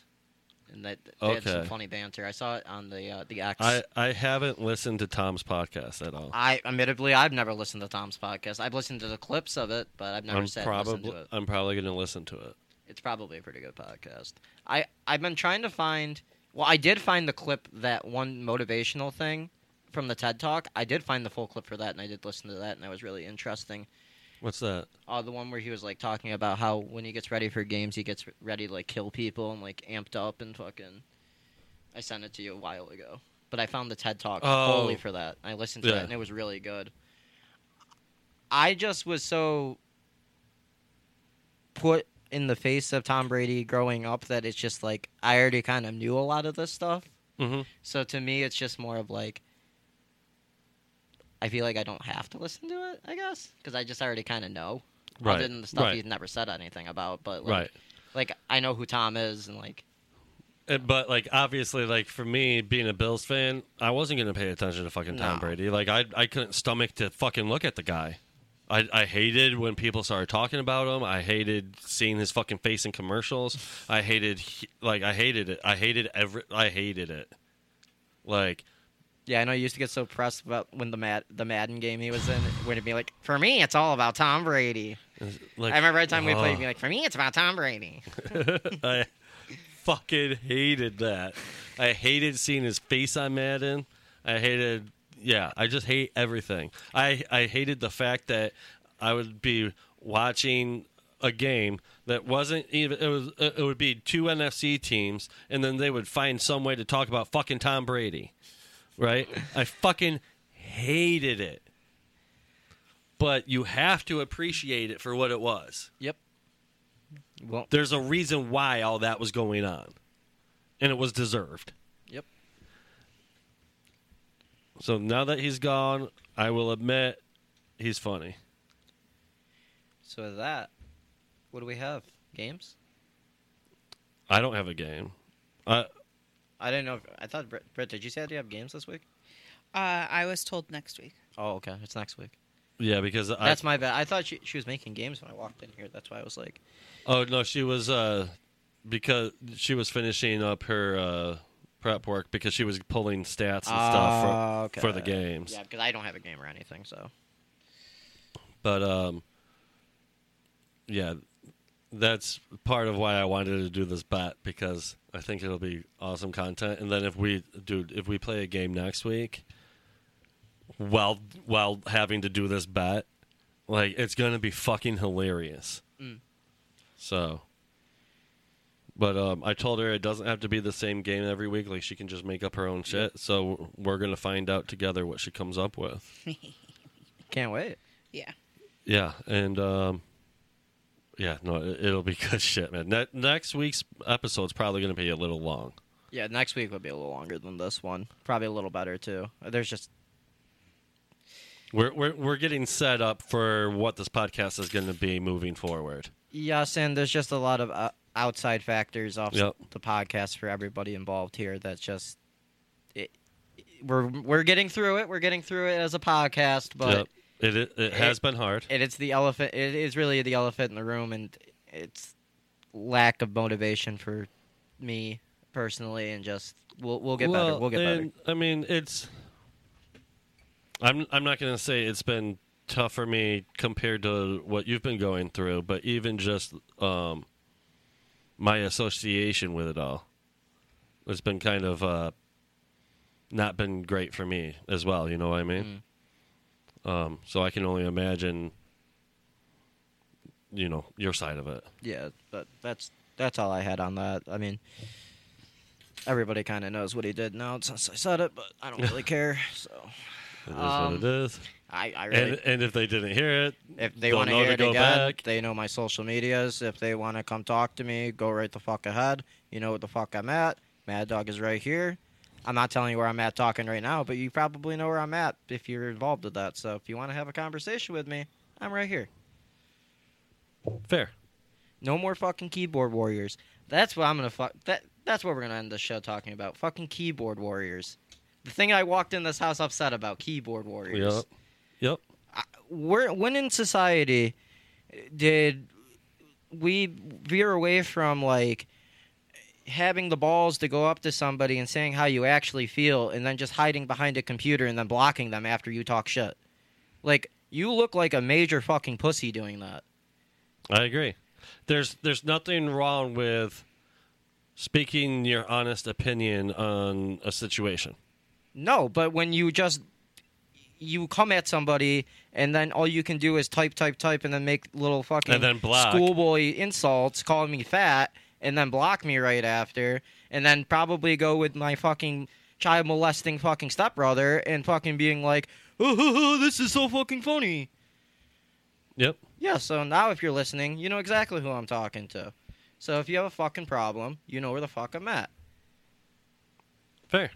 [SPEAKER 5] and that they had some
[SPEAKER 1] Okay.
[SPEAKER 5] funny banter. I saw it on the uh, the X.
[SPEAKER 1] I, I haven't listened to Tom's podcast at all.
[SPEAKER 5] I admittedly I've never listened to Tom's podcast. I've listened to the clips of it, but I've never
[SPEAKER 1] I'm
[SPEAKER 5] said listened
[SPEAKER 1] probably
[SPEAKER 5] to it.
[SPEAKER 1] I'm probably going to listen to it.
[SPEAKER 5] It's probably a pretty good podcast. I I've been trying to find. Well, I did find the clip that one motivational thing from the TED Talk. I did find the full clip for that, and I did listen to that, and that was really interesting.
[SPEAKER 1] What's that?
[SPEAKER 5] Uh, the one where he was like talking about how when he gets ready for games, he gets ready to like kill people and like amped up and fucking. I sent it to you a while ago, but I found the TED Talk
[SPEAKER 1] Oh.
[SPEAKER 5] only for that. I listened to
[SPEAKER 1] Yeah.
[SPEAKER 5] that and it was really good. I just was so put in the face of Tom Brady growing up that it's just like I already kind of knew a lot of this stuff.
[SPEAKER 1] Mm-hmm.
[SPEAKER 5] So to me, it's just more of like I feel like I don't have to listen to it, I guess, because I just already kind of know.
[SPEAKER 1] Right.
[SPEAKER 5] Other than the stuff
[SPEAKER 1] right.
[SPEAKER 5] he's never said anything about, but like,
[SPEAKER 1] right.
[SPEAKER 5] like I know who Tom is, and like
[SPEAKER 1] And- Uh, but like obviously, like for me being a Bills fan, I wasn't going to pay attention to fucking Tom
[SPEAKER 5] No.
[SPEAKER 1] Brady. Like I I couldn't stomach to fucking look at the guy. I, I hated when people started talking about him. I hated seeing his fucking face in commercials. I hated he- like I hated it. I hated every. I hated it. Like
[SPEAKER 5] yeah, I know you used to get so pressed about when the Mad the Madden game he was in, when it'd be like, for me, it's all about Tom Brady.
[SPEAKER 1] like
[SPEAKER 5] I remember every time we played,
[SPEAKER 1] oh.
[SPEAKER 5] you'd be like, for me, it's about Tom Brady.
[SPEAKER 1] I fucking hated that. I hated seeing his face on Madden. I hated, yeah, I just hate everything. I, I hated the fact that I would be watching a game that wasn't even it was it would be two NFC teams and then they would find some way to talk about fucking Tom Brady. Right? I fucking hated it. But you have to appreciate it for what it was
[SPEAKER 7] Yep.
[SPEAKER 1] there's a reason why all that was going on, and it was deserved.
[SPEAKER 7] Yep.
[SPEAKER 1] So now that he's gone, I will admit he's funny.
[SPEAKER 5] So with that, what do we have? Games?
[SPEAKER 1] I don't have a game. I
[SPEAKER 5] I didn't know. If, I thought Britt, Britt, did you say that you have games this week?
[SPEAKER 8] Uh, I was told next week.
[SPEAKER 5] Oh, okay, it's next week.
[SPEAKER 1] yeah, because
[SPEAKER 5] That's
[SPEAKER 1] I
[SPEAKER 5] my bad. I thought she, she was making games when I walked in here. That's why I was like,
[SPEAKER 1] oh no, she was uh because she was finishing up her uh prep work because she was pulling stats and stuff for,
[SPEAKER 5] Ah, okay.
[SPEAKER 1] for the games.
[SPEAKER 5] yeah, because I don't have a game or anything. So
[SPEAKER 1] But um, yeah, that's part of why I wanted to do this bet because I think it'll be awesome content. And then if we dude, if we play a game next week, while while having to do this bet, Like it's gonna be fucking hilarious. So, but um, I told her it doesn't have to be the same game every week. Like she can just make up her own shit. So we're gonna find out together what she comes up with.
[SPEAKER 5] Can't wait.
[SPEAKER 8] Yeah.
[SPEAKER 1] Yeah, and um, yeah, no, it, it'll be good shit, man. Ne- next week's episode's probably gonna be a little long.
[SPEAKER 5] Yeah, next week will be a little longer than this one. Probably a little better too. There's just
[SPEAKER 1] We're we're we're getting set up for what this podcast is gonna be moving forward.
[SPEAKER 5] yes, and there's just a lot of uh, outside factors off
[SPEAKER 1] Yep.
[SPEAKER 5] the podcast for everybody involved here. That's just it, we're we're getting through it. We're getting through it as a podcast, but
[SPEAKER 1] Yep. It, it it has been hard.
[SPEAKER 5] and it's the elephant. It is really the elephant in the room, and it's lack of motivation for me personally, and just we'll we'll get better. We'll get better.
[SPEAKER 1] and, I mean, it's. I'm I'm not gonna say it's been tough for me compared to what you've been going through, but even just um, my association with it all, it's been kind of uh, not been great for me as well. You know what I mean? Um, so I can only imagine, you know, your side of it.
[SPEAKER 5] Yeah, but that's that's all I had on that. I mean, everybody kind of knows what he did now since I said it, but I don't really care. So
[SPEAKER 1] It is
[SPEAKER 5] Um,
[SPEAKER 1] what it is.
[SPEAKER 5] I, I really,
[SPEAKER 1] And and if they didn't hear it,
[SPEAKER 5] if they
[SPEAKER 1] they'll
[SPEAKER 5] want to
[SPEAKER 1] know
[SPEAKER 5] hear it
[SPEAKER 1] go
[SPEAKER 5] again,
[SPEAKER 1] back.
[SPEAKER 5] they know my social medias. If they want to come talk to me, go right the fuck ahead. You know what the fuck I'm at. Mad Dog is right here. I'm not telling you where I'm at talking right now, but you probably know where I'm at if you're involved with that. So if you want to have a conversation with me, I'm right here.
[SPEAKER 1] fair.
[SPEAKER 5] No more fucking keyboard warriors. That's what I'm gonna fuck. That that's what we're gonna end the show talking about. Fucking keyboard warriors. The thing I walked in this house upset about keyboard warriors.
[SPEAKER 1] Yep. Yep.
[SPEAKER 5] Where when in society did we veer away from like having the balls to go up to somebody and saying how you actually feel, and then just hiding behind a computer and then blocking them after you talk shit? Like you look like a major fucking pussy doing that.
[SPEAKER 1] I agree. There's there's nothing wrong with speaking your honest opinion on a situation.
[SPEAKER 5] No, but when you just you come at somebody and then all you can do is type, type, type, and then make little fucking
[SPEAKER 1] And then block.
[SPEAKER 5] schoolboy insults, call me fat, and then block me right after, and then probably go with my fucking child molesting fucking stepbrother and fucking being like, oh, this is so fucking funny.
[SPEAKER 1] Yep.
[SPEAKER 5] Yeah, so now if you're listening, you know exactly who I'm talking to. So if you have a fucking problem, you know where the fuck I'm at.
[SPEAKER 1] Fair.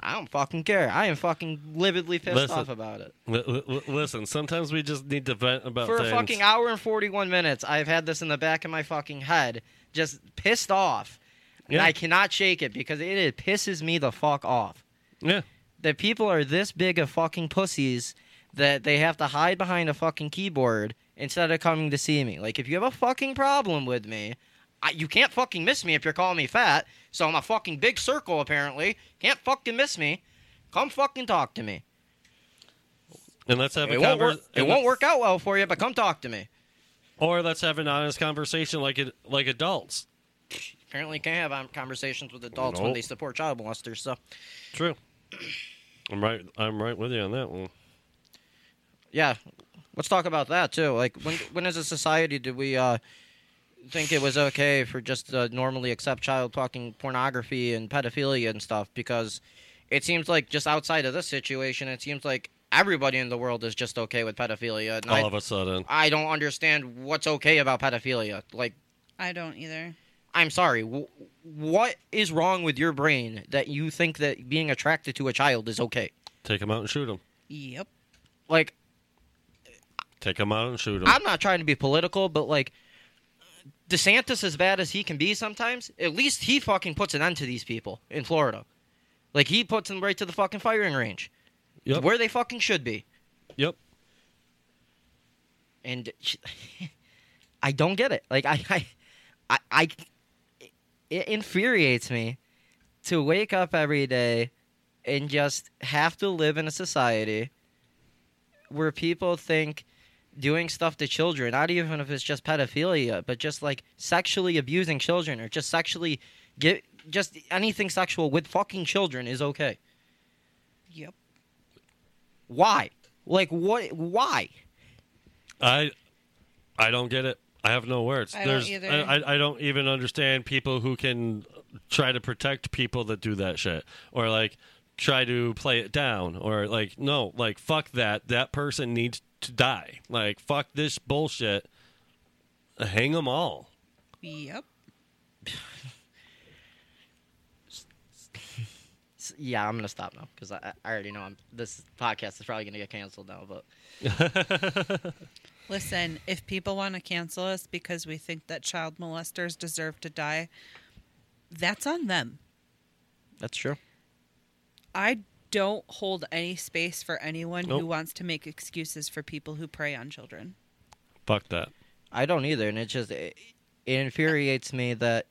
[SPEAKER 5] I don't fucking care. I am fucking lividly pissed
[SPEAKER 1] Listen.
[SPEAKER 5] off about it.
[SPEAKER 1] L- l- l- listen, sometimes we just need to vent about
[SPEAKER 5] for
[SPEAKER 1] things.
[SPEAKER 5] a fucking hour and 41 minutes i've had this in the back of my fucking head just pissed off and
[SPEAKER 1] Yeah.
[SPEAKER 5] i cannot shake it because it, it pisses me the fuck off
[SPEAKER 1] yeah.
[SPEAKER 5] that people are this big of fucking pussies that they have to hide behind a fucking keyboard instead of coming to see me like if you have a fucking problem with me I, you can't fucking miss me if you're calling me fat so i'm a fucking big circle apparently can't fucking miss me come fucking talk to me
[SPEAKER 1] And let's have
[SPEAKER 5] it
[SPEAKER 1] a
[SPEAKER 5] won't, work, it
[SPEAKER 1] conversation.
[SPEAKER 5] won't work out well for you but come talk to me
[SPEAKER 1] Or let's have an honest conversation like it, like adults.
[SPEAKER 5] apparently can't have um, conversations with adults when
[SPEAKER 1] Nope.
[SPEAKER 5] they support child molesters. So
[SPEAKER 1] True. I'm right. I'm right with you on that one.
[SPEAKER 5] yeah, let's talk about that too. Like when when as a society did we uh, think it was okay for just uh, normally accept child fucking pornography and pedophilia and stuff? Because it seems like just outside of this situation, it seems like everybody in the world is just okay with pedophilia. And
[SPEAKER 1] All
[SPEAKER 5] I,
[SPEAKER 1] of a sudden,
[SPEAKER 5] I don't understand what's okay about pedophilia. Like
[SPEAKER 8] I don't either.
[SPEAKER 5] I'm sorry. W- what is wrong with your brain that you think that being attracted to a child is okay?
[SPEAKER 1] take them out and shoot them.
[SPEAKER 8] Yep.
[SPEAKER 5] Like
[SPEAKER 1] Take them out and shoot them.
[SPEAKER 5] I'm not trying to be political, but like DeSantis, as bad as he can be sometimes, at least he fucking puts an end to these people in Florida. Like he puts them right to the fucking firing range,
[SPEAKER 1] Yep.
[SPEAKER 5] where they fucking should be.
[SPEAKER 1] Yep.
[SPEAKER 5] And I don't get it. Like I, I, I, I it infuriates me to wake up every day and just have to live in a society where people think doing stuff to children, not even if it's just pedophilia, but just like sexually abusing children or just sexually get just anything sexual with fucking children is okay.
[SPEAKER 8] Yep.
[SPEAKER 5] Why? Like what why?
[SPEAKER 1] I I don't get it. I have no words.
[SPEAKER 8] I don't
[SPEAKER 1] There's
[SPEAKER 8] either.
[SPEAKER 1] I, I- I don't even understand people who can try to protect people that do that shit or like try to play it down or like no, like fuck that. That person needs to die. Like fuck this bullshit. Hang them all.
[SPEAKER 8] Yep.
[SPEAKER 5] S- Yeah, I'm gonna stop now because I, I already know I'm, this podcast is probably gonna get canceled now. But
[SPEAKER 8] Listen, if people want to cancel us because we think that child molesters deserve to die, that's on them.
[SPEAKER 5] that's true.
[SPEAKER 8] I don't hold any space for anyone
[SPEAKER 1] Nope.
[SPEAKER 8] who wants to make excuses for people who prey on children.
[SPEAKER 1] Fuck that.
[SPEAKER 5] I don't either, and it just it, it infuriates me that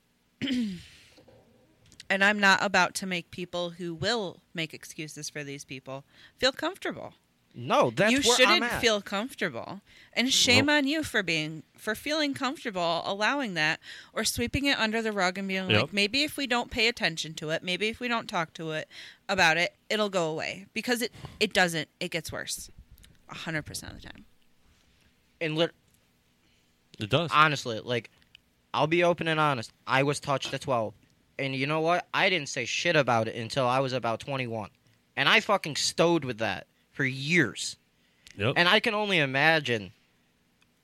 [SPEAKER 8] And I'm not about to make people who will make excuses for these people feel comfortable.
[SPEAKER 5] no, that's
[SPEAKER 8] you
[SPEAKER 5] where
[SPEAKER 8] shouldn't
[SPEAKER 5] I'm at.
[SPEAKER 8] feel comfortable. And shame on you for being for feeling comfortable allowing that or sweeping it under the rug and being
[SPEAKER 1] Yep.
[SPEAKER 8] like maybe if we don't pay attention to it, maybe if we don't talk to it about it, it'll go away because it it doesn't. It gets worse. 100% of the time.
[SPEAKER 5] and lit-
[SPEAKER 1] It does.
[SPEAKER 5] honestly, like, I'll be open and honest. I was touched at 12. And you know what? I didn't say shit about it until I was about 21. And I fucking stowed with that for years.
[SPEAKER 1] yep.
[SPEAKER 5] And I can only imagine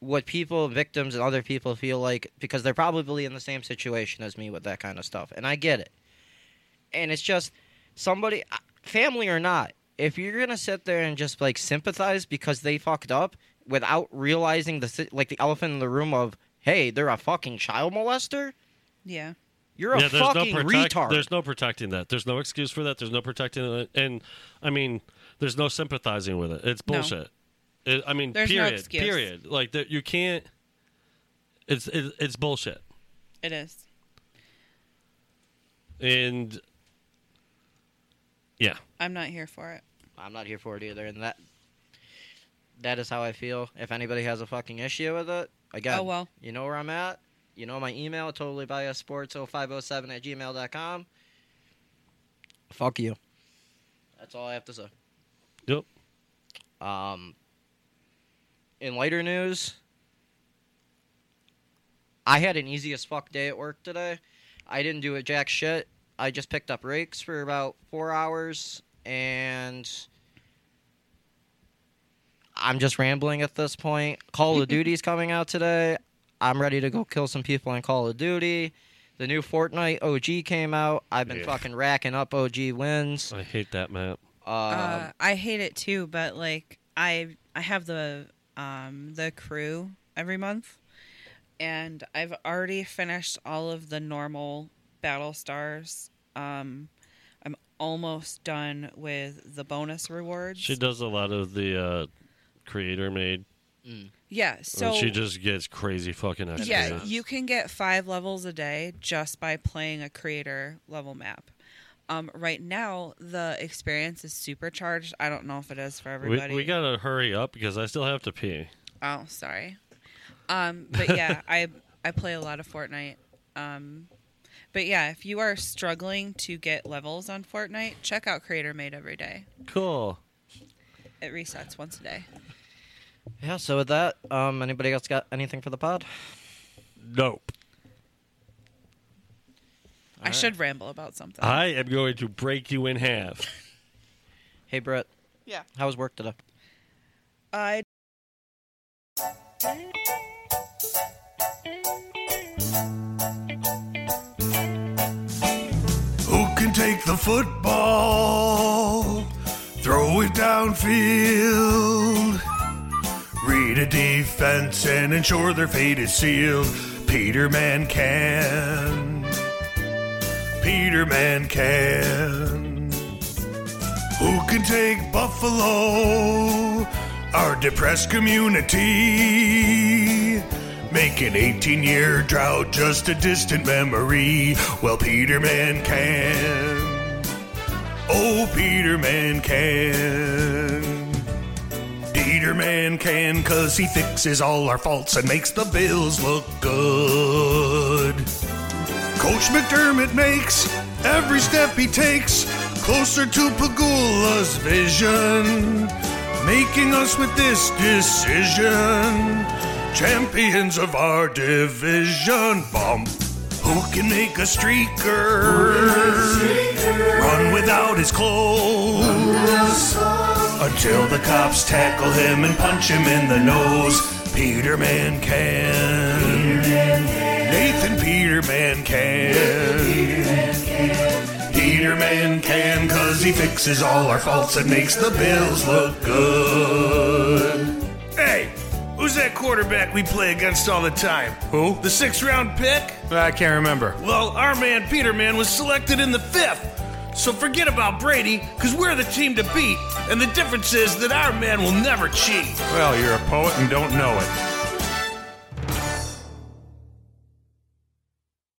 [SPEAKER 5] what people, victims, and other people feel like because they're probably in the same situation as me with that kind of stuff. And I get it. And it's just somebody, uh, family or not, if you're going to sit there and just like sympathize because they fucked up without realizing the, si- like the elephant in the room of, hey, they're a fucking child molester,
[SPEAKER 8] Yeah.
[SPEAKER 5] you're a
[SPEAKER 1] yeah, there's
[SPEAKER 5] fucking
[SPEAKER 1] no protect-
[SPEAKER 5] retard.
[SPEAKER 1] There's no protecting that. There's no excuse for that. There's no protecting it. And I mean, there's no sympathizing with it. It's
[SPEAKER 8] No.
[SPEAKER 1] bullshit. It- I mean,
[SPEAKER 8] There's no
[SPEAKER 1] period.
[SPEAKER 8] excuse.
[SPEAKER 1] Period. Like that, you can't. It's it, it's bullshit.
[SPEAKER 8] It is.
[SPEAKER 1] And yeah,
[SPEAKER 8] I'm not here for it.
[SPEAKER 5] I'm not here for it either. And that, that is how I feel. If anybody has a fucking issue with it, again,
[SPEAKER 8] Oh, well.
[SPEAKER 5] you know where I'm at. You know my email, totally sports oh, 0507 at gmail.com. Fuck you. That's all I have to say.
[SPEAKER 1] yep.
[SPEAKER 5] Um, in lighter news, I had an easy as fuck day at work today. I didn't do a jack shit. I just picked up rakes for about four hours, and I'm just rambling at this point. Call of Duty's coming out today. I'm ready to go kill some people in Call of Duty. The new Fortnite OG came out. I've been
[SPEAKER 1] Yeah.
[SPEAKER 5] fucking racking up OG wins.
[SPEAKER 1] I hate that map. Um,
[SPEAKER 5] Uh,
[SPEAKER 8] Uh, I hate it too, but like I I have the um the crew every month and I've already finished all of the normal battle stars. Um I'm almost done with the bonus rewards.
[SPEAKER 1] She does a lot of the uh, creator made.
[SPEAKER 8] yeah, so
[SPEAKER 1] and she just gets crazy fucking XP.
[SPEAKER 8] yeah, you can get five levels a day just by playing a creator level map. Um, right now, the experience is supercharged. I don't know if it is for
[SPEAKER 1] we,
[SPEAKER 8] everybody.
[SPEAKER 1] we gotta hurry up because I still have to pee.
[SPEAKER 8] Oh, sorry. Um, but yeah, I I play a lot of Fortnite. Um, but yeah, if you are struggling to get levels on Fortnite, check out Creator Made every day.
[SPEAKER 1] Cool.
[SPEAKER 8] It resets once a day.
[SPEAKER 5] Yeah, so with that, um, anybody else got anything for the pod?
[SPEAKER 1] Nope.
[SPEAKER 8] I should ramble about something.
[SPEAKER 1] I am going to break you in half.
[SPEAKER 5] Hey, Brett,
[SPEAKER 8] yeah.
[SPEAKER 5] how was work today?
[SPEAKER 8] I
[SPEAKER 9] Who can take the football? Throw it downfield. Read a defense and ensure their fate is sealed. Peterman can. Peterman can. Who can take Buffalo? Our depressed community. Make an 18 year drought just a distant memory. Well, Peterman can. Oh, Peterman can. Peterman can, cause he fixes all our faults and makes the Bills look good. Coach McDermott makes every step he takes closer to Pagula's vision. making us with this decision. Champions of our division. Bump. Who can make a streaker run without his clothes? Until the cops tackle him and punch him in the nose. Peterman can. Nathan Peterman can. Peterman can, cause he fixes all our faults and makes the Bills look good. Hey, who's that quarterback we play against all the time? Who? Uh, The sixth round pick? I can't remember. Well, our man Peterman was selected in the fifth. So forget about Brady, because we're the team to beat, and the difference is that our man will never cheat. Well, you're a poet and don't know it.